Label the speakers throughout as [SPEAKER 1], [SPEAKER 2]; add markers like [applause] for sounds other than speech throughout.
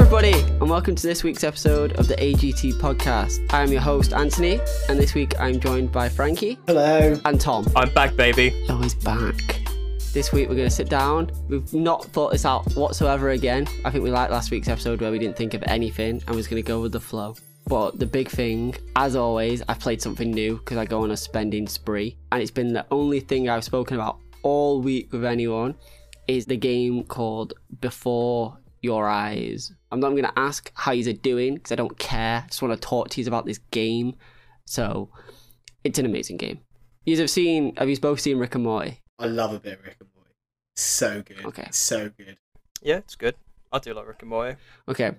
[SPEAKER 1] and welcome to this week's episode of the AGT podcast. I am your host, Anthony, and this week I'm joined by Frankie
[SPEAKER 2] Hello.
[SPEAKER 1] and Tom.
[SPEAKER 3] I'm back, baby.
[SPEAKER 1] Oh, he's back. This week we're going to sit down. We've not thought this out whatsoever again. I think we liked last week's episode where we didn't think of anything and was going to go with the flow. But the big thing, as always, I've played something new because I go on a spending spree. And it's been the only thing I've spoken about all week with anyone is the game called Before Your Eyes. I'm not going to ask how you're doing because I don't care. I just want to talk to you about this game. So it's an amazing game. You have seen, have you both seen Rick and Morty?
[SPEAKER 2] I love a bit of Rick and Morty. So good.
[SPEAKER 1] Okay.
[SPEAKER 2] So good.
[SPEAKER 3] Yeah, it's good. I do like Rick and Morty.
[SPEAKER 1] Okay.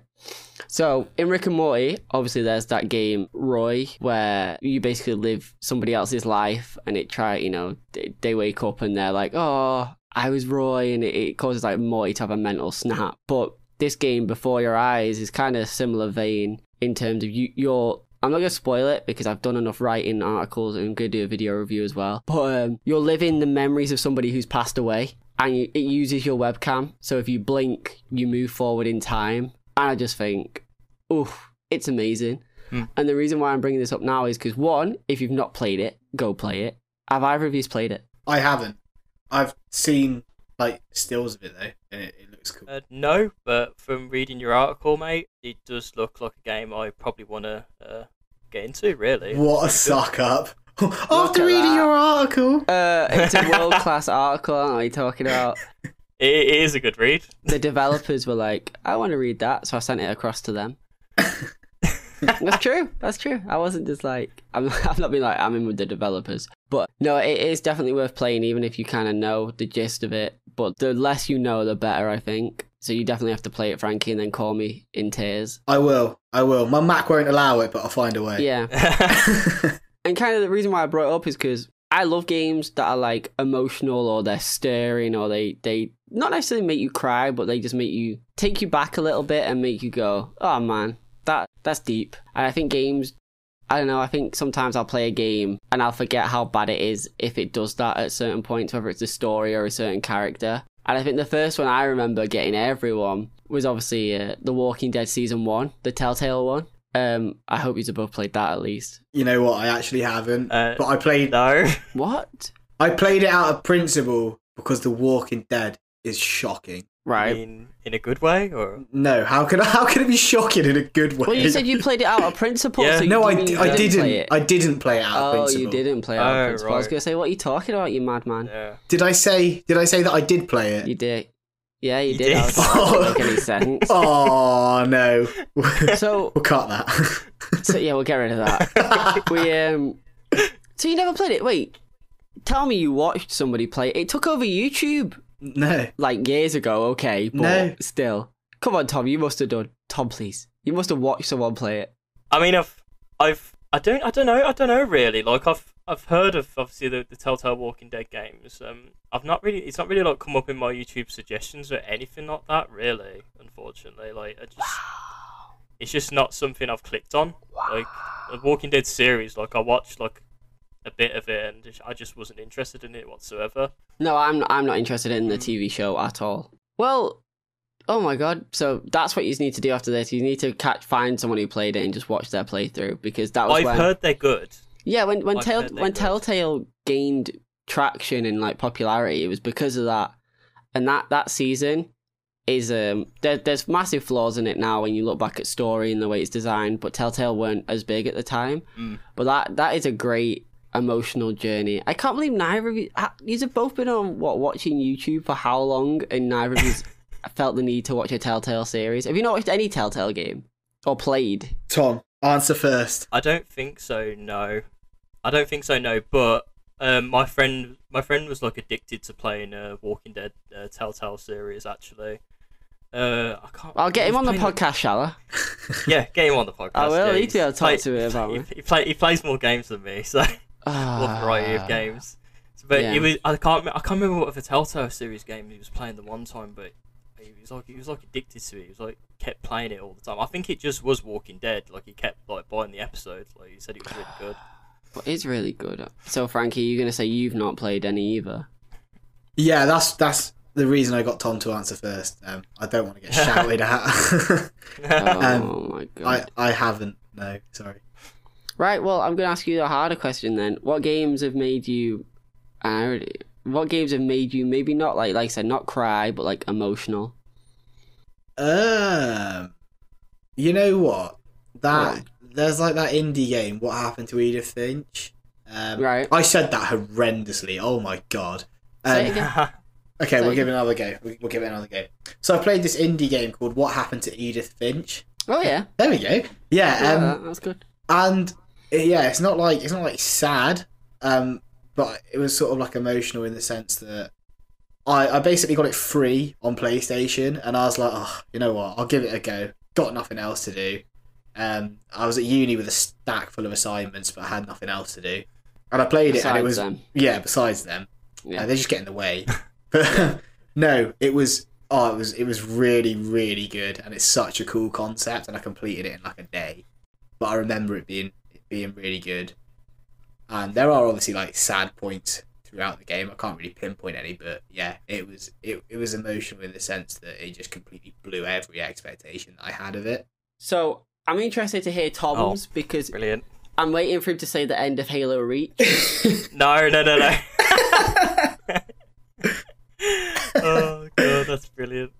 [SPEAKER 1] So in Rick and Morty, obviously there's that game Roy, where you basically live somebody else's life, and it try, you know, they, they wake up and they're like, oh, I was Roy, and it, it causes like Morty to have a mental snap. But this game before your eyes is kind of similar vein in terms of you, you're. I'm not gonna spoil it because I've done enough writing articles and I'm gonna do a video review as well. But um, you're living the memories of somebody who's passed away, and you, it uses your webcam. So if you blink, you move forward in time. And I just think, oof, it's amazing.
[SPEAKER 3] Hmm.
[SPEAKER 1] And the reason why I'm bringing this up now is because one, if you've not played it, go play it. Have either of you played it?
[SPEAKER 2] I haven't. I've seen like stills of it though, and it, it looks cool.
[SPEAKER 3] Uh, no, but from reading your article, mate, it does look like a game I probably want to uh, get into, really.
[SPEAKER 2] what a suck up! [laughs]
[SPEAKER 1] at
[SPEAKER 2] After reading
[SPEAKER 1] that.
[SPEAKER 2] your article,
[SPEAKER 1] Uh, it's [laughs] a world class article. I don't know what you're talking about. [laughs]
[SPEAKER 3] It, it is a good read. [laughs]
[SPEAKER 1] the developers were like, I want to read that, so I sent it across to [laughs] them. That's true. That's true. I wasn't just like I'm. [laughs] I've not been like I'm in with the developers, but no, it is definitely worth playing, even if you kind of know the gist of it. But the less you know, the better, I think. So you definitely have to play it, Frankie, and then call me in tears.
[SPEAKER 2] I will. I will. My Mac won't allow it, but I'll find a way.
[SPEAKER 1] Yeah. and kind of the reason why I brought it up is because I love games that are like emotional or they're stirring or they they not necessarily make you cry, but they just make you take you back a little bit and make you go, oh man, that that's deep. And I think games. I don't know. I think sometimes I'll play a game and I'll forget how bad it is if it does that at certain points, whether it's a story or a certain character. And I think the first one I remember getting everyone was obviously uh, The Walking Dead season one, the Telltale one. Um, I hope you've both played that at least.
[SPEAKER 2] [laughs] You know what? I actually haven't,
[SPEAKER 3] Uh,
[SPEAKER 2] but I played.
[SPEAKER 3] No.
[SPEAKER 1] What?
[SPEAKER 2] I played it out of principle because The Walking Dead is shocking.
[SPEAKER 1] Right.
[SPEAKER 3] In, in a good way? or
[SPEAKER 2] No, how can how can it be shocking in a good way?
[SPEAKER 1] Well, you said you played it out of principle.
[SPEAKER 3] Yeah.
[SPEAKER 1] so you
[SPEAKER 2] no, I,
[SPEAKER 1] didn't-
[SPEAKER 2] di-
[SPEAKER 1] you
[SPEAKER 2] I didn't.
[SPEAKER 1] play it.
[SPEAKER 2] I didn't play it out
[SPEAKER 1] oh,
[SPEAKER 2] of principle.
[SPEAKER 1] you didn't play it out of
[SPEAKER 3] Oh,
[SPEAKER 1] principle. I was
[SPEAKER 3] right.
[SPEAKER 1] gonna say, what are you talking about, you madman?
[SPEAKER 3] Yeah.
[SPEAKER 2] Did I say? Did I say that I did play it?
[SPEAKER 1] You did. Yeah, you,
[SPEAKER 3] You
[SPEAKER 1] did.
[SPEAKER 3] did.
[SPEAKER 1] I was like, that doesn't
[SPEAKER 2] [laughs]
[SPEAKER 1] make any sense.
[SPEAKER 2] oh no. [laughs] we'll
[SPEAKER 1] So,
[SPEAKER 2] cut that.
[SPEAKER 1] so yeah, we'll get rid of that. We um. So you never played it? Wait, tell me you watched somebody play it. It took over YouTube
[SPEAKER 2] [laughs] no.
[SPEAKER 1] like years ago. Okay, but
[SPEAKER 2] No.
[SPEAKER 1] still, come on, Tom. You must have done. Tom, please. You must have watched someone play it.
[SPEAKER 3] I mean, I've, I've, I don't, I don't know, I don't know really. Like, I've, I've heard of obviously the, the Telltale Walking Dead games. Um, I've not really, it's not really like come up in my YouTube suggestions or anything like that, really. Unfortunately, like, I just, it's just not something I've clicked on. Like, the Walking Dead series, like, I watched like a bit of it, and just, I just wasn't interested in it whatsoever.
[SPEAKER 1] No, I'm I'm not interested in the TV show at all. Well, oh my god! So that's what you need to do after this. You need to catch find someone who played it and just watch their playthrough because that was
[SPEAKER 3] I've
[SPEAKER 1] when
[SPEAKER 3] heard they're good.
[SPEAKER 1] yeah when when
[SPEAKER 3] I've
[SPEAKER 1] Tell,
[SPEAKER 3] heard they
[SPEAKER 1] when
[SPEAKER 3] were.
[SPEAKER 1] Telltale gained traction and like popularity, it was because of that. And that that season is um there, there's massive flaws in it now when you look back at story and the way it's designed, but Telltale weren't as big at the time.
[SPEAKER 3] Mm.
[SPEAKER 1] But that that is a great emotional journey. I can't believe neither of you you've both been on what watching YouTube for how long, and neither of you's felt the need to watch a Telltale series. Have you not watched any Telltale game or played?
[SPEAKER 2] Tom, answer first.
[SPEAKER 3] I don't think so. No, I don't think so. No, but um, my friend, my friend was like addicted to playing uh, Walking Dead uh, Telltale series. Actually, uh, I can't.
[SPEAKER 1] I'll get him
[SPEAKER 3] he's
[SPEAKER 1] on the
[SPEAKER 3] playing
[SPEAKER 1] podcast, shall I?
[SPEAKER 3] Yeah, get him on the podcast.
[SPEAKER 1] I will,
[SPEAKER 3] yeah,
[SPEAKER 1] you
[SPEAKER 3] he's
[SPEAKER 1] two are
[SPEAKER 3] play-
[SPEAKER 1] talk to him about
[SPEAKER 3] he,
[SPEAKER 1] it. Ah.
[SPEAKER 3] he, play, he plays more games than me, so more variety of games. But
[SPEAKER 1] yeah.
[SPEAKER 3] it was I can't I can't remember what the Telltale series game he was playing the one time, but he was like he was like addicted to it. He was like kept playing it all the time. I think it just was Walking Dead. Like he kept like buying the episodes. Like he said it was really good.
[SPEAKER 1] But it's
[SPEAKER 2] [laughs]
[SPEAKER 1] really good. So Frankie, you're gonna say you've not played any either.
[SPEAKER 2] Yeah, that's that's the reason I got Tom to answer first. Um, I don't want to get
[SPEAKER 1] [laughs]
[SPEAKER 2] shouted at.
[SPEAKER 1] Oh
[SPEAKER 2] [laughs]
[SPEAKER 1] my
[SPEAKER 2] Um, I,
[SPEAKER 1] god.
[SPEAKER 2] I haven't. No, sorry.
[SPEAKER 1] Right, well, I'm going to ask you a harder question then. What games have made you. I already. What games have made you maybe not like, like I said, not cry, but like emotional?
[SPEAKER 2] Um, you know what? That
[SPEAKER 1] What?
[SPEAKER 2] there's like that indie game. What happened to Edith Finch? Um,
[SPEAKER 1] Right.
[SPEAKER 2] I said that horrendously. Oh my god.
[SPEAKER 1] Say it
[SPEAKER 2] Um,
[SPEAKER 1] again.
[SPEAKER 2] okay,
[SPEAKER 1] Say
[SPEAKER 2] we'll
[SPEAKER 1] it
[SPEAKER 2] give it another go. We- We'll give it another go. So I played this indie game called What Happened to Edith Finch.
[SPEAKER 1] Oh, yeah.
[SPEAKER 2] There we go.
[SPEAKER 1] yeah
[SPEAKER 2] Yeah. Um,
[SPEAKER 1] that, that's good.
[SPEAKER 2] and uh, yeah, it's not like it's not like sad, um, but it was sort of like emotional in the sense that I I basically got it free on PlayStation, and I was like, oh, you know what, I'll give it a go. Got nothing else to do. Um, I was at uni with a stack full of assignments, but I had nothing else to do, and I played it, and it
[SPEAKER 1] Besides
[SPEAKER 2] was
[SPEAKER 1] them.
[SPEAKER 2] yeah. Besides them,
[SPEAKER 1] Yeah.
[SPEAKER 2] uh, they just get in
[SPEAKER 1] [laughs]
[SPEAKER 2] the way. But [laughs] no, it was oh, it was it was really really good, and it's such a cool concept, and I completed it in like a day. But I remember it being it being really good, and there are obviously like sad points throughout the game. I can't really pinpoint any, but yeah, it was it, it was emotional in the sense that it just completely blew every expectation that I had of it.
[SPEAKER 1] So I'm interested to hear Tom's
[SPEAKER 2] Oh.
[SPEAKER 1] because
[SPEAKER 3] [laughs] Brilliant.
[SPEAKER 1] I'm waiting for him to say the end of Halo Reach.
[SPEAKER 2] [laughs]
[SPEAKER 3] No, no, no, no. oh god, that's brilliant.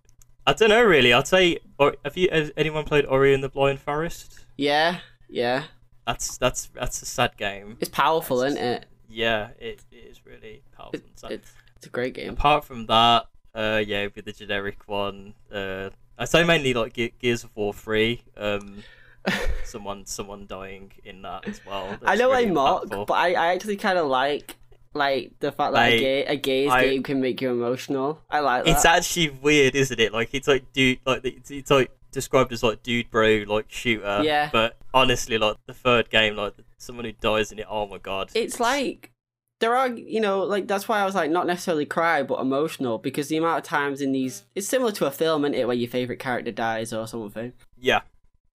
[SPEAKER 3] I don't know really. I'd say, or have you has anyone played Ori and the Blind Forest?
[SPEAKER 1] yeah, yeah.
[SPEAKER 3] That's that's that's a sad game.
[SPEAKER 1] It's powerful, isn't it?
[SPEAKER 3] Yeah, it, it is really powerful. and sad.
[SPEAKER 1] It's, it's a great game.
[SPEAKER 3] Apart from that, uh, yeah, it'd be the generic one. Uh, I say mainly like Ge- Gears of War three.
[SPEAKER 1] [laughs]
[SPEAKER 3] Um, someone someone dying in that as well.
[SPEAKER 1] I
[SPEAKER 3] That's
[SPEAKER 1] know
[SPEAKER 3] really
[SPEAKER 1] I mock,
[SPEAKER 3] impactful.
[SPEAKER 1] but I, I actually kind of like like the fact that a,
[SPEAKER 3] Like,
[SPEAKER 1] gay, a gay's
[SPEAKER 3] I-
[SPEAKER 1] game can make you emotional. I like that.
[SPEAKER 3] It's actually weird, isn't it? Like it's like dude, like it's, it's like described as like dude bro, like shooter.
[SPEAKER 1] Yeah.
[SPEAKER 3] But honestly, like the third game, like someone who dies in it. Oh my god.
[SPEAKER 1] it's like there are you know like that's why i was like not necessarily cry but emotional because the amount of times in these it's similar to a film isn't it where your favorite character dies or something
[SPEAKER 3] yeah.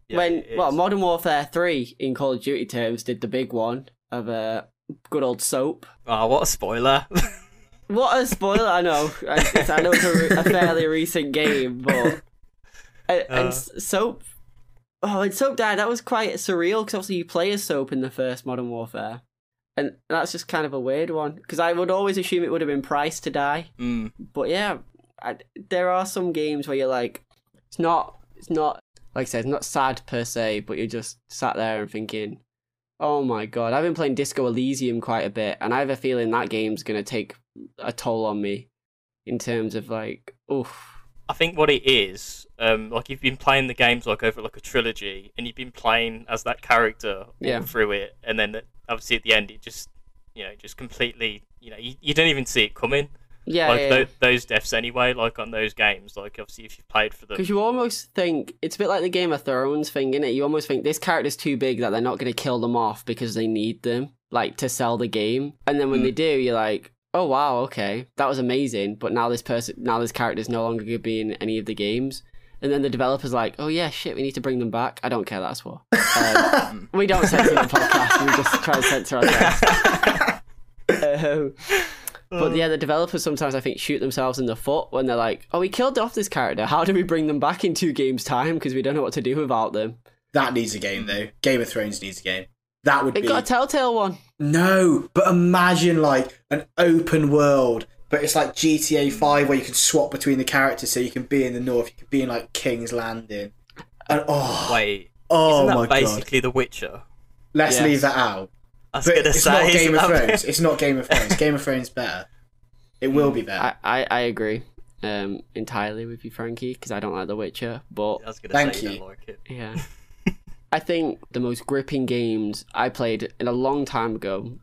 [SPEAKER 3] Yeah,
[SPEAKER 1] when
[SPEAKER 3] it is.
[SPEAKER 1] well modern warfare 3 in call of duty terms did the big one of uh, good old soap
[SPEAKER 3] oh, what a spoiler. [laughs]
[SPEAKER 1] what a spoiler i know I, it's- I know it's a, re- a fairly recent game but and, and
[SPEAKER 3] Uh.
[SPEAKER 1] S- soap oh and soap died that was quite surreal because obviously you play as soap in the first modern warfare and that's just kind of a weird one because i would always assume it would have been price to die
[SPEAKER 3] mm,
[SPEAKER 1] but yeah I, there are some games where you're like it's not it's not like i said it's not sad per se but you're just sat there and thinking oh my god i've been playing disco elysium quite a bit and i have a feeling that game's going to take a toll on me in terms of like oof
[SPEAKER 3] I think what it is, um, like you've been playing the games like over like a trilogy, and you've been playing as that character all
[SPEAKER 1] Yeah.
[SPEAKER 3] through it, and then obviously at the end, it just, you know, just completely, you know, you, you don't even see it coming.
[SPEAKER 1] yeah
[SPEAKER 3] like
[SPEAKER 1] yeah, yeah.
[SPEAKER 3] tho- those deaths anyway, like on those games, like obviously if you've played for them,
[SPEAKER 1] Because you almost think it's a bit like the Game of Thrones thing, innit? You almost think this character's too big that they're not going to kill them off because they need them, like to sell the game. And then when
[SPEAKER 3] Hmm.
[SPEAKER 1] they do, you're like, oh wow, okay, that was amazing. But now this person, now this character's no longer going to be in any of the games. And then the developer's like, oh yeah, shit, we need to bring them back. I don't care, that's what. Um, we don't censor the podcast, we just try and censor ourselves. Um, but yeah, the developers sometimes I think shoot themselves in the foot when they're like, "Oh, we killed off this character. How do we bring them back in two games' time? Because we don't know what to do without them."
[SPEAKER 2] That needs a game though. Game of Thrones needs a game. That would
[SPEAKER 1] Hmm. It
[SPEAKER 2] be
[SPEAKER 1] got a Telltale one.
[SPEAKER 2] No, but imagine like an open world, but it's like GTA Five where you can swap between the characters, so you can be in the north, you can be in like King's Landing, and oh,
[SPEAKER 3] wait,
[SPEAKER 2] oh
[SPEAKER 3] isn't that
[SPEAKER 2] my god,
[SPEAKER 3] basically The Witcher?
[SPEAKER 2] let's
[SPEAKER 1] Yes.
[SPEAKER 2] leave that out.
[SPEAKER 3] I was
[SPEAKER 2] But
[SPEAKER 3] gonna
[SPEAKER 2] it's
[SPEAKER 3] say
[SPEAKER 2] not Game
[SPEAKER 3] isn't
[SPEAKER 2] of
[SPEAKER 3] that-
[SPEAKER 2] Thrones. It's not Game of Thrones. Game of Thrones better. It will
[SPEAKER 3] Mm.
[SPEAKER 2] be better.
[SPEAKER 1] I I, I agree um, entirely with you, Frankie, because I don't like The Witcher. But
[SPEAKER 3] I was gonna
[SPEAKER 2] Thank
[SPEAKER 3] say you
[SPEAKER 2] you.
[SPEAKER 3] don't like it.
[SPEAKER 1] yeah, [laughs] I think the most gripping games I played in a long time ago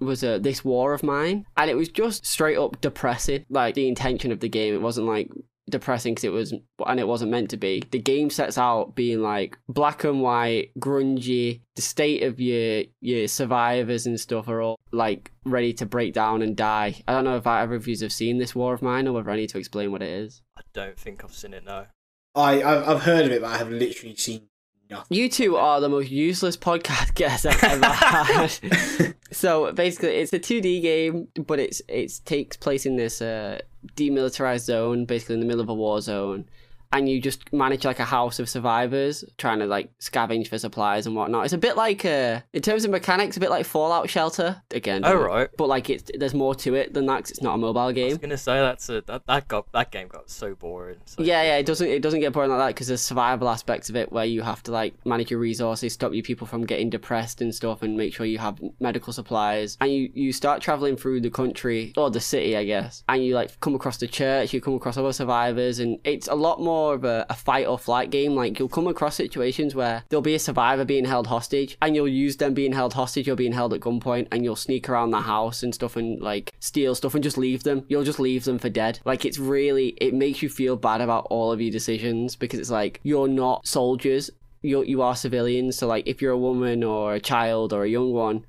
[SPEAKER 1] was uh, this war of mine, and it was just straight up depressing. Like the intention of the game, it wasn't like depressing because it was, and it wasn't meant to be. The game sets out being like black and white, grungy. The state of your your survivors and stuff are all like ready to break down and die. I don't know if either of you have seen this war of mine, or whether I need to explain what it is.
[SPEAKER 3] I don't think I've seen it. No.
[SPEAKER 2] I, I have I've heard of it, but I have literally seen nothing.
[SPEAKER 1] You two are the most useless podcast [laughs] guests I've
[SPEAKER 3] [laughs]
[SPEAKER 1] ever [laughs] had. so basically, it's a 2D game, but it's it takes place in this uh, demilitarized zone, basically in the middle of a war zone, and you just manage like a house of survivors trying to like scavenge for supplies and whatnot. It's a bit like uh, in terms of mechanics, a bit like Fallout Shelter again.
[SPEAKER 3] Oh right.
[SPEAKER 1] But like it's there's more to it than that. 'cause it's not a mobile
[SPEAKER 3] I was
[SPEAKER 1] game.
[SPEAKER 3] gonna say that's a that, that got that game got so boring. So
[SPEAKER 1] Yeah, yeah, it doesn't it doesn't get boring like that because there's survival aspects of it where you have to like manage your resources, stop your people from getting depressed and stuff, and make sure you have medical supplies. And you you start traveling through the country or the city, I guess, and you like come across the church, you come across other survivors, and it's a lot more of a, a fight or flight game. Like you'll come across situations where there'll be a survivor being held hostage, and you'll use them being held hostage, you're being held at gunpoint, and you'll sneak around the house and stuff and like steal stuff and just leave them. You'll just leave them for dead. Like it's really it makes you feel bad about all of your decisions because it's like you're not soldiers. You you are civilians. So like if you're a woman or a child or a young one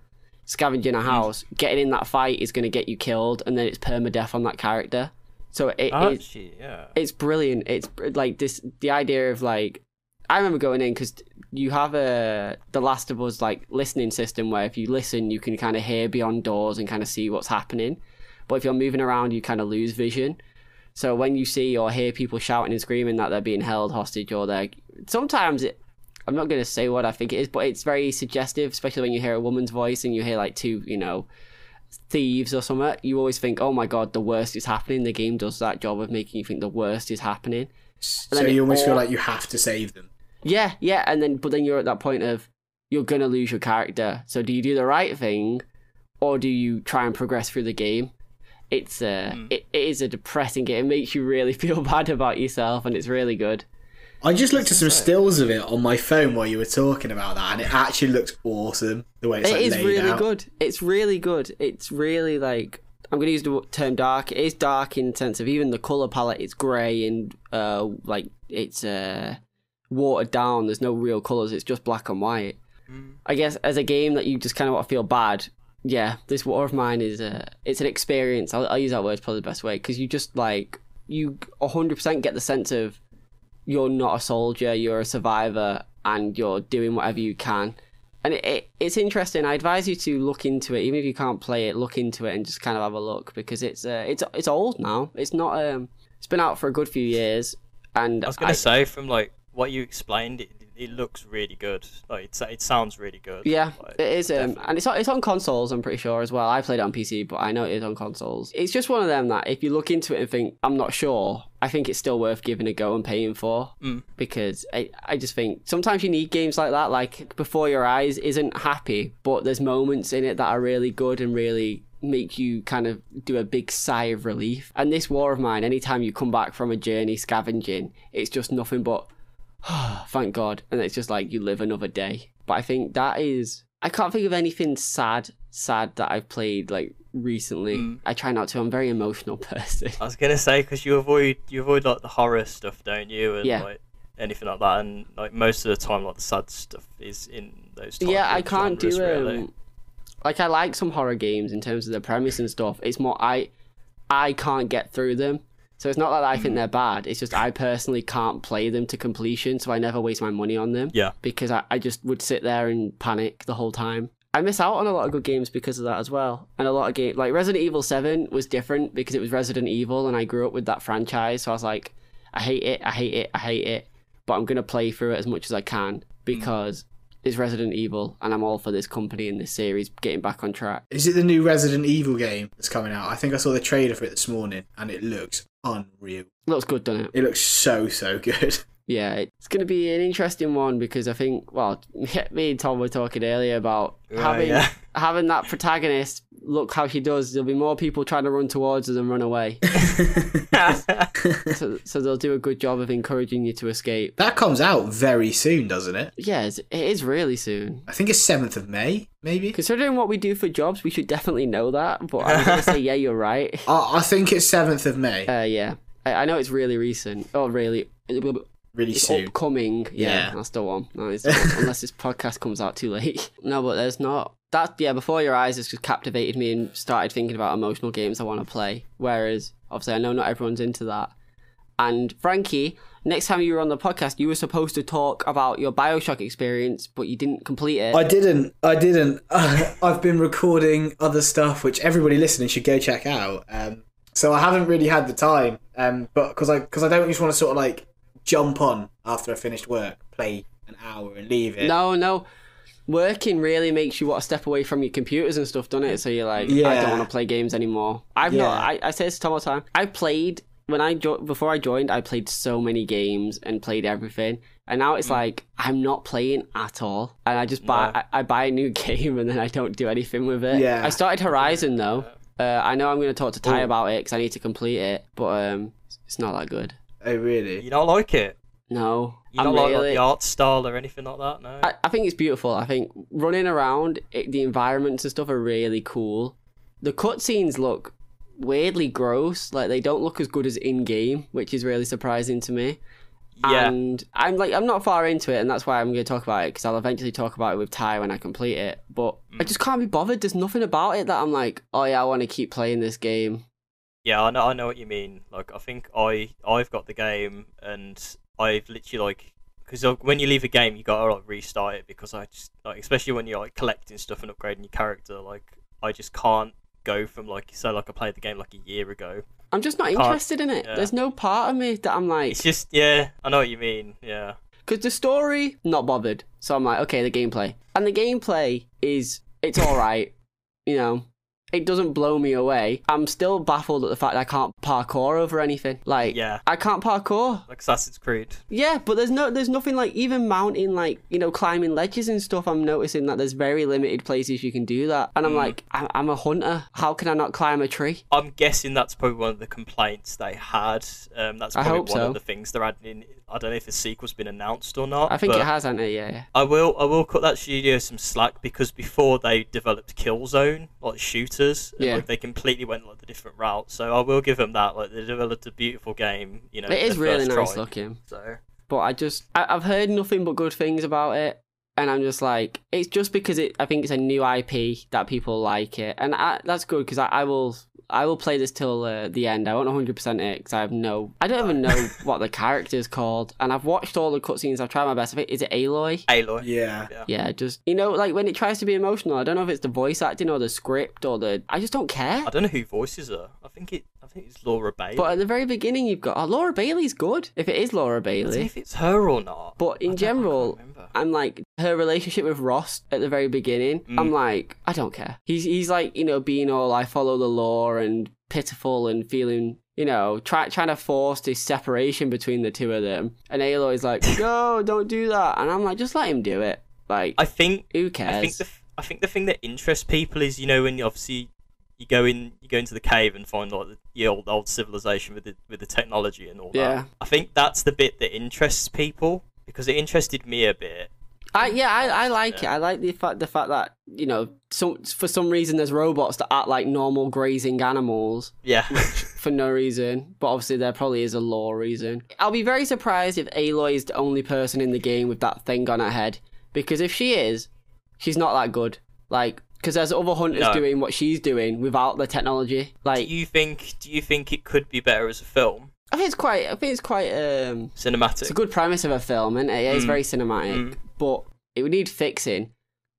[SPEAKER 1] scavenging a house, getting in that fight is going to get you killed and then it's permadeath on that character. So it,
[SPEAKER 3] Ah,
[SPEAKER 1] it
[SPEAKER 3] shit, yeah.
[SPEAKER 1] it's brilliant. It's br- like this the idea of like I remember going in because you have a the Last of Us like listening system where if you listen, you can kind of hear beyond doors and kind of see what's happening. But if you're moving around, you kind of lose vision. So when you see or hear people shouting and screaming that they're being held hostage or they're sometimes it. I'm not going to say what I think it is, but it's very suggestive, especially when you hear a woman's voice and you hear like two, you know, thieves or something, you always think, oh my god, the worst is happening. The game does that job of making you think the worst is happening.
[SPEAKER 2] So
[SPEAKER 1] then it
[SPEAKER 2] you almost feel
[SPEAKER 1] all-
[SPEAKER 2] like you have to save them.
[SPEAKER 1] Yeah, yeah, and then but then you're at that point of you're gonna lose your character. So do you do the right thing, or do you try and progress through the game? It's uh,
[SPEAKER 3] Mm.
[SPEAKER 1] it, it is a depressing game. It makes you really [laughs] feel bad about yourself, and it's really good.
[SPEAKER 2] I just looked at some
[SPEAKER 3] So-
[SPEAKER 2] stills of it on my phone while you were talking about that, and it actually looks awesome. The way it's
[SPEAKER 1] It's
[SPEAKER 2] like laid
[SPEAKER 1] really
[SPEAKER 2] out.
[SPEAKER 1] good. It's really good. It's really like I'm gonna use the term dark. It is dark in the sense of even the color palette. It's grey and uh like it's uh watered down. There's no real colors. It's just black and white.
[SPEAKER 3] Mm.
[SPEAKER 1] I guess as a game that you just kind of want to feel bad. Yeah, this War of Mine is uh it's an experience. I'll, I'll use that word probably the best way because you just like you 100% get the sense of you're not a soldier, you're a survivor, and you're doing whatever you can. And it, it, it's interesting. I advise you to look into it, even if you can't play it. Look into it and just kind of have a look because it's uh, it's it's old now. It's not um it's been out for a good few years, and
[SPEAKER 3] I was gonna say from like what you explained, it, it looks really good. Like it, it sounds really good.
[SPEAKER 1] Yeah,
[SPEAKER 3] Like,
[SPEAKER 1] it is, um,
[SPEAKER 3] definitely.
[SPEAKER 1] and it's on, it's on consoles. I'm pretty sure as well. I played it on PC, but I know it is on consoles. It's just one of them that if you look into it and think I'm not sure, I think it's still worth giving a go and paying for
[SPEAKER 3] Mm.
[SPEAKER 1] because I I just think sometimes you need games like that. Like Before Your Eyes isn't happy, but there's moments in it that are really good and really make you kind of do a big sigh of relief. And this War of Mine, anytime you come back from a journey scavenging, it's just nothing but [sighs] thank God. And it's just like you live another day. But I think that is I can't think of anything sad, sad that I've played like recently.
[SPEAKER 3] Mm.
[SPEAKER 1] I try not to. I'm a very emotional [laughs] person.
[SPEAKER 3] I was gonna say because you avoid you avoid like the horror stuff, don't you? And
[SPEAKER 1] Yeah.
[SPEAKER 3] like anything like that, and like most of the time, like the sad stuff is in those. Type
[SPEAKER 1] yeah,
[SPEAKER 3] of
[SPEAKER 1] I can't
[SPEAKER 3] genres,
[SPEAKER 1] do um,
[SPEAKER 3] really.
[SPEAKER 1] like I like some horror games in terms of the premise and stuff. It's more I I can't get through them. So it's not that I
[SPEAKER 3] Hmm.
[SPEAKER 1] think they're bad. It's just I personally can't play them to completion, so I never waste my money on them.
[SPEAKER 3] Yeah.
[SPEAKER 1] Because I, I just would sit there and panic the whole time. I miss out on a lot of good games because of that as well. And a lot of games like Resident Evil 7 was different because it was Resident Evil and I grew up with that franchise, so I was like, I hate it, I hate it, I hate it. But I'm gonna play through it as much as I can because it's Resident Evil and I'm all for this company and this series getting back on track.
[SPEAKER 2] Is it the new Resident Evil game that's coming out? I think I saw the trailer for it this morning, and it looks unreal.
[SPEAKER 1] Looks good, doesn't it?
[SPEAKER 2] It looks so so [laughs] good.
[SPEAKER 1] Yeah, it's going to be an interesting one because I think, well, [laughs] me and Tom were talking earlier about
[SPEAKER 3] Yeah,
[SPEAKER 1] having
[SPEAKER 3] Oh, yeah.
[SPEAKER 1] [laughs]
[SPEAKER 3] [laughs]
[SPEAKER 1] having that protagonist look how she does. There'll be more people trying to run towards her than run away.
[SPEAKER 3] [laughs]
[SPEAKER 1] so, so they'll do a good job of encouraging you to escape.
[SPEAKER 2] that comes out very soon, doesn't it?
[SPEAKER 1] Yeah, it's, it is really soon.
[SPEAKER 2] I think it's seventh of May, maybe.
[SPEAKER 1] Considering what we do for jobs, we should definitely know that. But I'm going to
[SPEAKER 3] [laughs]
[SPEAKER 1] say, yeah, you're right.
[SPEAKER 2] I, I think it's seventh of May.
[SPEAKER 1] Uh, yeah, I, I know it's really recent. Oh, really?
[SPEAKER 2] really
[SPEAKER 1] It's
[SPEAKER 2] soon.
[SPEAKER 1] upcoming. Yeah,
[SPEAKER 2] Yeah.
[SPEAKER 1] that's the one. That is the one. Unless this podcast comes out too late. [laughs] No, but there's not. That yeah, before your eyes has just captivated me and started thinking about emotional games I want to play. Whereas obviously I know not everyone's into that. And Frankie, next time you were on the podcast, you were supposed to talk about your Bioshock experience, but you didn't complete it.
[SPEAKER 2] I didn't. [laughs] I didn't. I've been recording other stuff, which everybody listening should go check out. Um, So I haven't really had the time, um, but because I because I don't just want to sort of like jump on after I finished work, play an hour and leave it.
[SPEAKER 1] No, no. Working really makes you want to step away from your computers and stuff, doesn't it? So you're like, I
[SPEAKER 2] Yeah.
[SPEAKER 1] don't want to play games anymore. I've not.
[SPEAKER 2] Yeah.
[SPEAKER 1] I, I say this to Tom all the time. I played when I jo- before I joined. I played so many games and played everything, and now it's like I'm not playing at all. And I just buy.
[SPEAKER 3] No.
[SPEAKER 1] I, I buy a new [laughs] game and then I don't do anything with it.
[SPEAKER 2] Yeah.
[SPEAKER 1] I started Horizon though. Uh, I know I'm going to talk to Ty about it because I need to complete it, but um, it's not that good.
[SPEAKER 2] Oh really?
[SPEAKER 3] You don't like it.
[SPEAKER 1] No,
[SPEAKER 3] You
[SPEAKER 1] I'm
[SPEAKER 3] don't like, like,
[SPEAKER 1] really-
[SPEAKER 3] the art style or anything like that. No.
[SPEAKER 1] I, I think it's beautiful. I think running around, it, the environments and stuff are really cool. The cutscenes look weirdly gross. Like they don't look as good as in game, which is really surprising to me.
[SPEAKER 3] yeah.
[SPEAKER 1] And I'm like, I'm not far into it, and that's why I'm going to talk about it because I'll eventually talk about it with Ty when I complete it. But I just can't be bothered. There's nothing about it that I'm like, oh yeah, I want to keep playing this game.
[SPEAKER 3] Yeah, I know, I know what you mean. Like, I think I I've got the game, and I've literally like because when you leave a game, you gotta like restart it because I just like especially when you're like collecting stuff and upgrading your character, like I just can't go from like say like I played the game like a year ago.
[SPEAKER 1] I'm just not
[SPEAKER 3] Can't-
[SPEAKER 1] interested in it.
[SPEAKER 3] yeah.
[SPEAKER 1] There's no part of me that I'm like,
[SPEAKER 3] It's just yeah, I know what you mean. Yeah,
[SPEAKER 1] Because the story, not bothered. So I'm like, okay, the gameplay. And the gameplay is, it's alright. you know, it doesn't blow me away. I'm still baffled at the fact that I can't parkour over anything. Like,
[SPEAKER 3] Yeah.
[SPEAKER 1] I can't parkour.
[SPEAKER 3] like Assassin's Creed.
[SPEAKER 1] Yeah, but there's no, there's nothing like even mounting, like you know, climbing ledges and stuff. I'm noticing that there's very limited places you can do that,
[SPEAKER 3] Mm.
[SPEAKER 1] and I'm like, I'm, I'm a hunter. How can I not climb a tree?
[SPEAKER 3] I'm guessing that's probably one of the complaints they had. Um, that's
[SPEAKER 1] I
[SPEAKER 3] probably
[SPEAKER 1] hope
[SPEAKER 3] one
[SPEAKER 1] so.
[SPEAKER 3] of the things they're adding. In. I don't know if the sequel's been announced or not.
[SPEAKER 1] I think
[SPEAKER 3] but...
[SPEAKER 1] it has, hasn't it? Yeah, yeah.
[SPEAKER 3] I will I will cut that studio some slack because before they developed Killzone like shooters, and,
[SPEAKER 1] Yeah.
[SPEAKER 3] like, they completely went like the different route. So I will give them that. Like they developed a beautiful game. You know,
[SPEAKER 1] it is
[SPEAKER 3] their
[SPEAKER 1] really
[SPEAKER 3] first
[SPEAKER 1] nice
[SPEAKER 3] try.
[SPEAKER 1] looking.
[SPEAKER 3] So
[SPEAKER 1] but I just I, I've heard nothing but good things about it, and I'm just like it's just because it I think it's a new IP that people like it, and I, that's good because I, I will I will play this till uh, the end. I won't 100 percent it because I have no I don't even
[SPEAKER 3] [laughs]
[SPEAKER 1] know what the character's called, and I've watched all the cutscenes. I've tried my best. I think is it Aloy?
[SPEAKER 3] Aloy,
[SPEAKER 2] Yeah.
[SPEAKER 1] Yeah, just you know, like when it tries to be emotional, I don't know if it's the voice acting or the script or the I just don't care.
[SPEAKER 3] I don't know who voices her. I think it I think it's Laura Bailey.
[SPEAKER 1] But at the very beginning, you've got oh, Laura Bailey's good if it is Laura
[SPEAKER 3] I don't know
[SPEAKER 1] Bailey.
[SPEAKER 3] if it's her or not.
[SPEAKER 1] But in
[SPEAKER 3] I don't- I can't
[SPEAKER 1] general,
[SPEAKER 3] remember.
[SPEAKER 1] I'm like her relationship with Ross at the very beginning.
[SPEAKER 3] Mm.
[SPEAKER 1] I'm like, I don't care. He's he's like you know being all I follow the law and pitiful and feeling you know try, trying to force this separation between the two of them. And Aloy's like, no, don't do that. And I'm like, just let him do it. Like
[SPEAKER 3] I think
[SPEAKER 1] who cares?
[SPEAKER 3] I think the f- I think the thing that interests people is you know when you obviously you go in you go into the cave and find like the, the old old civilization with the with the technology and all
[SPEAKER 1] Yeah.
[SPEAKER 3] that. I think that's the bit that interests people because it interested me a bit.
[SPEAKER 1] I yeah, I, I like it. I like the fact the fact that you know some for some reason there's robots that act like normal grazing animals. [laughs]
[SPEAKER 3] Yeah,
[SPEAKER 1] for no reason, but obviously there probably is a law reason. I'll be very surprised if Aloy is the only person in the game with that thing on her head, because if she is, she's not that good. Like, because there's other hunters
[SPEAKER 3] No.
[SPEAKER 1] doing what she's doing without the technology.
[SPEAKER 3] do
[SPEAKER 1] Like,
[SPEAKER 3] you think do you think it could be better as a film
[SPEAKER 1] I think it's quite, I think it's quite, um, it's
[SPEAKER 3] cinematic?
[SPEAKER 1] a good premise of a film, and it
[SPEAKER 3] Mm.
[SPEAKER 1] is very cinematic, but it would need fixing.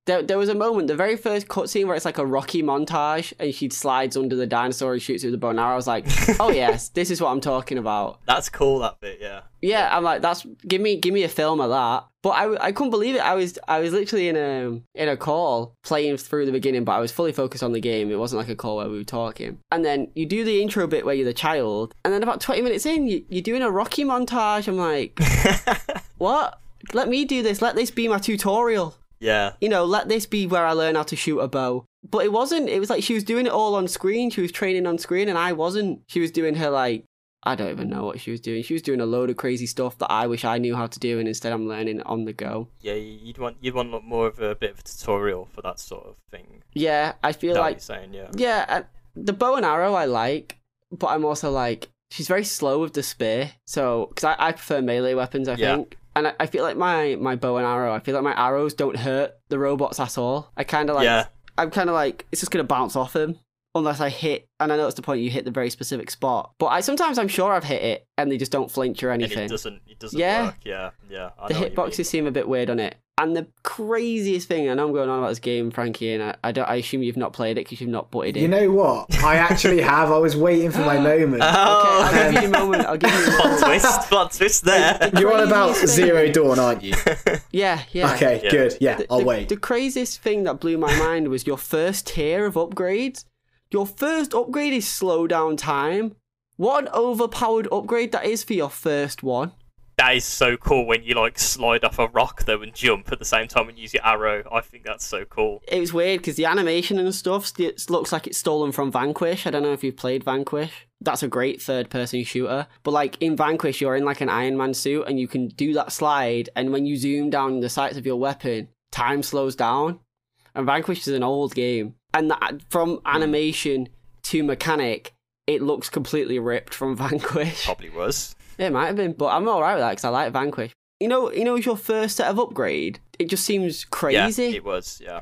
[SPEAKER 1] There, there was a moment, the very first cutscene where it's like a Rocky montage, and she slides under the dinosaur and shoots it with a bow and arrow. I was
[SPEAKER 3] [laughs]
[SPEAKER 1] like, oh yes, this is what I'm talking about.
[SPEAKER 3] That's cool. That bit, yeah. [laughs]
[SPEAKER 1] Yeah, I'm like, that's give me give me a film of that. But I, I couldn't believe it. I was I was literally in a in a call playing through the beginning, but I was fully focused on the game. It wasn't like a call where we were talking. And then you do the intro bit where you're the child, and then about 20 minutes in, you, you're doing a Rocky montage. I'm like, [laughs] what? Let me do this. Let this be my tutorial.
[SPEAKER 3] Yeah,
[SPEAKER 1] You know, let this be where I learn how to shoot a bow. But it wasn't. It was like she was doing it all on screen. She was training on screen, and I wasn't. She was doing her like I don't even know what she was doing. She was doing a load of crazy stuff that I wish I knew how to do, and instead I'm learning on the go.
[SPEAKER 3] yeah. You'd want you'd want like, more of a bit of a tutorial for that sort of thing.
[SPEAKER 1] Yeah, I feel
[SPEAKER 3] That what
[SPEAKER 1] like
[SPEAKER 3] you're saying, yeah.
[SPEAKER 1] yeah, I, the bow and arrow I like, but I'm also like she's very slow with the spear. So because I, I prefer melee weapons, I
[SPEAKER 3] Yeah.
[SPEAKER 1] think. And I, I feel like my, my bow and arrow, I feel like my arrows don't hurt the robots at all. I kind of like
[SPEAKER 3] yeah,
[SPEAKER 1] I'm kind of like it's just gonna bounce off him unless I hit. And I know it's the point you hit the very specific spot, but I sometimes I'm sure I've hit it and they just don't flinch or
[SPEAKER 3] and it
[SPEAKER 1] anything.
[SPEAKER 3] doesn't it doesn't
[SPEAKER 1] Yeah.
[SPEAKER 3] work. Yeah, yeah. I
[SPEAKER 1] The
[SPEAKER 3] know what you mean.
[SPEAKER 1] hitboxes seem a bit weird on it. And the craziest thing, and I'm going on about this game, Frankie, and I, I don't. I assume you've not played it because you've not butted it.
[SPEAKER 2] You know what? I actually have. I was waiting for my
[SPEAKER 1] [laughs] okay,
[SPEAKER 2] moment.
[SPEAKER 3] Oh,
[SPEAKER 1] I'll give you
[SPEAKER 2] [laughs]
[SPEAKER 1] a moment. I'll give you
[SPEAKER 3] [laughs]
[SPEAKER 1] a
[SPEAKER 3] plot
[SPEAKER 1] moment.
[SPEAKER 3] twist, plot twist there.
[SPEAKER 2] You're on about
[SPEAKER 1] craziest thing-
[SPEAKER 2] Zero Dawn, aren't you?
[SPEAKER 1] Yeah, [laughs] yeah.
[SPEAKER 2] Okay,
[SPEAKER 3] Yeah.
[SPEAKER 2] good. Yeah,
[SPEAKER 1] The-
[SPEAKER 2] I'll
[SPEAKER 1] the,
[SPEAKER 2] wait.
[SPEAKER 1] The craziest thing that blew my mind was your first tier of upgrades. Your first upgrade is slow down time. What an overpowered upgrade that is for your first one.
[SPEAKER 3] That is so cool when you like slide off a rock though and jump at the same time and use your arrow. I think that's so cool.
[SPEAKER 1] It was weird because the animation and stuff st- it looks like it's stolen from Vanquish. I don't know if you've played Vanquish. That's a great third person shooter. But like in Vanquish, you're in like an Iron Man suit and you can do that slide. And when you zoom down the sights of your weapon, time slows down. And Vanquish is an old game. And that, from animation to mechanic, it looks completely ripped from [laughs] Vanquish.
[SPEAKER 3] Probably was.
[SPEAKER 1] It might have been, but I'm alright with that because I like Vanquish. You know, you know, it's your first set of upgrade. It just seems crazy
[SPEAKER 3] Yeah, it was. Yeah.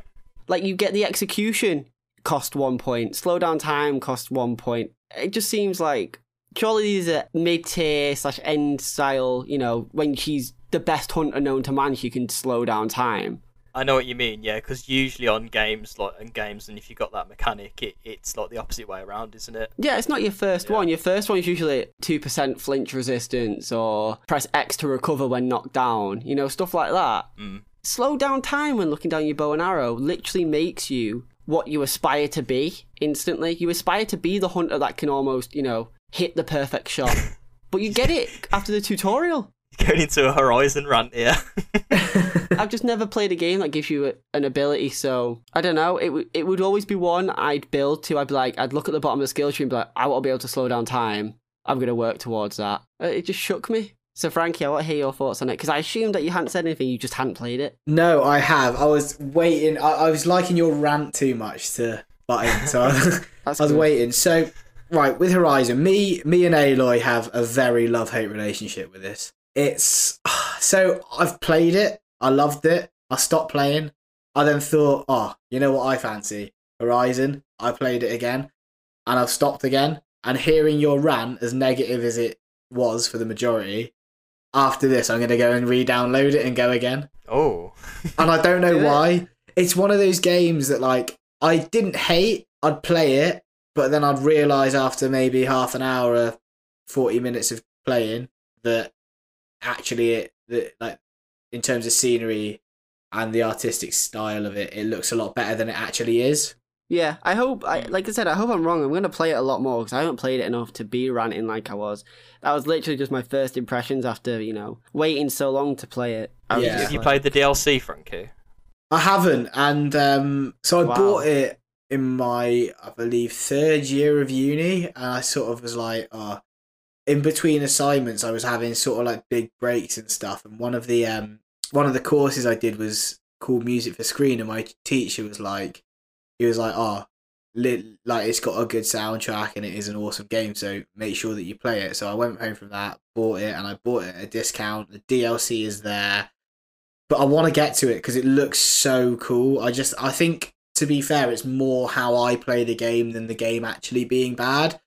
[SPEAKER 1] like you get the execution cost one point, slow down time cost one point. It just seems like surely these are mid tier slash end style. You know, when she's the best hunter known to man, she can slow down time.
[SPEAKER 3] I know what you mean, yeah, because usually on games like and games, and if you got that mechanic, it, it's like the opposite way around, isn't it? [laughs]
[SPEAKER 1] Yeah, it's not your first one. Your first one is usually two percent flinch resistance or press X to recover when knocked down. You know, stuff like that.
[SPEAKER 3] Mm.
[SPEAKER 1] Slow down time when looking down your bow and arrow literally makes you what you aspire to be instantly. You aspire to be the hunter that can almost, you know, hit the perfect
[SPEAKER 3] [laughs]
[SPEAKER 1] shot. but you get it after the tutorial.
[SPEAKER 3] Going into a Horizon rant here. [laughs]
[SPEAKER 1] I've just never played a game that gives you a- an ability, so I don't know. It w- it would always be one I'd build to. I'd be like, I'd look at the bottom of the skill tree and be like, I want to be able to slow down time. I'm gonna work towards that. Uh, It just shook me. So Frankie, I want to hear your thoughts on it because I assumed that you hadn't said anything. You just hadn't played it.
[SPEAKER 2] No, I have. I was waiting. I, I was liking your rant too much to butt in,
[SPEAKER 1] [laughs]
[SPEAKER 2] so I, I
[SPEAKER 1] That's
[SPEAKER 2] was
[SPEAKER 1] good.
[SPEAKER 2] waiting. So, right with Horizon, me, me and Aloy have a very love hate relationship with this. It's [sighs] so I've played it. I loved it. I stopped playing. I then thought, oh, you know what I fancy Horizon. I played it again, and I've stopped again. And hearing your rant, as negative as it was for the majority, after this, I'm going to go and re-download it and go again
[SPEAKER 3] oh.
[SPEAKER 2] and I don't know
[SPEAKER 1] Do it.
[SPEAKER 2] why. It's one of those games that like I didn't hate. I'd play it, but then I'd realize after maybe half an hour, or forty minutes of playing that actually it that like in terms of scenery and the artistic style of it, it looks a lot better than it actually is.
[SPEAKER 1] Yeah, I hope. I like I said, I hope I'm wrong. I'm gonna play it a lot more because I haven't played it enough to be ranting like I was. That was literally just my first impressions after you know waiting so long to play it. I was
[SPEAKER 2] Yeah.
[SPEAKER 1] just
[SPEAKER 3] Have you
[SPEAKER 1] like-
[SPEAKER 3] played the DLC, Frankie?
[SPEAKER 2] I haven't, and um, so I
[SPEAKER 1] Wow.
[SPEAKER 2] bought it in my, I believe, third year of uni, and I sort of was like, uh, in between assignments, I was having sort of like big breaks and stuff, and one of the um, one of the courses I did was called Music for Screen, and my teacher was like, he was like, oh, li- like it's got a good soundtrack and it is an awesome game, so make sure that you play it. So I went home from that, bought it, and I bought it at a discount. The DLC is there but I want to get to it because it looks so cool. I just I think to be fair, it's more how I play the game than the game actually being bad.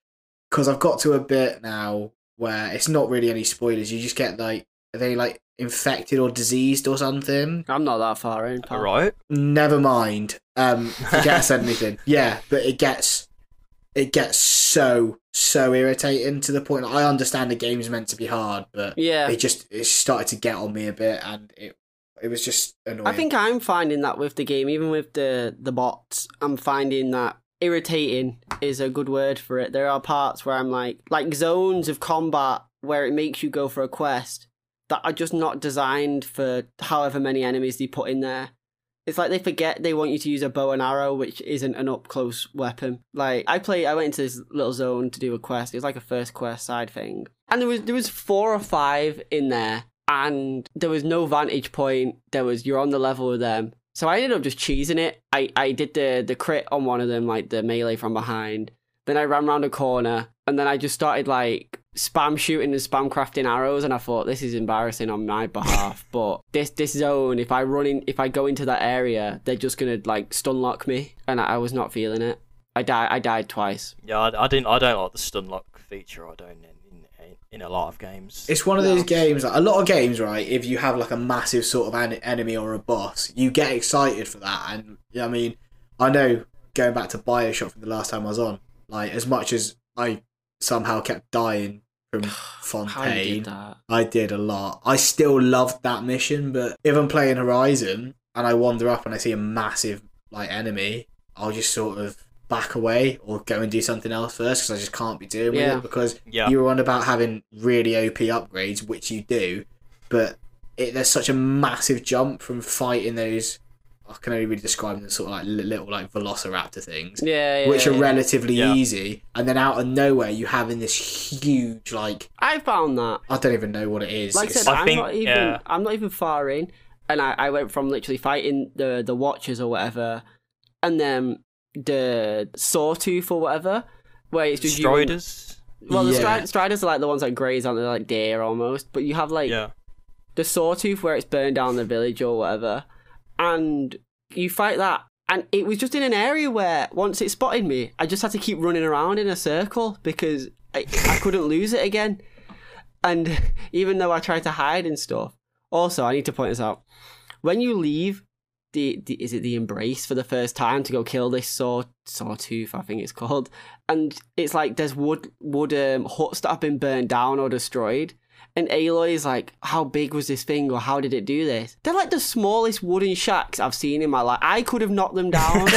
[SPEAKER 2] Because I've got to a bit now where it's not really any spoilers. You just get like are they like infected or diseased or something?
[SPEAKER 1] I'm not that far in.
[SPEAKER 3] All
[SPEAKER 1] pal.
[SPEAKER 3] right.
[SPEAKER 2] Never mind. Um, forget
[SPEAKER 1] [laughs]
[SPEAKER 2] I said anything. Yeah, but it gets it gets so so irritating to the point. I understand the game's meant to be hard, but
[SPEAKER 1] Yeah,
[SPEAKER 2] it just it started to get on me a bit, and it it was just annoying.
[SPEAKER 1] I think I'm finding that with the game, even with the the bots, I'm finding that irritating is a good word for it. There are parts where I'm like like zones of combat where it makes you go for a quest that are just not designed for however many enemies they put in there. It's like they forget they want you to use a bow and arrow, which isn't an up close weapon. Like I play, I went into this little zone to do a quest. It was like a first quest side thing, and there was there was four or five in there, and there was no vantage point. There was you're on the level with them, so I ended up just cheesing it. I I did the the crit on one of them, like the melee from behind. Then I ran round a corner, and then I just started like spam shooting and spam crafting arrows, and I thought this is embarrassing on my behalf. [laughs] but this this zone, if I run in, if I go into that area, they're just gonna like stun lock me, and I, I was not feeling it. I died. I died twice.
[SPEAKER 3] Yeah, I, I didn't. I don't like the stun lock feature I don't in, in, in a lot of games.
[SPEAKER 2] It's one of
[SPEAKER 1] No.
[SPEAKER 2] those games, like a lot of games, right? If you have like a massive sort of en- enemy or a boss, you get excited for that. And yeah, I mean, I know going back to Bioshock from the last time I was on, like as much as I somehow kept dying
[SPEAKER 1] [sighs]
[SPEAKER 2] from
[SPEAKER 1] How you did
[SPEAKER 2] Fontaine,
[SPEAKER 1] that?
[SPEAKER 2] I did a lot. I still loved that mission, but if I'm playing Horizon and I wander up and I see a massive like enemy, I'll just sort of back away or go and do something else first because I just can't be doing with
[SPEAKER 1] Yeah.
[SPEAKER 2] it because
[SPEAKER 3] yeah,
[SPEAKER 2] you were on about having really OP upgrades, which you do, but it, there's such a massive jump from fighting those. I can only really describe them as sort of like li- little like velociraptor things,
[SPEAKER 1] Yeah, yeah.
[SPEAKER 2] which are
[SPEAKER 1] yeah.
[SPEAKER 2] relatively
[SPEAKER 3] Yeah.
[SPEAKER 2] easy, and then out of nowhere you having this huge like
[SPEAKER 1] I found that.
[SPEAKER 2] I don't even know what it is.
[SPEAKER 1] Like I
[SPEAKER 2] It's-
[SPEAKER 1] said,
[SPEAKER 3] I
[SPEAKER 1] I'm
[SPEAKER 3] think-
[SPEAKER 1] not even
[SPEAKER 3] yeah.
[SPEAKER 1] I'm not even far in, and I, I went from literally fighting the the Watchers or whatever, and then the Sawtooth or whatever, where it's just you.
[SPEAKER 3] Striders.
[SPEAKER 1] Well, the
[SPEAKER 2] Yeah.
[SPEAKER 1] stri- Striders are like the ones that graze on, they're like deer almost, but you have like
[SPEAKER 3] yeah,
[SPEAKER 1] the Sawtooth where it's burned down the village or whatever, and you fight that. And it was just in an area where once it spotted me, I just had to keep running around in a circle because I, I couldn't lose it again. And [laughs] even though I tried to hide and stuff, also I need to point this out: when you leave the, the is it the embrace for the first time to go kill this saw sawtooth, I think it's called, and it's like there's wood wood um, huts that have been burned down or destroyed, and Aloy is like, how big was this thing or how did it do this? They're like the smallest wooden shacks I've seen in my life. I could have knocked them
[SPEAKER 3] [laughs]
[SPEAKER 1] down.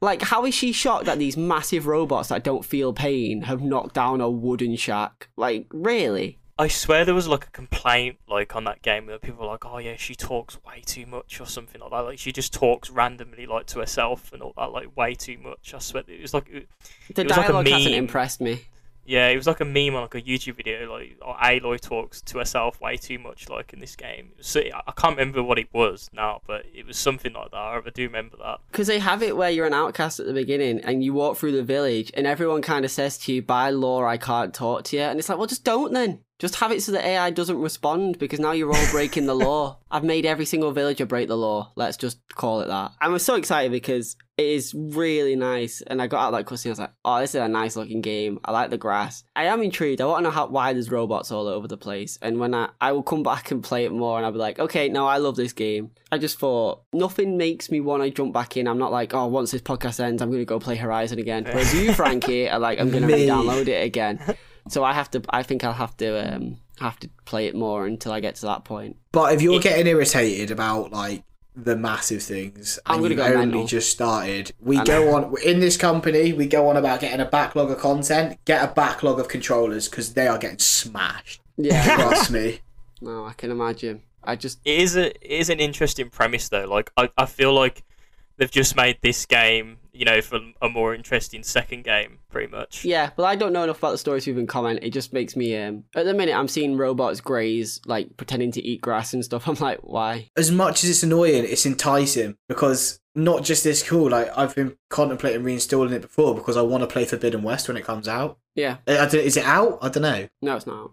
[SPEAKER 1] like, how is she shocked that these massive robots that don't feel pain have knocked down a wooden shack? Like, really?
[SPEAKER 3] I swear there was like a complaint like on that game that people were like, oh yeah, she talks way too much or something like that. Like she just talks randomly like to herself and all that like way too much. I swear it was like it-
[SPEAKER 1] The
[SPEAKER 3] It was like a
[SPEAKER 1] dialogue hasn't
[SPEAKER 3] meme.
[SPEAKER 1] impressed me.
[SPEAKER 3] yeah, it was like a meme on like a YouTube video like oh, Aloy talks to herself way too much like in this game. So I I can't remember what it was now, but it was something like that. I do remember that.
[SPEAKER 1] Because they have it where you're an outcast at the beginning and you walk through the village and everyone kind of says to you, by law, I can't talk to you. And it's like, well, just don't then. Just have it so that AI doesn't respond because now you're all breaking the law. I've made every single villager break the law. Let's just call it that. And I'm so excited because it is really nice. And I got out that cutscene. I was like, oh, this is a nice looking game. I like the grass. I am intrigued. I want to know how, why there's robots all over the place. And when I, I will come [laughs] back and play it more and I'll be like, okay, no, I love this game. I just thought nothing makes me want to jump back in. I'm not like, oh, once this podcast ends, I'm going to go play Horizon again. Whereas you, Frankie, are like, I'm going to
[SPEAKER 2] Me.
[SPEAKER 1] re-download it again. So I have to. I think I'll have to um, have to play it more until I get to that point.
[SPEAKER 2] But if you're
[SPEAKER 3] It-
[SPEAKER 2] getting irritated about like the massive things,
[SPEAKER 1] I'm
[SPEAKER 2] and
[SPEAKER 1] gonna
[SPEAKER 2] you've
[SPEAKER 1] go
[SPEAKER 2] only
[SPEAKER 1] mental.
[SPEAKER 2] just started, we
[SPEAKER 1] I
[SPEAKER 2] go on in this company. We go on about getting a backlog of content, get a backlog of controllers because they are getting smashed.
[SPEAKER 1] Yeah. [laughs]
[SPEAKER 2] Trust me.
[SPEAKER 1] no, I can imagine. I just.
[SPEAKER 3] it is a it is an interesting premise though. Like I, I feel like they've just made this game, you know, for a more interesting second game, pretty much.
[SPEAKER 1] Yeah, but I don't know enough about the story to even comment. It just makes me. Um, at the minute, I'm seeing robots graze, like pretending to eat grass and stuff. [laughs] I'm like, why?
[SPEAKER 2] As much as it's annoying, it's enticing because not just this cool. Like I've been contemplating reinstalling it before because I want to play Forbidden West when it comes out. Eh,
[SPEAKER 1] Yeah.
[SPEAKER 2] I I don't, is it out? I don't know.
[SPEAKER 1] No, it's not.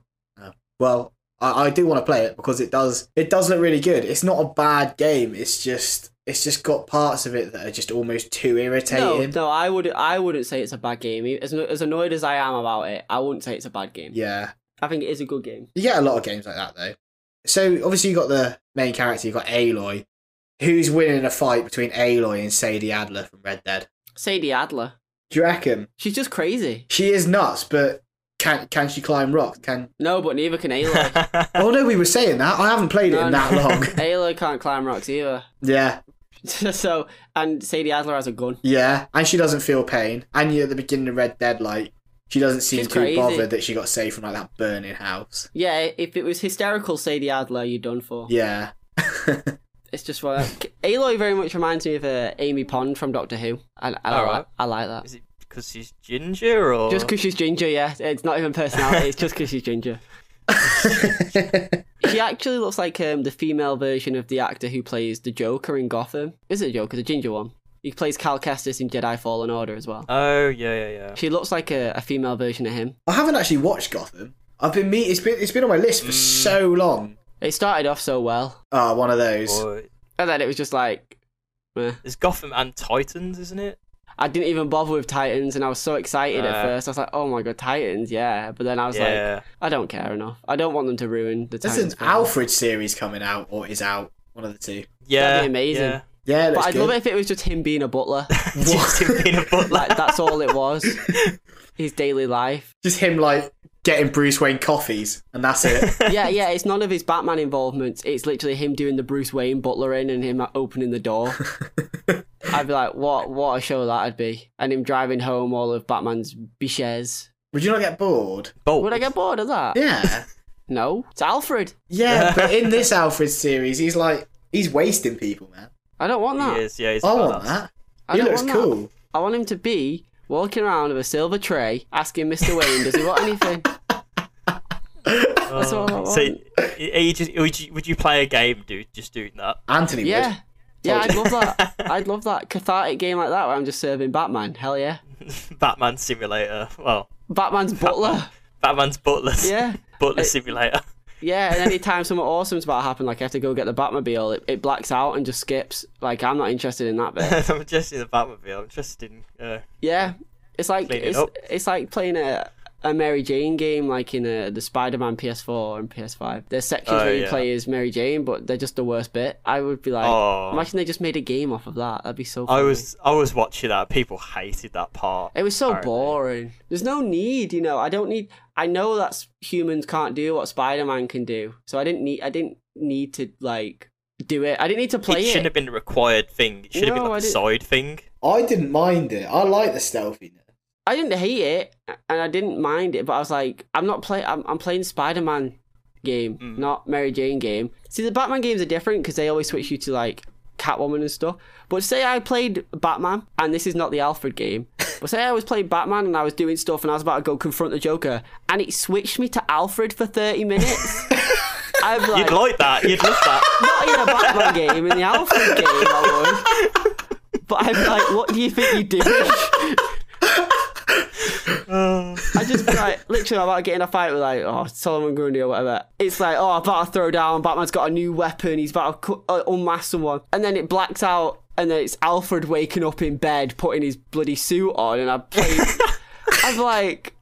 [SPEAKER 2] well I, I do want to play it because it does it does look really good it's not a bad game it's just it's just got parts of it that are just almost too
[SPEAKER 1] No,
[SPEAKER 2] irritating
[SPEAKER 1] no, I would. I wouldn't say it's a bad game. E, As as annoyed as I am about it, I wouldn't say it's a bad game.
[SPEAKER 2] yeah
[SPEAKER 1] I think it is a good game.
[SPEAKER 2] you get a lot of games like that though so obviously you got the main character you got aloy who's winning a fight between aloy and sadie adler from red dead
[SPEAKER 1] Sadie Adler,
[SPEAKER 2] do you reckon
[SPEAKER 1] she's just crazy.
[SPEAKER 2] she is nuts but can can she climb rocks
[SPEAKER 1] [laughs]
[SPEAKER 2] can
[SPEAKER 1] No, but neither can
[SPEAKER 3] [laughs]
[SPEAKER 1] Aloy.
[SPEAKER 2] oh no we were saying that i haven't played it
[SPEAKER 1] No,
[SPEAKER 2] in that
[SPEAKER 1] no. [laughs]
[SPEAKER 2] long
[SPEAKER 1] Aloy can't climb rocks either. [laughs]
[SPEAKER 2] yeah
[SPEAKER 1] so and Sadie Adler has a gun.
[SPEAKER 2] Yeah, and she doesn't feel pain. And you at the beginning of Red Dead, like she doesn't seem
[SPEAKER 1] She's
[SPEAKER 2] too
[SPEAKER 1] crazy.
[SPEAKER 2] bothered that she got saved from like that burning house.
[SPEAKER 1] Yeah, if it was hysterical Sadie Adler, you're done for.
[SPEAKER 2] Yeah, [laughs]
[SPEAKER 1] It's just what Aloy very much reminds me of uh, Amy Pond from Doctor Who. I, I, like,
[SPEAKER 3] Alright.
[SPEAKER 1] I like that.
[SPEAKER 3] is it because she's ginger or
[SPEAKER 1] Just because she's ginger, yeah. It's not even personality. it's just because she's ginger. She actually looks like um, the female version of the actor who plays the Joker in Gotham. Is it Joker, the ginger one? He plays Cal Kestis in Jedi Fallen Order as well.
[SPEAKER 3] Oh yeah, yeah, yeah.
[SPEAKER 1] She looks like a, a female version of him.
[SPEAKER 2] I haven't actually watched Gotham. I've been me. It's been it's been on my list for
[SPEAKER 1] Mm.
[SPEAKER 2] so long.
[SPEAKER 1] It started off so well,
[SPEAKER 2] Ah, one of those.
[SPEAKER 3] Or,
[SPEAKER 1] and then it was just like, meh.
[SPEAKER 3] it's Gotham and Titans, isn't it?
[SPEAKER 1] I didn't even bother with Titans, and I was so excited
[SPEAKER 3] Uh.
[SPEAKER 1] at first. I was like, "Oh my god, Titans, yeah!" But then I was like,
[SPEAKER 3] yeah.
[SPEAKER 1] "I don't care enough. I don't want them to ruin the
[SPEAKER 2] There's
[SPEAKER 1] Titans."
[SPEAKER 2] an
[SPEAKER 1] for me."
[SPEAKER 2] Alfred series coming out, or is out, one of the two.
[SPEAKER 3] yeah.
[SPEAKER 1] That'd be amazing.
[SPEAKER 3] [laughs] yeah.
[SPEAKER 2] Yeah, it
[SPEAKER 1] But
[SPEAKER 2] looks
[SPEAKER 1] I'd
[SPEAKER 2] good.
[SPEAKER 1] love it if it was just him being a
[SPEAKER 2] [laughs]
[SPEAKER 1] butler.
[SPEAKER 3] Just him being a butler.
[SPEAKER 1] like that's all it was. His daily life.
[SPEAKER 2] Just him like getting Bruce Wayne coffees, and that's
[SPEAKER 1] [laughs]
[SPEAKER 2] it.
[SPEAKER 1] Yeah, yeah. It's none of his Batman involvements. It's literally him doing the Bruce Wayne butlering and him uh, opening the door.
[SPEAKER 2] [laughs]
[SPEAKER 1] I'd be like, what? What a show that'd be! And him driving home all of Batman's biches.
[SPEAKER 2] Would you not get bored?
[SPEAKER 1] [laughs]
[SPEAKER 3] Bolt.
[SPEAKER 1] Would I get bored of that?
[SPEAKER 2] Yeah.
[SPEAKER 1] No, it's Alfred.
[SPEAKER 2] Yeah, but
[SPEAKER 1] [laughs]
[SPEAKER 2] in this Alfred series, he's like he's wasting people, man.
[SPEAKER 1] I don't want that.
[SPEAKER 3] He is, yeah, he's
[SPEAKER 2] I
[SPEAKER 3] a
[SPEAKER 2] want
[SPEAKER 3] badass.
[SPEAKER 2] that.
[SPEAKER 1] Oh. I
[SPEAKER 2] He
[SPEAKER 1] don't
[SPEAKER 2] looks
[SPEAKER 1] want that.
[SPEAKER 2] cool.
[SPEAKER 1] I want him to be walking around with a silver tray, asking Mister Wayne, "Does he want anything?" That's all I
[SPEAKER 3] Oh.
[SPEAKER 1] want.
[SPEAKER 3] So, y- are you just, would, you, would you play a game, dude, just doing that? [laughs]
[SPEAKER 2] Anthony
[SPEAKER 1] yeah,
[SPEAKER 2] would.
[SPEAKER 1] yeah. I'd love that. I'd love that cathartic game like that where I'm just serving Batman. Hell yeah.
[SPEAKER 3] Batman Simulator. Well,
[SPEAKER 1] Batman's butler.
[SPEAKER 3] Batman's Butler.
[SPEAKER 1] Yeah.
[SPEAKER 3] [laughs] Butler
[SPEAKER 1] Uh,
[SPEAKER 3] Simulator. [laughs]
[SPEAKER 1] Yeah, and anytime something awesome's about to happen, like I have to go get the Batmobile, it, it blacks out and just skips. Like I'm not interested in that bit.
[SPEAKER 3] I'm interested in the Batmobile. I'm interested in. Uh,
[SPEAKER 1] Yeah, it's like
[SPEAKER 3] Clean it
[SPEAKER 1] it's,
[SPEAKER 3] up.
[SPEAKER 1] it's like playing a, a Mary Jane game, like in uh the Spider-Man PS4 and PS5. There's sections
[SPEAKER 3] Oh,
[SPEAKER 1] where you
[SPEAKER 3] yeah.
[SPEAKER 1] play as Mary Jane, but they're just the worst bit. I would be like,
[SPEAKER 3] Oh.
[SPEAKER 1] imagine they just made a game off of that. That'd be so. Funny.
[SPEAKER 3] I was I was watching that. People hated that part.
[SPEAKER 1] It was so
[SPEAKER 3] apparently.
[SPEAKER 1] boring. There's no need, you know. I don't need. I know that humans can't do what Spider-Man can do, so I didn't need. I didn't need to like do it. I didn't need to play
[SPEAKER 3] It
[SPEAKER 1] it.
[SPEAKER 3] shouldn't have been a required thing. It should have
[SPEAKER 1] No,
[SPEAKER 3] been
[SPEAKER 1] I
[SPEAKER 3] like a
[SPEAKER 1] didn't-
[SPEAKER 3] side thing.
[SPEAKER 2] I didn't mind it. I like the stealthiness.
[SPEAKER 1] I didn't hate it, and I didn't mind it, but I was like, I'm not playing. I'm, I'm playing Spider-Man game,
[SPEAKER 3] Mm.
[SPEAKER 1] not Mary Jane game. See, the Batman games are different because they always switch you to like Catwoman and stuff. But say I played Batman, and this is not the Alfred
[SPEAKER 3] [laughs]
[SPEAKER 1] game. But say I was playing Batman and I was doing stuff, and I was about to go confront the Joker, and it switched me to Alfred for 30
[SPEAKER 3] [laughs]
[SPEAKER 1] minutes. I'm like,
[SPEAKER 3] You'd like that. You'd love that.
[SPEAKER 1] not in a Batman game, in the Alfred game, I would. But I'm like, what do you think you're doing?
[SPEAKER 3] Uh,
[SPEAKER 1] I just be like literally I'm about to get in a fight with like oh Solomon Grundy or whatever. It's like oh I'm about to throw down. Batman's got a new weapon. He's about to cu- uh, unmask someone, and then it blacks out, and then it's Alfred waking up in bed putting his bloody suit on, and I play. I'm like,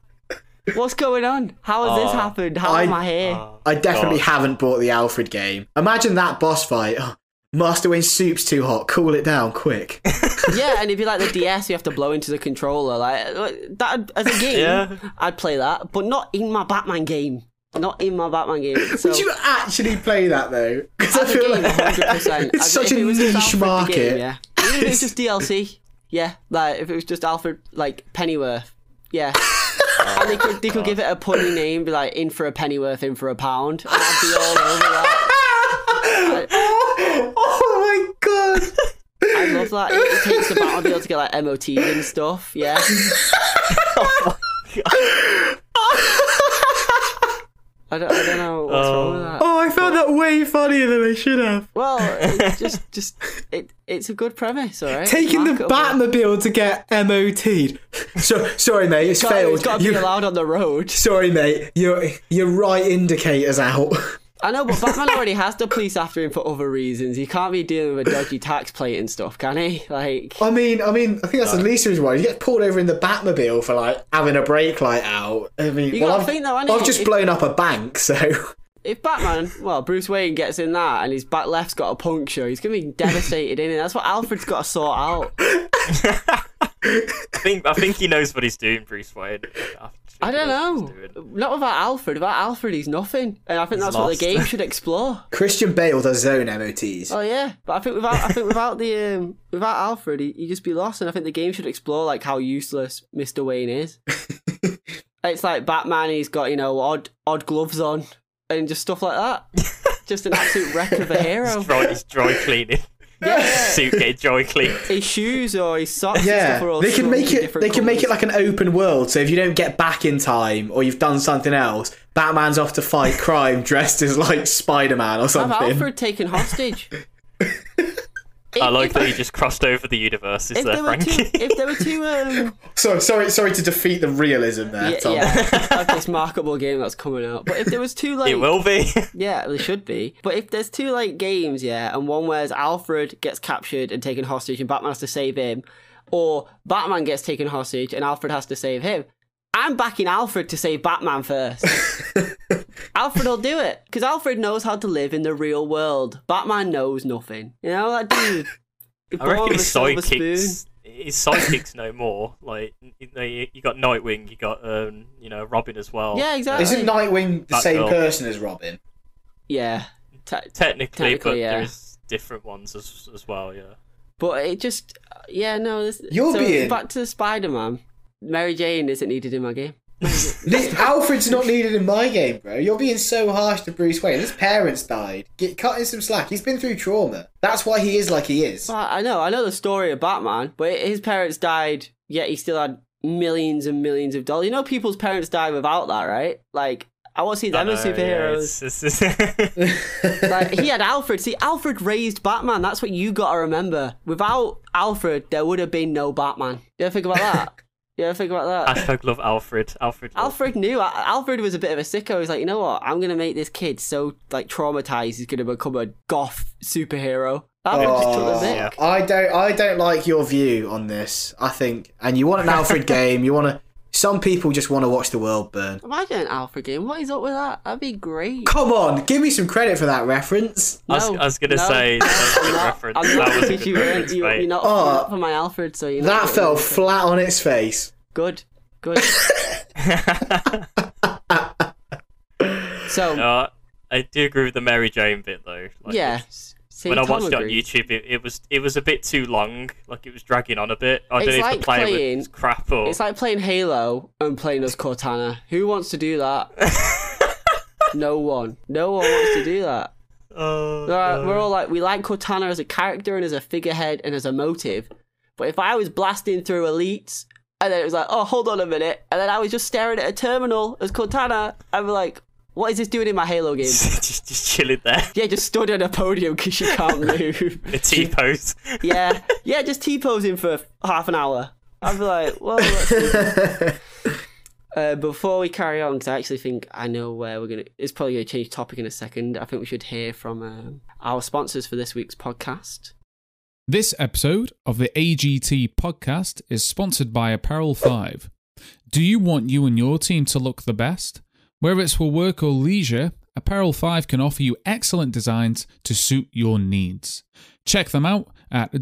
[SPEAKER 1] what's going on? How has this
[SPEAKER 3] Aw.
[SPEAKER 1] happened? How
[SPEAKER 2] I-
[SPEAKER 1] am I here?
[SPEAKER 2] I definitely
[SPEAKER 3] God.
[SPEAKER 2] haven't bought the Alfred game. Imagine that boss fight. Oh, Master Wayne's soup's too hot. Cool it down [laughs] quick.
[SPEAKER 1] yeah, and if you like the DS, you have to blow into the controller. Like like, that as a game,
[SPEAKER 3] Yeah.
[SPEAKER 1] I'd play that, but not in my Batman game. Not in my Batman
[SPEAKER 2] [laughs]
[SPEAKER 1] game. So,
[SPEAKER 2] Would you actually play that though? [laughs] Because I
[SPEAKER 1] As a
[SPEAKER 2] feel
[SPEAKER 1] game,
[SPEAKER 2] like
[SPEAKER 1] 100%.
[SPEAKER 2] it's
[SPEAKER 1] As
[SPEAKER 2] such
[SPEAKER 1] if
[SPEAKER 2] a
[SPEAKER 1] it was just
[SPEAKER 2] niche
[SPEAKER 1] Alfred the
[SPEAKER 2] market.
[SPEAKER 1] game, yeah. Even if
[SPEAKER 2] [laughs]
[SPEAKER 1] it was just DLC, yeah. Like if it was just Alfred, like Pennyworth, yeah. and they could they
[SPEAKER 2] [laughs]
[SPEAKER 1] could give it a punny name, be like in for a pennyworth, in for a pound, and I'd be all over that.
[SPEAKER 2] [laughs] oh my god.
[SPEAKER 1] I love that. It, it takes the Batmobile to get like MOTs and stuff,
[SPEAKER 2] [laughs]
[SPEAKER 1] yeah. I don't, I don't know what's wrong with that.
[SPEAKER 2] Oh, I found that way funnier than I should have.
[SPEAKER 1] Well,
[SPEAKER 2] [laughs]
[SPEAKER 1] it's just, just it, it's a good premise, all right.
[SPEAKER 2] Taking the
[SPEAKER 1] Mark it up.
[SPEAKER 2] Batmobile to get MOT'd. [laughs] So, sorry, mate, it's
[SPEAKER 1] God,
[SPEAKER 2] failed.
[SPEAKER 1] It's got to be
[SPEAKER 2] You-
[SPEAKER 1] allowed on the road.
[SPEAKER 2] sorry, mate, your, your right indicator's out. [laughs]
[SPEAKER 1] I know, but Batman already has the police after him for other reasons. He can't be dealing with a dodgy tax plate and stuff, can he? Like,
[SPEAKER 2] I mean, I mean, I think that's the least reason why. You get pulled over in the Batmobile for, like, having a brake light out. I mean,
[SPEAKER 1] You
[SPEAKER 2] well,
[SPEAKER 1] gotta
[SPEAKER 2] I've,
[SPEAKER 1] think though, innit?
[SPEAKER 2] I've just
[SPEAKER 1] If-
[SPEAKER 2] blown up a bank, so... [laughs]
[SPEAKER 1] if Batman, well, Bruce Wayne gets in that and his back left's got a puncture, he's gonna be devastated in it. That's what Alfred's got to sort out.
[SPEAKER 3] I think I think he knows what he's doing, Bruce Wayne. I, think
[SPEAKER 1] I
[SPEAKER 3] he
[SPEAKER 1] don't
[SPEAKER 3] knows what he's
[SPEAKER 1] know.
[SPEAKER 3] doing.
[SPEAKER 1] Not without Alfred. Without Alfred, he's nothing. And I think that's what
[SPEAKER 3] lost.
[SPEAKER 1] the game should
[SPEAKER 2] [laughs]
[SPEAKER 1] explore.
[SPEAKER 2] Christian Bale does zone MOTs.
[SPEAKER 1] Oh yeah, but I think without I think without the um, without Alfred, he, he'd just be lost. And I think the game should explore like how useless Mister Wayne
[SPEAKER 2] [laughs]
[SPEAKER 1] is. it's like Batman; he's got you know odd odd gloves on and just stuff like that.
[SPEAKER 2] [laughs]
[SPEAKER 1] just an absolute wreck of a hero.
[SPEAKER 3] Dry, he's dry [laughs] cleaning. Suit getting dry cleaned.
[SPEAKER 1] His shoes or his socks. and
[SPEAKER 2] Yeah,
[SPEAKER 1] stuff are all
[SPEAKER 2] they can
[SPEAKER 1] sewn
[SPEAKER 2] make
[SPEAKER 1] in
[SPEAKER 2] it.
[SPEAKER 1] different
[SPEAKER 2] They can make it
[SPEAKER 1] colours.
[SPEAKER 2] like an open world. So if you don't get back in time, or you've done something else, Batman's off
[SPEAKER 1] [laughs]
[SPEAKER 2] to fight crime dressed as like Spider Man or
[SPEAKER 1] have
[SPEAKER 2] something.
[SPEAKER 1] Alfred taken hostage.
[SPEAKER 3] I
[SPEAKER 1] If-
[SPEAKER 3] like
[SPEAKER 1] if-
[SPEAKER 3] that he just crossed over the universes
[SPEAKER 1] If
[SPEAKER 3] there,
[SPEAKER 1] there, were two,
[SPEAKER 3] Frankie.
[SPEAKER 1] if there were two,
[SPEAKER 2] [laughs]
[SPEAKER 1] um,
[SPEAKER 2] [laughs] Sorry, sorry, sorry to defeat the realism there,
[SPEAKER 1] yeah,
[SPEAKER 3] [laughs]
[SPEAKER 2] Tom.
[SPEAKER 1] yeah, of this markable game that's coming out. But if there was two, like,
[SPEAKER 3] [laughs] it will be.
[SPEAKER 1] Yeah, they should be. But if there's two like games, yeah, and one where's Alfred gets captured and taken hostage, and Batman has to save him, or Batman gets taken hostage and Alfred has to save him. I'm backing Alfred to save Batman
[SPEAKER 3] [laughs]
[SPEAKER 1] first. Alfred will do it because Alfred knows how to live in the real world. Batman knows nothing. You know that dude.
[SPEAKER 3] [laughs] I reckon
[SPEAKER 1] born
[SPEAKER 3] his
[SPEAKER 1] with a silver
[SPEAKER 3] sidekicks. His sidekicks no more. Like you, know, you you got Nightwing, you got um, you know Robin as well.
[SPEAKER 1] Yeah, exactly.
[SPEAKER 2] Isn't Nightwing the
[SPEAKER 3] Batgirl.
[SPEAKER 2] same person as Robin?
[SPEAKER 1] Yeah. Ta-
[SPEAKER 3] Technically, but
[SPEAKER 1] Technically, yeah.
[SPEAKER 3] there's different ones as as well. Yeah.
[SPEAKER 1] But it just, yeah, no. This,
[SPEAKER 2] You're
[SPEAKER 1] so
[SPEAKER 2] being-
[SPEAKER 1] back to Spider Man. Mary Jane isn't needed in my game.
[SPEAKER 2] Li- Alfred's not needed in my game, bro. You're being so harsh to Bruce Wayne. His parents died. Get cut in some slack. He's been through trauma. That's why he is like he is.
[SPEAKER 1] Well, I know, I know the story of Batman, but his parents died, yet he still had millions and millions of dollars. You know, people's parents die without that, right? Like, I want to see them
[SPEAKER 3] I
[SPEAKER 1] as
[SPEAKER 3] know, yeah,
[SPEAKER 1] superheroes.
[SPEAKER 3] it's- it's- [laughs]
[SPEAKER 1] like, he had Alfred. See, Alfred raised Batman. That's what you got to remember. Without Alfred, there would have been no Batman. You ever think about that? you ever think about that?
[SPEAKER 3] Hashtag love Alfred. Alfred. love.
[SPEAKER 1] Alfred knew. Al- Alfred was a bit of a sicko. He's like, you know what? I'm gonna make this kid so like traumatized. He's gonna become a goth superhero. Alfred just took
[SPEAKER 2] Oh,
[SPEAKER 1] the mick.
[SPEAKER 3] Yeah.
[SPEAKER 2] I don't. I don't like your view on this. I think, and you want
[SPEAKER 1] [laughs]
[SPEAKER 2] an Alfred game. You want to. Some people just want to watch the world burn.
[SPEAKER 1] Imagine an Alpha game. What is up with that? That'd be great.
[SPEAKER 2] Come on, give me some credit for that reference.
[SPEAKER 3] I was,
[SPEAKER 1] No,
[SPEAKER 3] I was
[SPEAKER 1] [laughs]
[SPEAKER 3] gonna
[SPEAKER 1] no.
[SPEAKER 3] say that was a
[SPEAKER 1] I'm
[SPEAKER 3] good
[SPEAKER 1] not-
[SPEAKER 3] reference.
[SPEAKER 1] I'm not
[SPEAKER 3] That was a
[SPEAKER 1] because
[SPEAKER 3] good
[SPEAKER 1] you weren't.
[SPEAKER 3] reference,
[SPEAKER 1] You,
[SPEAKER 3] mate.
[SPEAKER 1] you're not,
[SPEAKER 2] Oh.
[SPEAKER 1] you're not for my Alfred, so you.
[SPEAKER 2] That fell flat on its face. [laughs]
[SPEAKER 1] good.
[SPEAKER 3] [laughs]
[SPEAKER 1] Good. so
[SPEAKER 3] No, I do agree with the Mary Jane bit though. Like,
[SPEAKER 1] yeah, see,
[SPEAKER 3] when I
[SPEAKER 1] Tom
[SPEAKER 3] watched it on
[SPEAKER 1] agrees.
[SPEAKER 3] YouTube, it, it was it was a bit too long. Like it was dragging on a bit. I don't
[SPEAKER 1] It's
[SPEAKER 3] know if
[SPEAKER 1] like
[SPEAKER 3] the player
[SPEAKER 1] playing-
[SPEAKER 3] was crap or
[SPEAKER 1] it's like playing Halo and playing as Cortana. Who wants to do that? no one. No one wants to do that.
[SPEAKER 3] Oh,
[SPEAKER 1] We're all-
[SPEAKER 3] no.
[SPEAKER 1] we're all like, we like Cortana as a character and as a figurehead and as a motive. But if I was blasting through elites and then it was like, oh, hold on a minute. And then I was just staring at a terminal as Cortana, I'd be like, what is this doing in my Halo
[SPEAKER 3] [laughs]
[SPEAKER 1] game?
[SPEAKER 3] [laughs] just, just chilling
[SPEAKER 1] [laughs]
[SPEAKER 3] there.
[SPEAKER 1] yeah, just stood at a podium because you can't move.
[SPEAKER 3] A T pose.
[SPEAKER 1] yeah, yeah, just T posing for half an hour. I'd be like, well, that's- uh, before we carry on, because I actually think I know where we're going to, it's probably going to change topic in a second. I think we should hear from um, our sponsors for this week's podcast.
[SPEAKER 4] This episode of the AGT podcast is sponsored by Apparel 5. Do you want you and your team to look the best? Whether it's for work or leisure, Apparel 5 can offer you excellent designs to suit your needs. Check them out at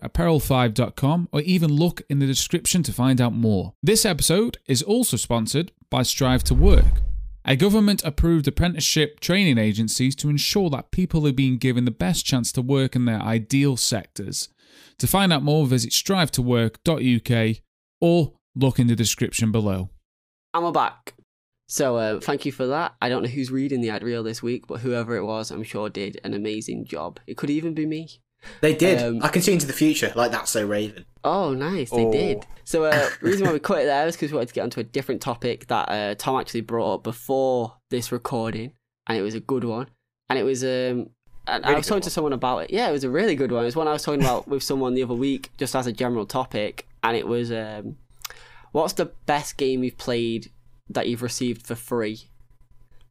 [SPEAKER 4] www.apparel5.com or even look in the description to find out more. This episode is also sponsored by Strive to Work, a government approved apprenticeship training agency to ensure that people are being given the best chance to work in their ideal sectors. To find out more, visit strivetowork.uk or look in the description below.
[SPEAKER 1] And we're back. So uh, thank you for that. I don't know who's reading the ad reel this week, but whoever it was, I'm sure did an amazing job. It could even be me.
[SPEAKER 2] They did.
[SPEAKER 1] Um,
[SPEAKER 2] I can see into the future, like that's so Raven.
[SPEAKER 1] Oh, nice, they
[SPEAKER 3] Oh.
[SPEAKER 1] did. So
[SPEAKER 3] [laughs]
[SPEAKER 1] uh, reason why we cut it there is because we wanted to get onto a different topic that uh, Tom actually brought up before this recording, and it was a good one. And it was um, and I
[SPEAKER 3] Really
[SPEAKER 1] was
[SPEAKER 3] good
[SPEAKER 1] talking
[SPEAKER 3] one.
[SPEAKER 1] to someone about it. Yeah, it was a really good one. It was one I was talking about with someone the other week, just as a general topic, and it was um, what's the best game you've played that you've received for free?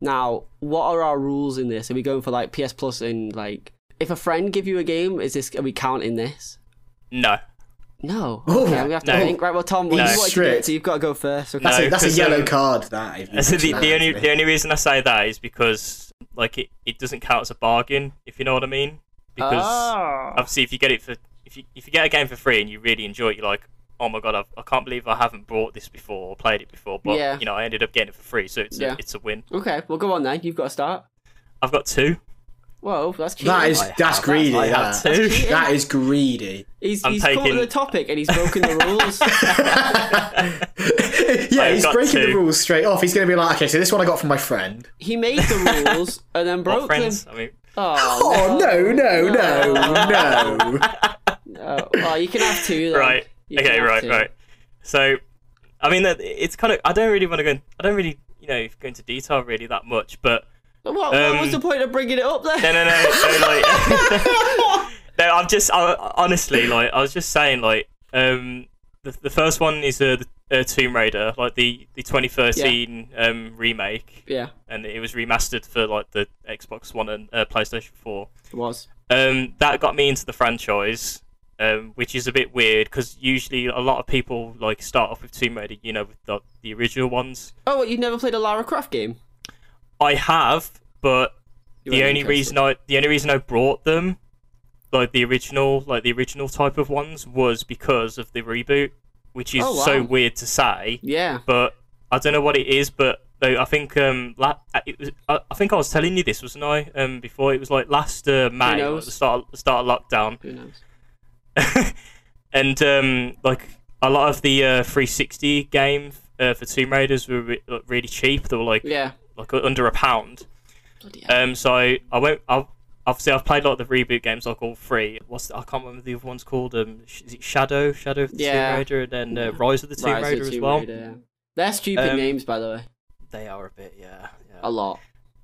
[SPEAKER 1] Now, what are our rules in this? Are we going for like PS Plus and like if a friend give you a game, is this are we counting this?
[SPEAKER 3] No,
[SPEAKER 1] No.
[SPEAKER 2] Oh,
[SPEAKER 1] okay, I'm gonna have to
[SPEAKER 3] no.
[SPEAKER 1] think. Right, well, Tom, well,
[SPEAKER 3] No.
[SPEAKER 1] you wanted to do it,
[SPEAKER 2] Strict.
[SPEAKER 1] so you've got to go first. Okay.
[SPEAKER 2] That's,
[SPEAKER 3] No,
[SPEAKER 2] a, that's a
[SPEAKER 3] 'cause, um,
[SPEAKER 2] yellow card. That. If you
[SPEAKER 3] So the,
[SPEAKER 2] mention
[SPEAKER 3] the
[SPEAKER 2] that,
[SPEAKER 3] only
[SPEAKER 2] actually.
[SPEAKER 3] the only reason I say that is because like it, it doesn't count as a bargain, if you know what I mean. Because
[SPEAKER 1] Ah.
[SPEAKER 3] obviously, if you get it for if you if you get a game for free and you really enjoy it, you're like, oh my god, I've, I can't believe I haven't bought this before or played it before. But
[SPEAKER 1] Yeah.
[SPEAKER 3] you know, I ended up getting it for free, so it's
[SPEAKER 1] Yeah.
[SPEAKER 3] a, it's a win.
[SPEAKER 1] Okay, well, go on then. You've got to start.
[SPEAKER 3] I've got two.
[SPEAKER 1] Whoa, that's cheating.
[SPEAKER 2] That is
[SPEAKER 3] I
[SPEAKER 2] that's
[SPEAKER 3] have-
[SPEAKER 2] greedy.
[SPEAKER 3] I
[SPEAKER 2] that.
[SPEAKER 3] have two. [laughs]
[SPEAKER 1] cheating.
[SPEAKER 2] that is greedy.
[SPEAKER 1] He's,
[SPEAKER 3] I'm
[SPEAKER 1] he's caught
[SPEAKER 3] taking-
[SPEAKER 1] the topic and he's broken the rules.
[SPEAKER 3] [laughs]
[SPEAKER 2] [laughs] yeah,
[SPEAKER 3] I've
[SPEAKER 2] he's
[SPEAKER 3] got
[SPEAKER 2] breaking the
[SPEAKER 3] two.
[SPEAKER 2] rules straight off. He's going to be like, okay, so this one I got from my friend.
[SPEAKER 1] he made the rules and then
[SPEAKER 3] What
[SPEAKER 1] broke them.
[SPEAKER 3] friends? I mean,
[SPEAKER 1] Oh,
[SPEAKER 2] [laughs] Oh no no no no!
[SPEAKER 1] no. Oh, you can have two then.
[SPEAKER 3] right.
[SPEAKER 1] You can
[SPEAKER 3] Okay,
[SPEAKER 1] have
[SPEAKER 3] right,
[SPEAKER 1] two.
[SPEAKER 3] right. So, I mean, that it's kind of. I don't really want to go. In, I don't really, you know, go into detail really that much. But
[SPEAKER 1] What, what
[SPEAKER 3] Um,
[SPEAKER 1] was the point of bringing it up then?
[SPEAKER 3] no, no, no, no like, [laughs] no. I'm just I, honestly like I was just saying like um the the first one is uh, the uh, Tomb Raider like the the 2013 um remake
[SPEAKER 1] Yeah,
[SPEAKER 3] and it was remastered for like the Xbox One and uh, PlayStation 4.
[SPEAKER 1] it was.
[SPEAKER 3] Um, that got me into the franchise. um, which is a bit weird because usually a lot of people like start off with Tomb Raider, you know, with the, the original ones.
[SPEAKER 1] Oh, what, you've never played a Lara Croft game?
[SPEAKER 3] I have, but
[SPEAKER 1] You
[SPEAKER 3] the
[SPEAKER 1] weren't
[SPEAKER 3] only
[SPEAKER 1] interested.
[SPEAKER 3] reason I the only reason I brought them, like the original, like the original type of ones, was because of the reboot, which is
[SPEAKER 1] Oh, wow.
[SPEAKER 3] so weird to say.
[SPEAKER 1] Yeah.
[SPEAKER 3] But I don't know what it is, but though I think um la- it was, I, I think I was telling you this wasn't I um before it was like last uh, May like,
[SPEAKER 1] knows?
[SPEAKER 3] the start the start of lockdown
[SPEAKER 1] Who knows?
[SPEAKER 3] and um, like a lot of the uh, 360 game uh, for Tomb Raiders were re- like, really cheap. They were like
[SPEAKER 1] Yeah.
[SPEAKER 3] like under a pound.
[SPEAKER 1] Bloody hell.
[SPEAKER 3] Um, so I, I went. I, obviously, I've played like the reboot games, like all three. What's the, I can't remember the other ones called. Um, sh- is it Shadow, Shadow of the
[SPEAKER 1] Yeah.
[SPEAKER 3] Tomb Raider, and then uh, Rise of the Tomb
[SPEAKER 1] Rise of
[SPEAKER 3] Raider as
[SPEAKER 1] Tomb
[SPEAKER 3] well.
[SPEAKER 1] Raider. They're stupid
[SPEAKER 3] Um,
[SPEAKER 1] names, by the way.
[SPEAKER 3] They are a bit, yeah. yeah. [laughs]
[SPEAKER 1] A lot.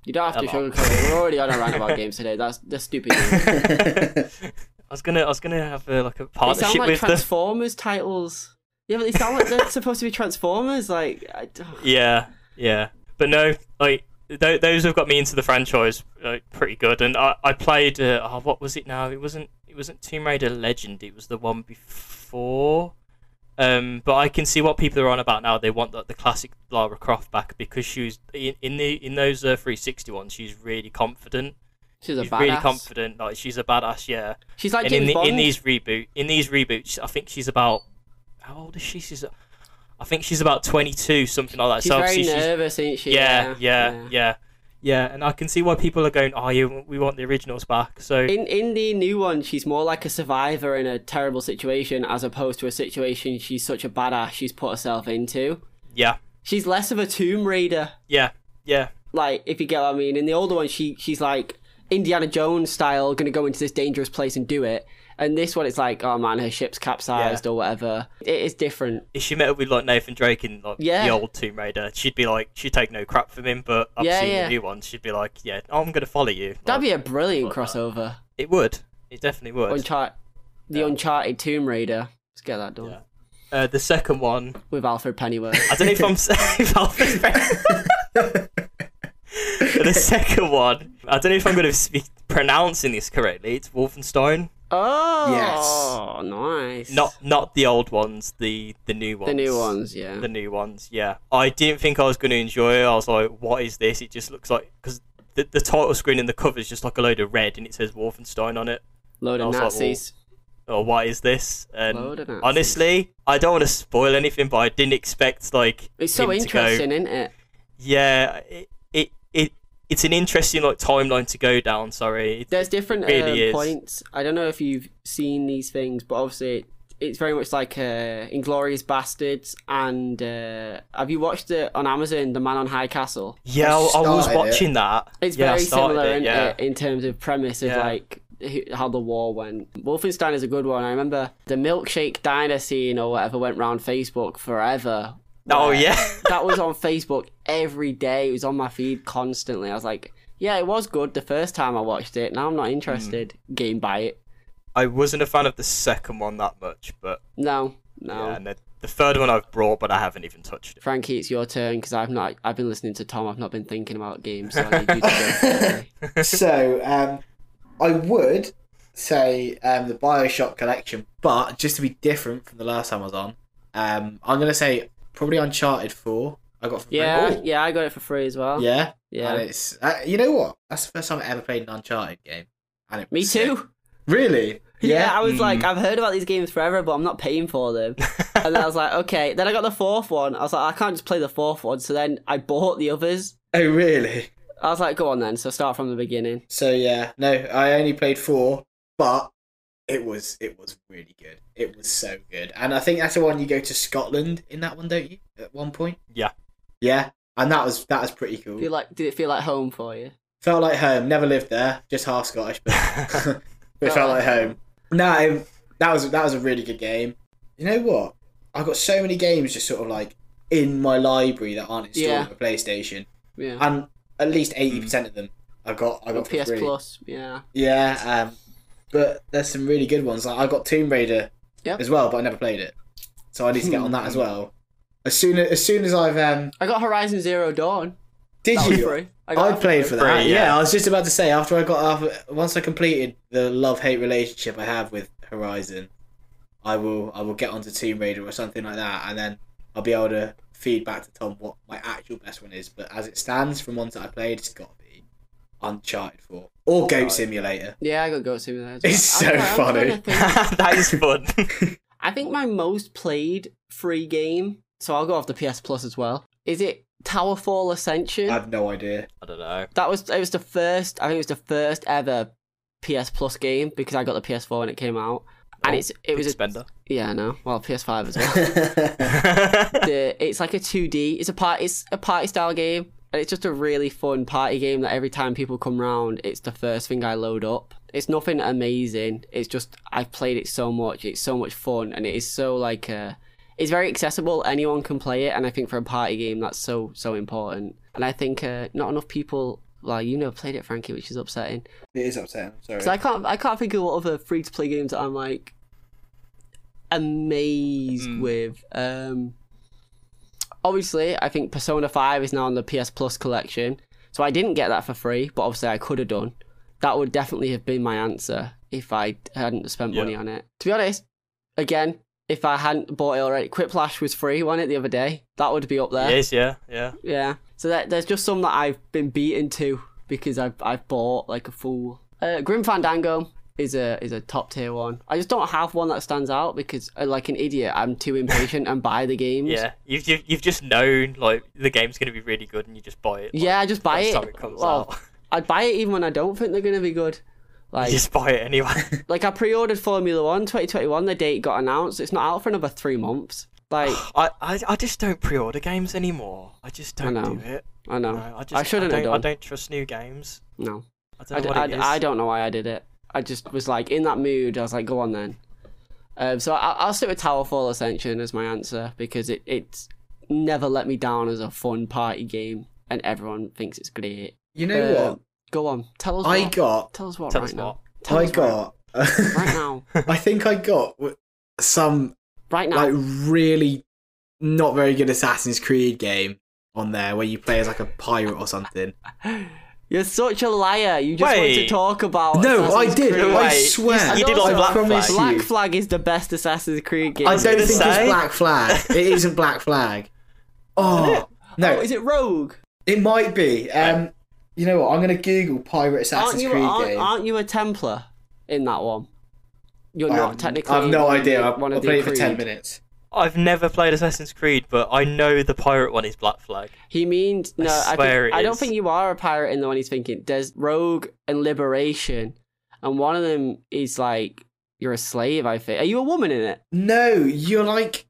[SPEAKER 1] You don't have to
[SPEAKER 3] A lot.
[SPEAKER 1] sugarcoat it. We're already on a rant about games today. That's they're stupid. Names.
[SPEAKER 3] I was gonna, I was gonna have uh, like a
[SPEAKER 1] They sound
[SPEAKER 3] [laughs] partnership
[SPEAKER 1] like
[SPEAKER 3] with them.
[SPEAKER 1] Transformers titles. Yeah, but they sound like they're supposed to be Transformers. Like, I, don't-
[SPEAKER 3] Yeah, yeah. But no, like th- those have got me into the franchise like, pretty good. And I, I played uh, oh, what was it now? It wasn't it wasn't Tomb Raider Legend. It was the one before. Um, but I can see what people are on about now. They want the, the classic Lara Croft back because she was in, in the in those uh, 360 ones. She's really confident.
[SPEAKER 1] she's a
[SPEAKER 3] She's
[SPEAKER 1] badass.
[SPEAKER 3] really confident. Like she's a badass. Yeah.
[SPEAKER 1] She's like
[SPEAKER 3] and in,
[SPEAKER 1] James
[SPEAKER 3] the,
[SPEAKER 1] Bond.
[SPEAKER 3] in these reboot in these reboots, I think she's about how old is she? She's I think she's about 22, something like that.
[SPEAKER 1] she's
[SPEAKER 3] so
[SPEAKER 1] very
[SPEAKER 3] obviously she's
[SPEAKER 1] nervous, ain't she?
[SPEAKER 3] yeah, yeah, yeah, yeah, And I can see why people are going, "Oh, you, we want the originals back." So
[SPEAKER 1] In in the new one, she's more like a survivor in a terrible situation, as opposed to a situation she's such a badass she's put herself into.
[SPEAKER 3] yeah,
[SPEAKER 1] She's less of a Tomb Raider,
[SPEAKER 3] yeah, yeah,
[SPEAKER 1] like if you get what I mean. In the older one, she she's like Indiana Jones style, gonna go into this dangerous place and do it. And this one, it's like, oh man, her ship's capsized or whatever. It is different.
[SPEAKER 3] if she met up with like Nathan Drake in like
[SPEAKER 1] Yeah.
[SPEAKER 3] the old Tomb Raider, she'd be like, she'd take no crap from him. But I've
[SPEAKER 1] Yeah,
[SPEAKER 3] seen
[SPEAKER 1] yeah.
[SPEAKER 3] the new one, she'd be like, "Yeah, I'm gonna follow you."
[SPEAKER 1] That'd
[SPEAKER 3] Like,
[SPEAKER 1] be a brilliant
[SPEAKER 3] like that.
[SPEAKER 1] crossover.
[SPEAKER 3] it would, it definitely would.
[SPEAKER 1] Uncharted, the
[SPEAKER 3] Yeah.
[SPEAKER 1] Uncharted Tomb Raider. Let's get that done
[SPEAKER 3] Yeah. Uh, the second one,
[SPEAKER 1] with Alfred
[SPEAKER 3] [laughs]
[SPEAKER 1] Pennyworth.
[SPEAKER 3] I don't know if I'm
[SPEAKER 1] [laughs]
[SPEAKER 3] if I'll [laughs] the second one, I don't know if I'm gonna be pronouncing this correctly. It's Wolfenstein,
[SPEAKER 1] oh, nice.
[SPEAKER 3] not not the old ones, the the new ones.
[SPEAKER 1] the new ones, yeah.
[SPEAKER 3] the new ones. Yeah, I didn't think I was going to enjoy it. I was like, "What is this?" It just looks like because the, the title screen and the cover is just like a load of red, and it says Wolfenstein on it.
[SPEAKER 1] Load
[SPEAKER 3] I
[SPEAKER 1] of
[SPEAKER 3] was like,
[SPEAKER 1] Nazis.
[SPEAKER 3] Or what is this? And
[SPEAKER 1] Load of Nazis.
[SPEAKER 3] honestly, I don't want to spoil anything, but I didn't expect like
[SPEAKER 1] it's so
[SPEAKER 3] him to go-
[SPEAKER 1] interesting, isn't it?
[SPEAKER 3] yeah, it, it it it's an interesting like timeline to go down. Sorry, It-
[SPEAKER 1] There's different
[SPEAKER 3] really
[SPEAKER 1] um,
[SPEAKER 3] is.
[SPEAKER 1] points. I don't know if you've seen these things, but obviously it, it's very much like uh, Inglorious Bastards. And uh, have you watched it on Amazon, The Man on High Castle?
[SPEAKER 3] yeah, I, I was
[SPEAKER 2] started it.
[SPEAKER 3] watching that.
[SPEAKER 1] It's
[SPEAKER 3] yeah, I
[SPEAKER 1] very
[SPEAKER 3] started
[SPEAKER 1] similar
[SPEAKER 3] It,
[SPEAKER 1] in, uh,
[SPEAKER 3] yeah.
[SPEAKER 1] in terms of premise of
[SPEAKER 3] Yeah.
[SPEAKER 1] like who- how the war went. Wolfenstein is a good one. I remember the milkshake diner scene or whatever went round Facebook forever.
[SPEAKER 3] oh
[SPEAKER 1] where-
[SPEAKER 3] yeah,
[SPEAKER 1] [laughs]
[SPEAKER 3] [laughs]
[SPEAKER 1] that was on Facebook every day. It was on my feed constantly. I was like, yeah, it was good the first time I watched it. Now I'm not interested.
[SPEAKER 3] Hmm.
[SPEAKER 1] Game by it.
[SPEAKER 3] I wasn't a fan of the second one that much, but
[SPEAKER 1] No, no.
[SPEAKER 3] yeah, and the, the third one I've brought, but I haven't even touched it.
[SPEAKER 1] Frankie, it's your turn because I've not. I've been listening to Tom. I've not been thinking about games. So I need you to go. first.
[SPEAKER 2] [laughs] so um, I would say um, the Bioshock collection, but just to be different from the last time I was on, um, I'm gonna say probably Uncharted Four. I got from
[SPEAKER 1] Yeah,
[SPEAKER 2] Ooh.
[SPEAKER 1] yeah. I got it for free as well.
[SPEAKER 2] yeah,
[SPEAKER 1] yeah.
[SPEAKER 2] And it's uh, you know what? That's the first time I ever played an Uncharted game. And it
[SPEAKER 1] Me
[SPEAKER 2] was sick.
[SPEAKER 1] too. [laughs]
[SPEAKER 2] Really?
[SPEAKER 1] Yeah, I was
[SPEAKER 3] Mm.
[SPEAKER 1] like, I've heard about these games forever, but I'm not paying for them. and then I was like, okay. Then I got the fourth one. I was like, I can't just play the fourth one. So then I bought the others.
[SPEAKER 2] Oh, really?
[SPEAKER 1] I was like, go on then. So start from the beginning.
[SPEAKER 2] So yeah, no, I only played four, but it was it was really good. It was so good, and I think that's the one you go to Scotland in that one, don't you? At one point.
[SPEAKER 3] Yeah.
[SPEAKER 2] Yeah, and that was that was pretty cool.
[SPEAKER 1] Feel like, did it feel like home for you?
[SPEAKER 2] Felt like home. Never lived there. Just half Scottish, but [laughs] but
[SPEAKER 1] Felt
[SPEAKER 2] felt
[SPEAKER 1] like
[SPEAKER 2] like home. No, it- that was that was a really good game. You know what? I've got so many games just sort of like in my library that aren't installed
[SPEAKER 1] Yeah.
[SPEAKER 2] on the PlayStation,
[SPEAKER 1] Yeah.
[SPEAKER 2] and at least eighty percent of them I got I
[SPEAKER 1] Or
[SPEAKER 2] got for
[SPEAKER 1] PS
[SPEAKER 2] free.
[SPEAKER 1] Plus. Yeah.
[SPEAKER 2] Yeah, um, but there's some really good ones. Like I got Tomb Raider
[SPEAKER 1] Yep.
[SPEAKER 2] as well, but I never played it, so I need to get on that
[SPEAKER 3] Hmm.
[SPEAKER 2] as well. As soon as, as soon as I've um,
[SPEAKER 1] I got Horizon Zero Dawn.
[SPEAKER 2] did
[SPEAKER 1] That was
[SPEAKER 2] [laughs] you?
[SPEAKER 1] free. I got
[SPEAKER 2] I
[SPEAKER 1] that for
[SPEAKER 2] played
[SPEAKER 1] free.
[SPEAKER 2] for that.
[SPEAKER 3] Free,
[SPEAKER 2] yeah.
[SPEAKER 3] yeah.
[SPEAKER 2] I was just about to say after I got after, once I completed the love hate relationship I have with Horizon, I will I will get onto Tomb Raider or something like that, and then I'll be able to feed back to Tom what my actual best one is. But as it stands, from ones that I played, it's got to be Uncharted Four or Goat
[SPEAKER 3] Right.
[SPEAKER 2] Simulator.
[SPEAKER 1] Yeah, I got Goat Simulator. as
[SPEAKER 2] It's
[SPEAKER 1] well. I'm
[SPEAKER 2] so
[SPEAKER 1] trying- I'm
[SPEAKER 2] funny.
[SPEAKER 1] trying to think.
[SPEAKER 3] [laughs] that is fun.
[SPEAKER 1] I think my most played free game, so I'll go off the PS Plus as well. Is it Towerfall Ascension?
[SPEAKER 2] I have no idea.
[SPEAKER 3] I don't know.
[SPEAKER 1] That was it was the first. I think it was the first ever PS Plus game because I got the PS4 when it came out, and
[SPEAKER 3] Oh,
[SPEAKER 1] it's it was a
[SPEAKER 3] Big
[SPEAKER 2] [laughs]
[SPEAKER 3] spender.
[SPEAKER 1] yeah no well PS5 as well.
[SPEAKER 2] I
[SPEAKER 1] the, it's like a 2D. It's a party. It's a party style game, and it's just a really fun party game that every time people come round, it's the first thing I load up. It's nothing amazing. It's just I've played it so much. It's so much fun, and it is so like uh, it's very accessible. Anyone can play it, and I think for a party game, that's so so important. And I think uh, not enough people. Well, you never played it, Frankie, which is upsetting.
[SPEAKER 2] It is upsetting. I'm sorry.
[SPEAKER 1] Because I can't, I can't think of what other free to play games that I'm like amazed
[SPEAKER 3] Mm.
[SPEAKER 1] with. Um, obviously, I think Persona Five is now on the PS Plus collection, so I didn't get that for free, but obviously I could have done. That would definitely have been my answer if I hadn't spent money
[SPEAKER 3] Yeah.
[SPEAKER 1] on it. To be honest, again, if I hadn't bought it already, Quiplash was free, wasn't it, the other day? That would be up there.
[SPEAKER 3] Yes, yeah, yeah.
[SPEAKER 1] Yeah. So that, there's just some that I've been beaten to because I've I've bought like a fool. Uh, Grim Fandango is a is a top tier one. I just don't have one that stands out because uh, like an idiot, I'm too impatient and buy the games.
[SPEAKER 3] Yeah, you've, you've you've just known like the game's gonna be really good, and you just buy it. like,
[SPEAKER 1] Yeah, I just buy
[SPEAKER 3] first
[SPEAKER 1] it.
[SPEAKER 3] time it comes
[SPEAKER 1] well,
[SPEAKER 3] out. [laughs]
[SPEAKER 1] I'd buy it even when I don't think they're gonna be good. Like
[SPEAKER 3] you just buy it anyway.
[SPEAKER 2] [laughs]
[SPEAKER 1] like I pre-ordered Formula One 2021. The date got announced. It's not out for another three months.
[SPEAKER 3] [sighs]
[SPEAKER 1] Like
[SPEAKER 3] I, I I just don't pre-order games anymore. I just
[SPEAKER 1] I
[SPEAKER 3] don't
[SPEAKER 1] know.
[SPEAKER 3] do it.
[SPEAKER 1] I know.
[SPEAKER 3] No, I just
[SPEAKER 1] shouldn't
[SPEAKER 3] I
[SPEAKER 1] have
[SPEAKER 3] don't, I
[SPEAKER 1] done.
[SPEAKER 3] don't trust new games.
[SPEAKER 1] no.
[SPEAKER 3] I
[SPEAKER 1] I,
[SPEAKER 3] don't
[SPEAKER 1] d-
[SPEAKER 3] know
[SPEAKER 1] I
[SPEAKER 3] what
[SPEAKER 1] d-
[SPEAKER 3] it is.
[SPEAKER 1] I don't know why I did it. I just was like in that mood. I was like, go on then. Um, so I, I'll stick with Towerfall Ascension as my answer because it it's never let me down as a fun party game, and everyone thinks it's great.
[SPEAKER 2] you know
[SPEAKER 1] Uh,
[SPEAKER 2] what?
[SPEAKER 1] Go on, tell us.
[SPEAKER 2] I
[SPEAKER 1] what.
[SPEAKER 2] got.
[SPEAKER 1] Tell us what
[SPEAKER 3] Tell
[SPEAKER 1] right
[SPEAKER 3] us
[SPEAKER 1] now.
[SPEAKER 3] what.
[SPEAKER 1] Tell
[SPEAKER 2] I
[SPEAKER 1] us
[SPEAKER 2] got.
[SPEAKER 1] right, right
[SPEAKER 2] [laughs]
[SPEAKER 1] now.
[SPEAKER 2] I think I got w- some
[SPEAKER 1] Right now.
[SPEAKER 2] like really not very good Assassin's Creed game on there where you play as like a pirate or something.
[SPEAKER 1] [gasps] You're such a liar. You just want to
[SPEAKER 3] Wait.
[SPEAKER 1] talk about.
[SPEAKER 2] no,
[SPEAKER 1] Oh,
[SPEAKER 2] I
[SPEAKER 1] Assassin's
[SPEAKER 2] did.
[SPEAKER 1] Creed.
[SPEAKER 2] I
[SPEAKER 3] Wait, you-
[SPEAKER 2] swear.
[SPEAKER 1] you did like
[SPEAKER 2] I
[SPEAKER 1] Black
[SPEAKER 2] promise
[SPEAKER 3] Flag.
[SPEAKER 1] Black
[SPEAKER 2] you.
[SPEAKER 1] Flag is the best Assassin's Creed game.
[SPEAKER 2] I don't
[SPEAKER 3] gonna
[SPEAKER 2] think
[SPEAKER 3] say.
[SPEAKER 2] it's Black Flag. It isn't
[SPEAKER 1] [laughs]
[SPEAKER 2] Black Flag. Oh no,
[SPEAKER 1] Oh, is it Rogue?
[SPEAKER 2] it might be. Um, you know what? I'm gonna Google pirate
[SPEAKER 1] aren't
[SPEAKER 2] Assassin's
[SPEAKER 1] you
[SPEAKER 2] Creed
[SPEAKER 1] aren't,
[SPEAKER 2] game.
[SPEAKER 1] aren't you a Templar in that one? You're
[SPEAKER 2] I
[SPEAKER 1] not
[SPEAKER 2] have-
[SPEAKER 1] technically.
[SPEAKER 2] I have Um, no
[SPEAKER 1] one of
[SPEAKER 2] idea.
[SPEAKER 1] the-
[SPEAKER 2] I'll,
[SPEAKER 1] one
[SPEAKER 2] I'll
[SPEAKER 1] of the
[SPEAKER 2] play it for
[SPEAKER 1] Creed.
[SPEAKER 2] ten minutes.
[SPEAKER 3] I've never played Assassin's Creed, but I know the pirate one is Black Flag.
[SPEAKER 1] He means no. I,
[SPEAKER 3] swear
[SPEAKER 1] think,
[SPEAKER 3] it
[SPEAKER 1] I don't
[SPEAKER 3] is.
[SPEAKER 1] think you are a pirate in the one he's thinking. There's Rogue and Liberation, and one of them is like you're a slave. I think. Are you a woman in it?
[SPEAKER 2] No, you're like,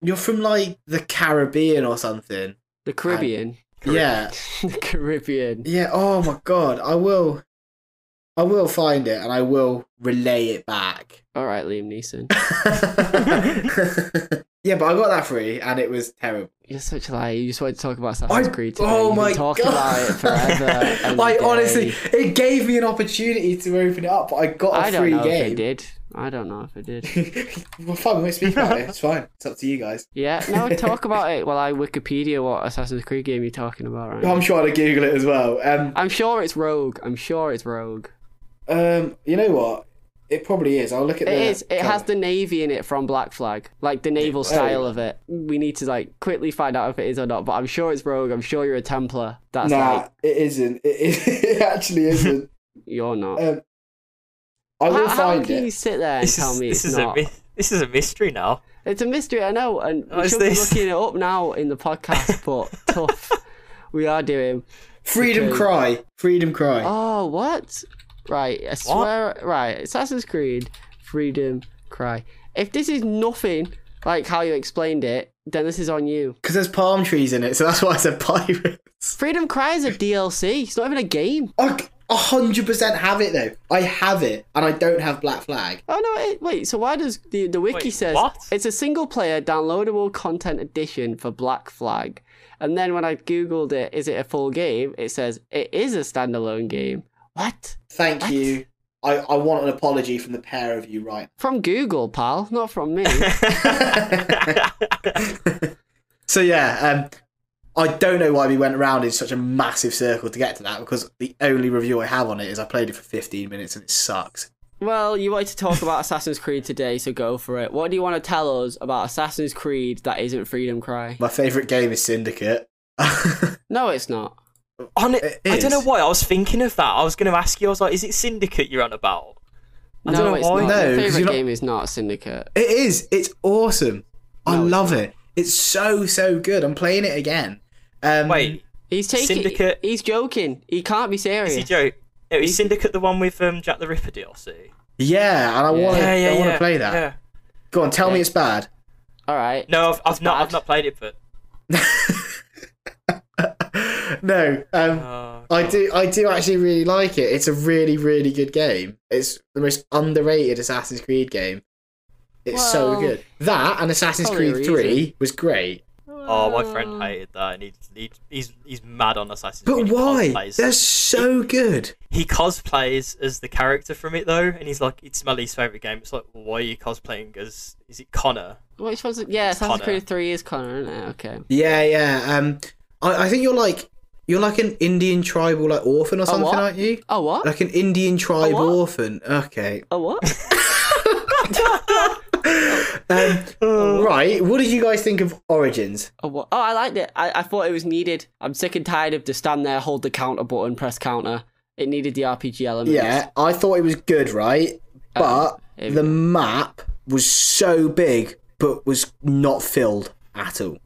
[SPEAKER 2] you're from like the Caribbean or something.
[SPEAKER 1] The Caribbean. [laughs]
[SPEAKER 2] Yeah,
[SPEAKER 1] the Caribbean.
[SPEAKER 2] yeah. Oh my god, I will, I will find it and I will relay
[SPEAKER 1] [laughs]
[SPEAKER 2] it back.
[SPEAKER 1] All right, Liam Neeson.
[SPEAKER 2] [laughs] yeah, but I got that free and it was terrible.
[SPEAKER 1] You're such a liar. You just want to talk about Assassin's Creed. Today.
[SPEAKER 2] oh
[SPEAKER 1] You've been
[SPEAKER 2] my
[SPEAKER 1] talking
[SPEAKER 2] god!
[SPEAKER 1] about it forever. and a
[SPEAKER 2] [laughs] I honestly,
[SPEAKER 1] day.
[SPEAKER 2] it gave me an opportunity to open it up, but I got a
[SPEAKER 1] I don't
[SPEAKER 2] free
[SPEAKER 1] know if I
[SPEAKER 2] game.
[SPEAKER 1] did. I don't know if I did.
[SPEAKER 2] [laughs] well, fine, we won't speak about it. It's fine. It's up to you guys.
[SPEAKER 1] Yeah, no,
[SPEAKER 2] [laughs]
[SPEAKER 1] talk about it while I Wikipedia what Assassin's Creed game you're talking about, right?
[SPEAKER 2] Oh, I'm trying to Google it as well. Um,
[SPEAKER 1] I'm sure it's Rogue. I'm sure it's Rogue.
[SPEAKER 2] um, you know what? It probably is. I'll look at
[SPEAKER 1] It
[SPEAKER 2] the
[SPEAKER 1] is. It has
[SPEAKER 2] cover.
[SPEAKER 1] the navy in it from Black Flag, like the naval style of it. We need to like quickly find out if it is or not. But I'm sure it's Rogue. I'm sure you're a Templar. That's
[SPEAKER 2] Nah,
[SPEAKER 1] like
[SPEAKER 2] it isn't. It, is, [laughs] it actually
[SPEAKER 1] [laughs]
[SPEAKER 2] isn't.
[SPEAKER 1] you're not.
[SPEAKER 2] um, I will
[SPEAKER 1] how, how
[SPEAKER 2] find
[SPEAKER 1] can you
[SPEAKER 2] it.
[SPEAKER 1] sit there and
[SPEAKER 3] This
[SPEAKER 1] tell
[SPEAKER 3] is
[SPEAKER 1] me
[SPEAKER 3] this
[SPEAKER 1] it's
[SPEAKER 3] is
[SPEAKER 1] not?
[SPEAKER 3] a mi- this is a mystery now.
[SPEAKER 1] It's a mystery, I know, and
[SPEAKER 3] What
[SPEAKER 1] we
[SPEAKER 3] is
[SPEAKER 1] should be
[SPEAKER 3] this?
[SPEAKER 1] looking it up now in the
[SPEAKER 3] [laughs]
[SPEAKER 1] podcast. But tough, we are doing.
[SPEAKER 2] Freedom
[SPEAKER 1] Okay.
[SPEAKER 2] Cry. Freedom Cry.
[SPEAKER 1] Oh, what? Right, I swear. Right, Assassin's Creed, Freedom Cry. If this is nothing like how you explained it, then this is on you.
[SPEAKER 2] Because there's palm trees in it, so that's why I said [laughs] pirates.
[SPEAKER 1] Freedom Cry is a DLC. It's not even a game.
[SPEAKER 2] I c- a hundred percent have it though. I have it, and I don't have Black Flag.
[SPEAKER 1] Oh no! It, wait. So why does the the wiki
[SPEAKER 3] Wait,
[SPEAKER 1] says
[SPEAKER 3] what?
[SPEAKER 1] it's a single player downloadable content edition for Black Flag, and then when I googled it, is it a full game? It says it is a standalone game. What?
[SPEAKER 2] Thank
[SPEAKER 1] What?
[SPEAKER 2] you. I, I want an apology from the pair of you, right?
[SPEAKER 1] From Google, pal, not from me.
[SPEAKER 2] [laughs] So yeah, um, I don't know why we went around in such a massive circle to get to that because the only review I have on it is I played it for 15 minutes and it sucks.
[SPEAKER 1] Well, you wanted to talk about Assassin's Creed today, so go for it. What do you want to tell us about Assassin's Creed that isn't Freedom Cry?
[SPEAKER 2] My favourite game is Syndicate. [laughs]
[SPEAKER 1] No, it's not.
[SPEAKER 3] On it,
[SPEAKER 2] It
[SPEAKER 3] I don't know
[SPEAKER 2] is.
[SPEAKER 3] why I was thinking of that. I was going to ask you. I was like, is it Syndicate you're on about? I
[SPEAKER 1] no,
[SPEAKER 3] don't know
[SPEAKER 1] it's
[SPEAKER 3] why.
[SPEAKER 1] not.
[SPEAKER 2] No,
[SPEAKER 1] My
[SPEAKER 2] 'cause
[SPEAKER 1] favorite
[SPEAKER 2] you're not-
[SPEAKER 1] game is not Syndicate.
[SPEAKER 2] It is. It's awesome. I
[SPEAKER 1] No, it's
[SPEAKER 2] love it. It's so so good. I'm playing it again. Um,
[SPEAKER 3] Wait,
[SPEAKER 1] He's taking.
[SPEAKER 3] Syndicate-
[SPEAKER 1] He's joking. He can't be serious.
[SPEAKER 3] is he Joe? no, Is Syndicate the one with um, Jack the Ripper DLC?
[SPEAKER 2] yeah, and I
[SPEAKER 1] Yeah.
[SPEAKER 2] want to.
[SPEAKER 3] Yeah, yeah,
[SPEAKER 2] I want to
[SPEAKER 3] yeah,
[SPEAKER 2] play that.
[SPEAKER 3] yeah.
[SPEAKER 2] Go on, tell me
[SPEAKER 1] Yeah.
[SPEAKER 2] it's bad. [laughs]
[SPEAKER 1] All right.
[SPEAKER 3] No, I've, I've
[SPEAKER 1] That's
[SPEAKER 3] not.
[SPEAKER 1] bad.
[SPEAKER 3] I've not played it, but
[SPEAKER 2] no, um,
[SPEAKER 3] oh,
[SPEAKER 2] I do. I do actually really like it. It's a really really good game. It's the most underrated Assassin's Creed game. It's so
[SPEAKER 1] Well,
[SPEAKER 2] good. That and Assassin's
[SPEAKER 1] probably a
[SPEAKER 2] Creed
[SPEAKER 1] reason.
[SPEAKER 2] Three was great.
[SPEAKER 3] oh, my friend hated that, and he, he, he's he's mad on Assassin's
[SPEAKER 2] But
[SPEAKER 3] Creed. He
[SPEAKER 2] why?
[SPEAKER 3] cosplays-
[SPEAKER 2] They're so good.
[SPEAKER 3] he cosplays as the character from it though, and he's like, "It's my least favorite game." It's like, why are you cosplaying as? Is it Connor? [laughs]
[SPEAKER 1] Which one's it? Yeah, Assassin's
[SPEAKER 3] Connor.
[SPEAKER 1] Creed 3 is Connor, isn't it? Okay.
[SPEAKER 2] Yeah, yeah. Um, I, I think you're like you're like an Indian tribal like orphan or something,
[SPEAKER 1] what?
[SPEAKER 2] aren't you?
[SPEAKER 1] Oh, what?
[SPEAKER 2] Like an Indian tribe
[SPEAKER 1] what?
[SPEAKER 2] orphan. Okay.
[SPEAKER 1] Oh, what?
[SPEAKER 3] [laughs]
[SPEAKER 1] [laughs]
[SPEAKER 2] Um, right. What did you guys think of Origins?
[SPEAKER 1] Oh, what? oh I liked it. I, I thought it was needed. I'm sick and tired of the stand there, hold the counter button, press counter. It needed the RPG element.
[SPEAKER 2] Yeah, I thought it was good, right? But
[SPEAKER 1] here we
[SPEAKER 2] the
[SPEAKER 1] go.
[SPEAKER 2] map was so big, but was not filled at all.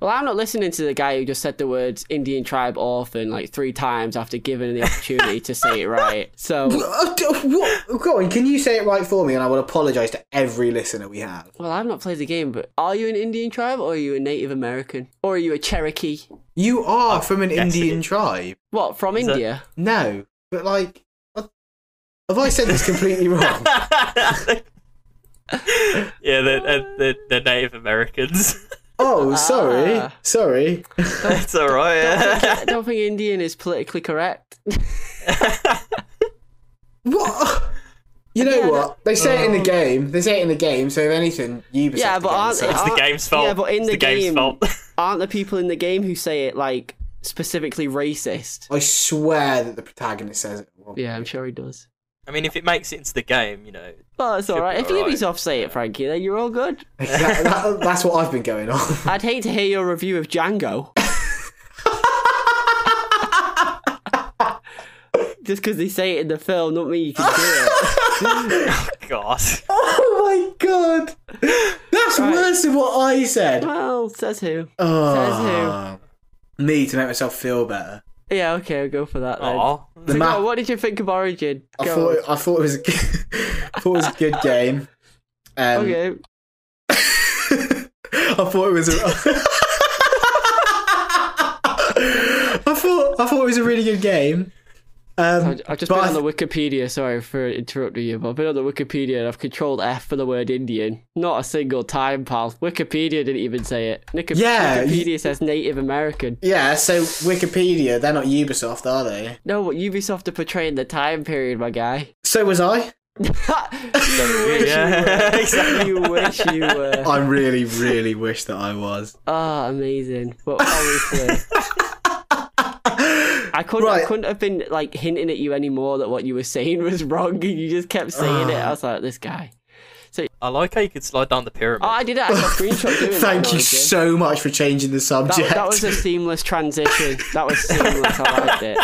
[SPEAKER 1] Well, I'm not listening to the guy who just said the words Indian tribe orphan like three times after given the opportunity to say it right. So,
[SPEAKER 2] Uh, d- What? Go on. Can you say it right for me? And I will apologise to every listener we have.
[SPEAKER 1] well, I've not played the game, but are you an Indian tribe or are you a Native American? Or are you a Cherokee?
[SPEAKER 2] You are from an
[SPEAKER 3] yes, it
[SPEAKER 2] Indian
[SPEAKER 3] is.
[SPEAKER 2] tribe.
[SPEAKER 1] What, from
[SPEAKER 3] Is that- [laughs]
[SPEAKER 1] India?
[SPEAKER 2] No, but like, I- have I said this completely wrong? [laughs]
[SPEAKER 3] yeah, they're, they're, they're, they're Native Americans. [laughs]
[SPEAKER 2] Oh, sorry,
[SPEAKER 1] Ah.
[SPEAKER 2] sorry.
[SPEAKER 3] it's all right.
[SPEAKER 1] I
[SPEAKER 3] Yeah.
[SPEAKER 1] don't think Indian is politically correct.
[SPEAKER 2] What? You know
[SPEAKER 1] Yeah,
[SPEAKER 2] what? They say it in the game. They say it in the game. So if anything, you.
[SPEAKER 1] Yeah, but aren't,
[SPEAKER 3] [laughs] It's the
[SPEAKER 1] aren't-
[SPEAKER 3] game's fault.
[SPEAKER 1] Ah, Yeah, but in
[SPEAKER 3] It's
[SPEAKER 1] the,
[SPEAKER 3] the game's
[SPEAKER 1] game,
[SPEAKER 3] fault. [laughs]
[SPEAKER 1] aren't the people in the game who say it like specifically racist?
[SPEAKER 2] I swear that the protagonist says it. Wrong.
[SPEAKER 1] Yeah, I'm sure he does.
[SPEAKER 3] I mean, if it makes it into the game, you know.
[SPEAKER 1] Well, it's
[SPEAKER 3] Should
[SPEAKER 1] all
[SPEAKER 3] be
[SPEAKER 1] right. If
[SPEAKER 3] all right.
[SPEAKER 1] Ubisoft say it, Frankie, then you're all good.
[SPEAKER 2] [laughs] That- that- that's what I've been going on. [laughs]
[SPEAKER 1] I'd hate to hear your review of Django. [laughs] Just because they say it in the film, don't mean you can
[SPEAKER 3] [laughs]
[SPEAKER 1] do it. [laughs]
[SPEAKER 3] God.
[SPEAKER 2] oh my god, that's worse than what I said.
[SPEAKER 1] well, says who?
[SPEAKER 2] Oh, me to make myself feel better.
[SPEAKER 1] Yeah, okay, I'll go for that then.
[SPEAKER 3] Aw.
[SPEAKER 1] So,
[SPEAKER 2] The
[SPEAKER 1] go
[SPEAKER 2] map-
[SPEAKER 1] on, oh, what did you think of Origin?
[SPEAKER 2] I
[SPEAKER 1] Go
[SPEAKER 2] thought
[SPEAKER 1] on.
[SPEAKER 2] it, I thought it was a good, [laughs] I thought it was a good game. Um,
[SPEAKER 1] okay.
[SPEAKER 2] [laughs] I thought it was. A... [laughs] I thought I thought it was a really good game. Um,
[SPEAKER 1] I've I've just
[SPEAKER 2] but
[SPEAKER 1] been on
[SPEAKER 2] I
[SPEAKER 1] the Wikipedia, sorry for interrupting you, but I've been on the Wikipedia and I've controlled F for the word Indian. Not a single time, pal. Wikipedia didn't even say it. Nica-
[SPEAKER 2] Yeah, you-
[SPEAKER 1] Wikipedia says Native American.
[SPEAKER 2] yeah, so Wikipedia, they're not Ubisoft, are they?
[SPEAKER 1] No, what Ubisoft are portraying the time period, my guy. [laughs]
[SPEAKER 2] So was I.
[SPEAKER 1] you wish
[SPEAKER 3] Yeah, [laughs] exactly.
[SPEAKER 1] you were. You wish you were.
[SPEAKER 2] I really, really wish that I was.
[SPEAKER 1] Ah, amazing. But obviously. I couldn't, I
[SPEAKER 2] Right.
[SPEAKER 1] couldn't have been like hinting at you anymore that what you were saying was wrong, and you just kept saying
[SPEAKER 2] Ah.
[SPEAKER 1] it. I was like, "This guy."
[SPEAKER 3] I like how you could slide down the pyramid.
[SPEAKER 1] Oh, I did it. I got a screenshot doing that when I
[SPEAKER 2] Thank you
[SPEAKER 1] was in.
[SPEAKER 2] so much for changing the
[SPEAKER 1] That,
[SPEAKER 2] subject.
[SPEAKER 1] that was a seamless transition. That was seamless. I liked it.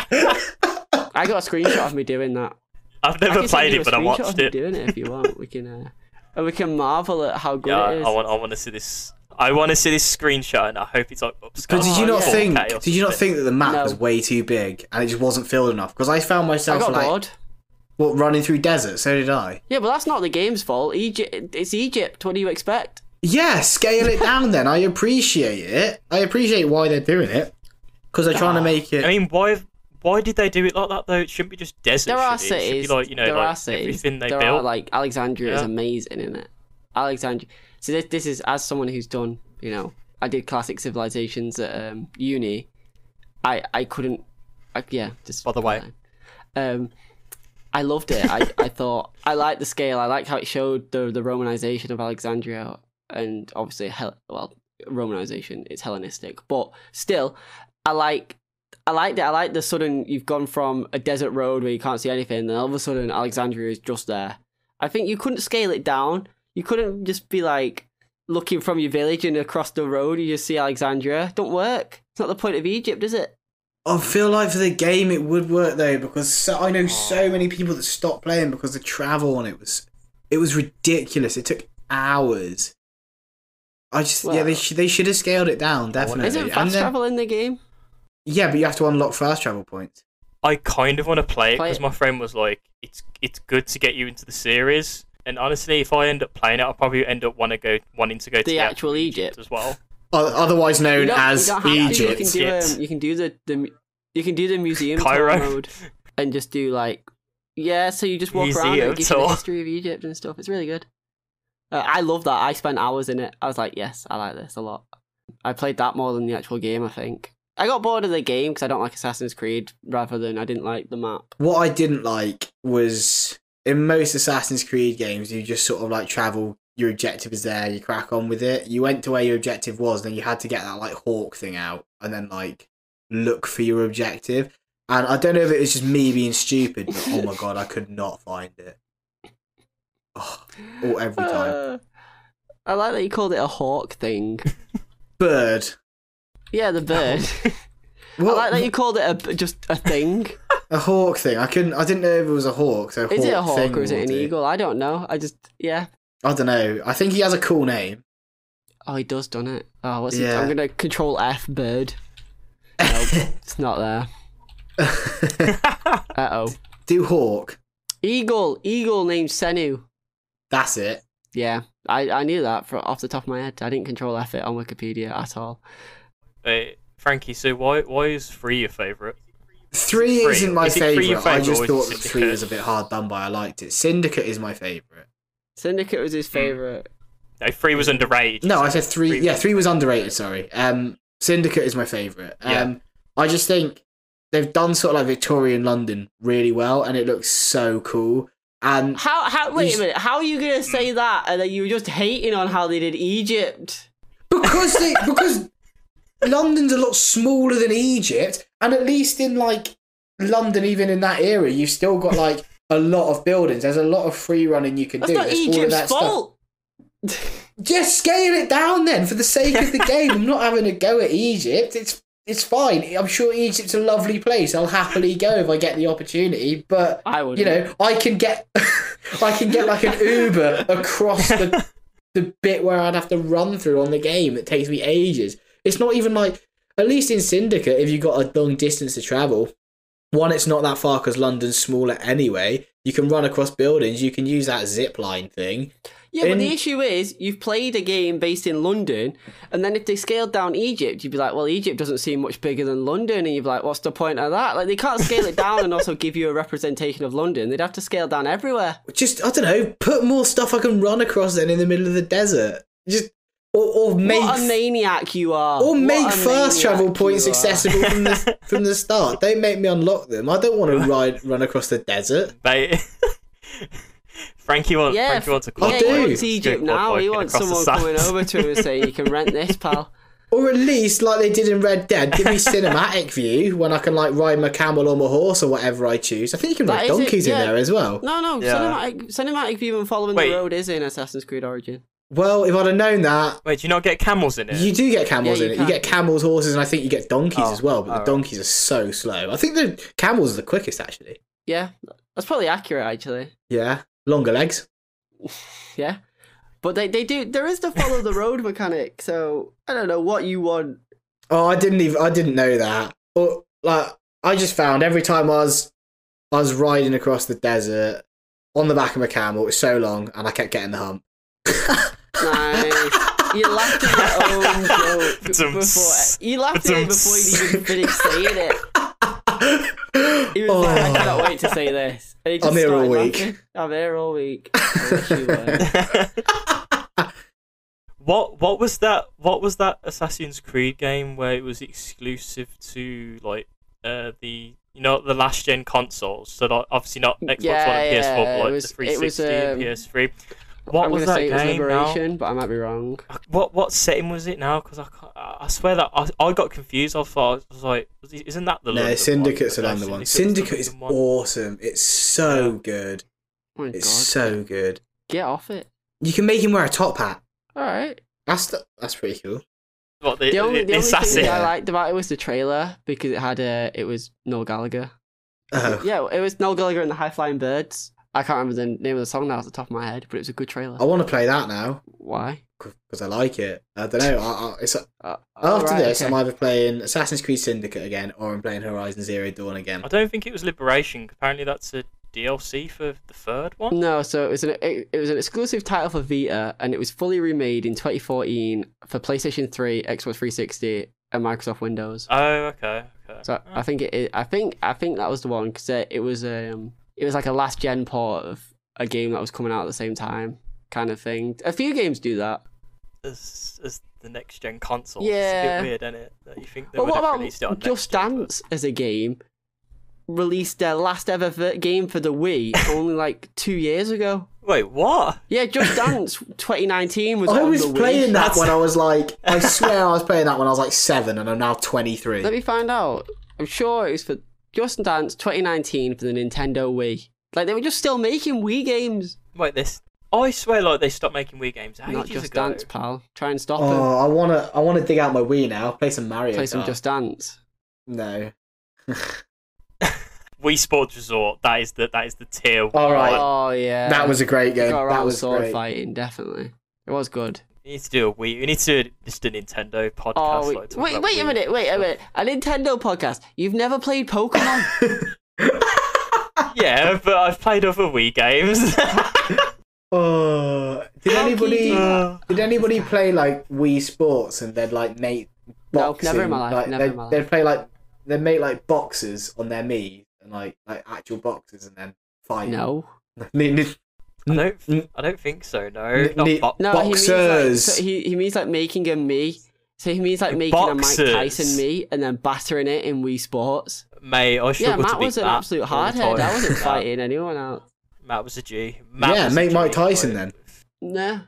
[SPEAKER 1] I got a screenshot of me doing that.
[SPEAKER 3] I've
[SPEAKER 1] I
[SPEAKER 3] never
[SPEAKER 1] can send
[SPEAKER 3] played
[SPEAKER 1] you a
[SPEAKER 3] it, but I
[SPEAKER 1] screenshot of
[SPEAKER 3] watched
[SPEAKER 1] me
[SPEAKER 3] it.
[SPEAKER 1] Doing it if you want, we can. Uh, and we can marvel at how good
[SPEAKER 3] Yeah,
[SPEAKER 1] it is.
[SPEAKER 3] I want. I want to see this. I want to see this screenshot, and I hope it's like. upscaled
[SPEAKER 2] but did you
[SPEAKER 3] to
[SPEAKER 2] not
[SPEAKER 1] Oh, yeah.
[SPEAKER 3] 4K
[SPEAKER 2] think?
[SPEAKER 3] or
[SPEAKER 2] Did you not
[SPEAKER 3] something.
[SPEAKER 2] think that the map
[SPEAKER 1] No.
[SPEAKER 2] was way too big and it just wasn't filled enough? Because I found
[SPEAKER 1] I
[SPEAKER 2] myself
[SPEAKER 1] got
[SPEAKER 2] like
[SPEAKER 1] bored.
[SPEAKER 2] what running through desert. So did I.
[SPEAKER 1] Yeah, but that's not the game's fault. Egypt, it's Egypt. What do you expect?
[SPEAKER 2] Yeah, scale it down then. I appreciate it. I appreciate why they're doing it. Because they're
[SPEAKER 1] Ah.
[SPEAKER 2] trying to make it.
[SPEAKER 3] I mean, why? Why did they do it like that though? It shouldn't be just desert.
[SPEAKER 1] There are
[SPEAKER 3] should it? It should
[SPEAKER 1] cities.
[SPEAKER 3] be like you know,
[SPEAKER 1] there
[SPEAKER 3] like
[SPEAKER 1] are cities.
[SPEAKER 3] everything they
[SPEAKER 1] there
[SPEAKER 3] built.
[SPEAKER 1] are like Alexandria is
[SPEAKER 3] Yeah.
[SPEAKER 1] amazing in it. Alexandria. So this this is as someone who's done you know I did classic civilizations at um, uni. I I couldn't. I, yeah. Just
[SPEAKER 3] By the way,
[SPEAKER 1] um, I loved it. I, I thought I liked the scale. I liked how it showed the the Romanization of Alexandria, and obviously, Hel- well, Romanization it's Hellenistic, but still, I like. I liked it. I like the sudden you've gone from a desert road where you can't see anything, and all of a sudden Alexandria is just there, I think you couldn't scale it down. You couldn't just be like looking from your village and across the road you just see Alexandria. Don't work. It's not the point of Egypt, is it?
[SPEAKER 2] I feel like for the game it would work though because so, I know so many people that stopped playing because the travel on it was it was ridiculous. It took hours. I just yeah they
[SPEAKER 1] Well-
[SPEAKER 2] sh- they should have scaled it down definitely.
[SPEAKER 1] Isn't
[SPEAKER 2] And
[SPEAKER 1] fast
[SPEAKER 2] then-
[SPEAKER 1] travel in the game?
[SPEAKER 2] Yeah, but you have to unlock fast travel points.
[SPEAKER 3] I kind of want to play it
[SPEAKER 1] Play
[SPEAKER 3] because
[SPEAKER 1] it.
[SPEAKER 3] my friend was like, "It's it's good to get you into the series." And honestly, if I end up playing it, I'll probably end up want to go wanting to go to
[SPEAKER 1] The actual Egypt.
[SPEAKER 3] as well. [laughs]
[SPEAKER 2] O- otherwise known
[SPEAKER 1] You don't- you
[SPEAKER 2] as
[SPEAKER 1] don't have to. You can
[SPEAKER 2] Egypt.
[SPEAKER 1] do,
[SPEAKER 3] Egypt.
[SPEAKER 1] um, you can do the, the mu- you can do the museum
[SPEAKER 3] Cairo.
[SPEAKER 1] tour mode and just do like yeah. So you just walk around and
[SPEAKER 3] Museum
[SPEAKER 1] it gives you
[SPEAKER 3] tour.
[SPEAKER 1] the history of Egypt and stuff. It's really good. Uh, I love that. I spent hours in it. I was like, yes, I like this a lot. I played that more than the actual game. I think I got bored of the game because I don't like Assassin's Creed. Rather than I didn't like the map.
[SPEAKER 2] What I didn't like was in most Assassin's Creed games, you just sort of like travel. Your objective is there. You crack on with it. You went to where your objective was, then you had to get that like hawk thing out, and then like look for your objective. And I don't know if it was just me being stupid, but oh my god, I could not find it. Oh, all every
[SPEAKER 1] Uh,
[SPEAKER 2] time.
[SPEAKER 1] I like that you called it a hawk thing.
[SPEAKER 2] Bird.
[SPEAKER 1] Yeah, the bird. I
[SPEAKER 2] What?
[SPEAKER 1] like that you called it a, just a thing.
[SPEAKER 2] A hawk thing. I couldn't. I didn't know if it was a hawk. So
[SPEAKER 1] Is it a
[SPEAKER 2] thing
[SPEAKER 1] hawk or is it
[SPEAKER 2] will
[SPEAKER 1] an
[SPEAKER 2] do.
[SPEAKER 1] eagle? I don't know. I just yeah.
[SPEAKER 2] I don't know. I think he has a cool name. [laughs]
[SPEAKER 1] Oh, he does, doesn't it? Oh, what's he?
[SPEAKER 2] Yeah.
[SPEAKER 1] I'm gonna control F bird.
[SPEAKER 2] [laughs]
[SPEAKER 1] It's not there. Uh oh.
[SPEAKER 2] Do hawk.
[SPEAKER 1] Eagle, eagle named Senu.
[SPEAKER 2] That's it.
[SPEAKER 1] Yeah, I, I knew that for, off the top of my head. I didn't control F it on Wikipedia at all.
[SPEAKER 3] Wait, Frankie, so why why is three your favorite?
[SPEAKER 2] Three
[SPEAKER 3] Three.
[SPEAKER 2] isn't my
[SPEAKER 3] Is it three your
[SPEAKER 2] favorite. I
[SPEAKER 3] favourite
[SPEAKER 2] just
[SPEAKER 3] or is
[SPEAKER 2] thought
[SPEAKER 3] it
[SPEAKER 2] that
[SPEAKER 3] Syndicate?
[SPEAKER 2] three was a bit hard done by. I liked it. Syndicate is my favorite.
[SPEAKER 1] Syndicate was
[SPEAKER 2] Hmm.
[SPEAKER 1] his favorite.
[SPEAKER 3] No, three was underrated.
[SPEAKER 2] No, I said three.
[SPEAKER 3] Three
[SPEAKER 2] yeah,
[SPEAKER 3] was-
[SPEAKER 2] three was underrated. Sorry. Um, Syndicate is my favorite. Um,
[SPEAKER 3] Yeah.
[SPEAKER 2] I just think they've done sort of like Victorian London really well, and it looks so cool.
[SPEAKER 3] [laughs]
[SPEAKER 2] And
[SPEAKER 1] How how wait
[SPEAKER 2] He's-
[SPEAKER 1] a minute? How are you gonna say that and that you were just hating on how they did Egypt?
[SPEAKER 2] because they because London's a lot smaller than Egypt, and at least in like London, even in that era, you've still got like a lot of buildings. There's a lot of free running you can
[SPEAKER 1] That's
[SPEAKER 2] do.
[SPEAKER 1] not
[SPEAKER 2] There's all of
[SPEAKER 1] Egypt's
[SPEAKER 2] that stuff.
[SPEAKER 1] fault.
[SPEAKER 2] Just scale it down then, for the sake
[SPEAKER 1] [laughs]
[SPEAKER 2] of the game. I'm not having a go at Egypt. It's it's fine. I'm sure Egypt's a lovely place. I'll happily go if I get the opportunity. But
[SPEAKER 1] I would.
[SPEAKER 2] you know, I can get [laughs] I can get like an Uber across the the bit where I'd have to run through on the game. It takes me ages. It's not even like at least in Syndicate, if you've got a long distance to travel, one, it's not that far because London's smaller anyway. You can run across buildings. You can use that zip line thing.
[SPEAKER 1] Yeah, but
[SPEAKER 2] In-
[SPEAKER 1] the issue is you've played a game based in London, and then if they scaled down Egypt, you'd be like, well, Egypt doesn't seem much bigger than London, and you'd be like, what's the point of that? Like, they can't scale it down and also give you a representation of London. They'd have to scale down everywhere.
[SPEAKER 2] Just I don't know. Put more stuff I can run across than in the middle of the desert. Just or, or make
[SPEAKER 1] what a maniac you are!
[SPEAKER 2] or
[SPEAKER 1] What
[SPEAKER 2] make
[SPEAKER 1] a
[SPEAKER 2] fast
[SPEAKER 1] maniac
[SPEAKER 2] travel points
[SPEAKER 1] you are.
[SPEAKER 2] accessible from the from the start. Don't make me unlock them. I don't
[SPEAKER 3] [laughs]
[SPEAKER 2] want to ride run across the desert.
[SPEAKER 3] Mate. [laughs] Frankie wants
[SPEAKER 1] Yeah,
[SPEAKER 3] Frankie wants a quad
[SPEAKER 1] yeah,
[SPEAKER 2] do.
[SPEAKER 1] he
[SPEAKER 3] bike.
[SPEAKER 1] wants Egypt
[SPEAKER 3] Go quad
[SPEAKER 1] now. He
[SPEAKER 3] biking
[SPEAKER 1] wants
[SPEAKER 3] across the
[SPEAKER 1] someone coming
[SPEAKER 3] sands.
[SPEAKER 1] over to him and saying, you can rent this, pal.
[SPEAKER 2] Or at least like they did in Red Dead, give me cinematic view when I can like ride my camel or my horse or whatever I choose. I think you can
[SPEAKER 1] That
[SPEAKER 2] ride
[SPEAKER 1] is it,
[SPEAKER 2] donkeys in
[SPEAKER 1] yeah.
[SPEAKER 2] there as well.
[SPEAKER 1] No, no,
[SPEAKER 3] Yeah.
[SPEAKER 1] cinematic, cinematic view and following
[SPEAKER 3] Wait.
[SPEAKER 1] the road is in Assassin's Creed Origin.
[SPEAKER 2] Well, if I'd have known that,
[SPEAKER 3] [laughs] Wait, do you not get camels in it?
[SPEAKER 2] You do get camels
[SPEAKER 1] Yeah,
[SPEAKER 2] in
[SPEAKER 1] you [laughs]
[SPEAKER 2] it. You
[SPEAKER 1] can.
[SPEAKER 2] get camels, horses, and I think you get donkeys
[SPEAKER 3] Oh,
[SPEAKER 2] as well. But the
[SPEAKER 3] alright.
[SPEAKER 2] donkeys are so slow. I think the camels are the quickest actually.
[SPEAKER 1] Yeah, that's probably accurate, actually.
[SPEAKER 2] Yeah, longer legs.
[SPEAKER 1] Yeah. But they, they do there is the follow the road mechanic, so I don't know what you want.
[SPEAKER 2] Oh, I didn't even. I didn't know that. Or like, I just found every time I was, I was riding across the desert on the back of a camel. It was so long, and I kept getting
[SPEAKER 1] [laughs]
[SPEAKER 2] the hump.
[SPEAKER 1] Nice. You laughed
[SPEAKER 2] [laughs]
[SPEAKER 1] at your own joke
[SPEAKER 3] Dum-
[SPEAKER 1] before you laughed at it
[SPEAKER 3] dum-
[SPEAKER 1] before you even finished saying it. He was like, I
[SPEAKER 2] oh,
[SPEAKER 1] cannot wait to say this. And he just
[SPEAKER 2] [laughs] I'm here all
[SPEAKER 1] started
[SPEAKER 2] week.
[SPEAKER 1] laughing. I'm here all week. I wish you were.
[SPEAKER 2] [laughs]
[SPEAKER 3] [laughs] What what was that? What was that Assassin's Creed game where it was exclusive to like uh, the you know the last gen consoles? So like, obviously not Xbox One
[SPEAKER 1] Yeah,
[SPEAKER 3] and PS4,
[SPEAKER 1] yeah,
[SPEAKER 3] but
[SPEAKER 1] it
[SPEAKER 3] like
[SPEAKER 1] was-
[SPEAKER 3] the
[SPEAKER 1] it was,
[SPEAKER 3] 360 and
[SPEAKER 1] um,
[SPEAKER 3] PS3. What
[SPEAKER 1] I'm
[SPEAKER 3] was
[SPEAKER 1] gonna
[SPEAKER 3] that
[SPEAKER 1] say it was
[SPEAKER 3] game? now?
[SPEAKER 1] Liberation, but I might be wrong.
[SPEAKER 3] I- What what setting was it now? Because I can't, I I swear that I, I got confused. I thought I was like, isn't that the
[SPEAKER 2] no,
[SPEAKER 3] London
[SPEAKER 2] Syndicate's
[SPEAKER 3] one?
[SPEAKER 2] another
[SPEAKER 3] No,
[SPEAKER 2] one.
[SPEAKER 3] Syndicate's the
[SPEAKER 2] Syndicate is
[SPEAKER 3] London one.
[SPEAKER 2] awesome. It's so good.
[SPEAKER 1] Oh my
[SPEAKER 2] It's
[SPEAKER 1] god.
[SPEAKER 2] so good.
[SPEAKER 1] Get off it.
[SPEAKER 2] You can make him wear a top hat.
[SPEAKER 1] All right.
[SPEAKER 2] That's the, that's pretty cool.
[SPEAKER 3] What the,
[SPEAKER 1] The only,
[SPEAKER 3] the,
[SPEAKER 1] the only
[SPEAKER 3] assassin?
[SPEAKER 1] thing
[SPEAKER 2] Yeah.
[SPEAKER 1] I liked about it was the trailer because it had uh, it was Noel Gallagher.
[SPEAKER 2] Oh,
[SPEAKER 1] Yeah, it was Noel Gallagher and the High Flying Birds. I can't remember the name of the song now off the top of my head, but it was a good trailer.
[SPEAKER 2] I want to play that now
[SPEAKER 1] Why?
[SPEAKER 2] because I like it. I don't know. I, I, it's
[SPEAKER 1] Uh,
[SPEAKER 2] Oh, after
[SPEAKER 1] alright,
[SPEAKER 2] this,
[SPEAKER 1] okay.
[SPEAKER 2] I'm either playing Assassin's Creed Syndicate again or I'm playing Horizon Zero Dawn again.
[SPEAKER 3] I don't think it was Liberation. Apparently, that's a DLC for the third one.
[SPEAKER 1] No, so it was an it, it was an exclusive title for Vita, and it was fully remade in 2014 for PlayStation 3, Xbox 360, and Microsoft Windows.
[SPEAKER 3] Oh, okay, okay.
[SPEAKER 1] So I think it is, I think I think that was the one because it, it was um it was like a last gen port of a game that was coming out at the same time kind of thing. A few games do that.
[SPEAKER 3] as, as the next gen console.
[SPEAKER 1] Yeah.
[SPEAKER 3] It's a bit weird, isn't it? That you think they
[SPEAKER 1] But
[SPEAKER 3] would
[SPEAKER 1] what
[SPEAKER 3] have
[SPEAKER 1] about
[SPEAKER 3] released it on
[SPEAKER 1] Just
[SPEAKER 3] next gen, but-
[SPEAKER 1] Dance as a game? Released their last ever v- game for the
[SPEAKER 3] [laughs]
[SPEAKER 1] Wii only like two years ago.
[SPEAKER 3] Wait, what?
[SPEAKER 1] Yeah,
[SPEAKER 3] [laughs]
[SPEAKER 1] Just Dance 2019 was.
[SPEAKER 2] I
[SPEAKER 1] on
[SPEAKER 2] was
[SPEAKER 1] the Wii.
[SPEAKER 2] playing that
[SPEAKER 3] That's-
[SPEAKER 2] when I was like,
[SPEAKER 1] [laughs]
[SPEAKER 2] I swear I was playing that when I was like seven, and I'm now 23.
[SPEAKER 1] Let me find out. I'm sure it was for Just Dance 2019 for the Nintendo Wii. Like they were just still making Wii games,
[SPEAKER 3] Wait, this. I swear, like they stopped making Wii games ages
[SPEAKER 1] not Just
[SPEAKER 3] ago.
[SPEAKER 1] Dance, pal. Try and stop it.
[SPEAKER 2] Oh, I wanna, I wanna dig out my Wii now. Play some Mario.
[SPEAKER 1] play some
[SPEAKER 2] Kart.
[SPEAKER 1] Just Dance.
[SPEAKER 2] no.
[SPEAKER 3] Wii Sports Resort. That is the that is the tier. one.
[SPEAKER 2] All right,
[SPEAKER 1] Oh yeah,
[SPEAKER 2] that was a great
[SPEAKER 1] We
[SPEAKER 2] game.
[SPEAKER 1] got around
[SPEAKER 2] That was
[SPEAKER 1] sword
[SPEAKER 2] great.
[SPEAKER 1] fighting. Definitely, it was good.
[SPEAKER 3] You need to do a Wii. You need to do just a Nintendo podcast.
[SPEAKER 1] Oh
[SPEAKER 3] like,
[SPEAKER 1] wait,
[SPEAKER 3] talk
[SPEAKER 1] wait,
[SPEAKER 3] about
[SPEAKER 1] wait a
[SPEAKER 3] Wii.
[SPEAKER 1] minute, wait a minute. A Nintendo podcast. You've never played Pokemon.
[SPEAKER 3] [laughs] Yeah, but I've played other Wii games.
[SPEAKER 2] [laughs]
[SPEAKER 3] [laughs]
[SPEAKER 2] Oh, did
[SPEAKER 1] How can you
[SPEAKER 2] anybody
[SPEAKER 1] do
[SPEAKER 3] that?
[SPEAKER 2] did anybody play like Wii Sports and then like make
[SPEAKER 1] No,
[SPEAKER 2] boxing?
[SPEAKER 1] never in my life,
[SPEAKER 2] Like,
[SPEAKER 1] never
[SPEAKER 2] they,
[SPEAKER 1] in my life.
[SPEAKER 2] They'd play like they make like boxes on their Mii and like like actual boxes and then fight. [laughs]
[SPEAKER 1] no,
[SPEAKER 2] Ni- ni-
[SPEAKER 3] I don't.
[SPEAKER 2] Mm.
[SPEAKER 3] I don't think so. No,
[SPEAKER 2] ni-
[SPEAKER 3] not
[SPEAKER 2] ni-
[SPEAKER 3] bo-
[SPEAKER 1] no. He means, like,
[SPEAKER 2] boxers.
[SPEAKER 1] so he he means like making a me. So he means like making a
[SPEAKER 3] Boxers.
[SPEAKER 1] Mike Tyson me and then battering it in Wii
[SPEAKER 3] [laughs]
[SPEAKER 1] Sports.
[SPEAKER 3] May. I
[SPEAKER 1] Yeah,
[SPEAKER 3] struggled to
[SPEAKER 1] Matt
[SPEAKER 3] beat
[SPEAKER 1] was an
[SPEAKER 3] that
[SPEAKER 1] absolute
[SPEAKER 3] all the
[SPEAKER 1] hardhead. I
[SPEAKER 3] time. [laughs]
[SPEAKER 1] wasn't
[SPEAKER 3] Matt-
[SPEAKER 1] fighting anyone out.
[SPEAKER 3] Matt was a G. Matt
[SPEAKER 2] Yeah,
[SPEAKER 3] was a
[SPEAKER 2] make
[SPEAKER 3] G,
[SPEAKER 2] Mike Tyson
[SPEAKER 3] like-
[SPEAKER 2] then.
[SPEAKER 1] Nah,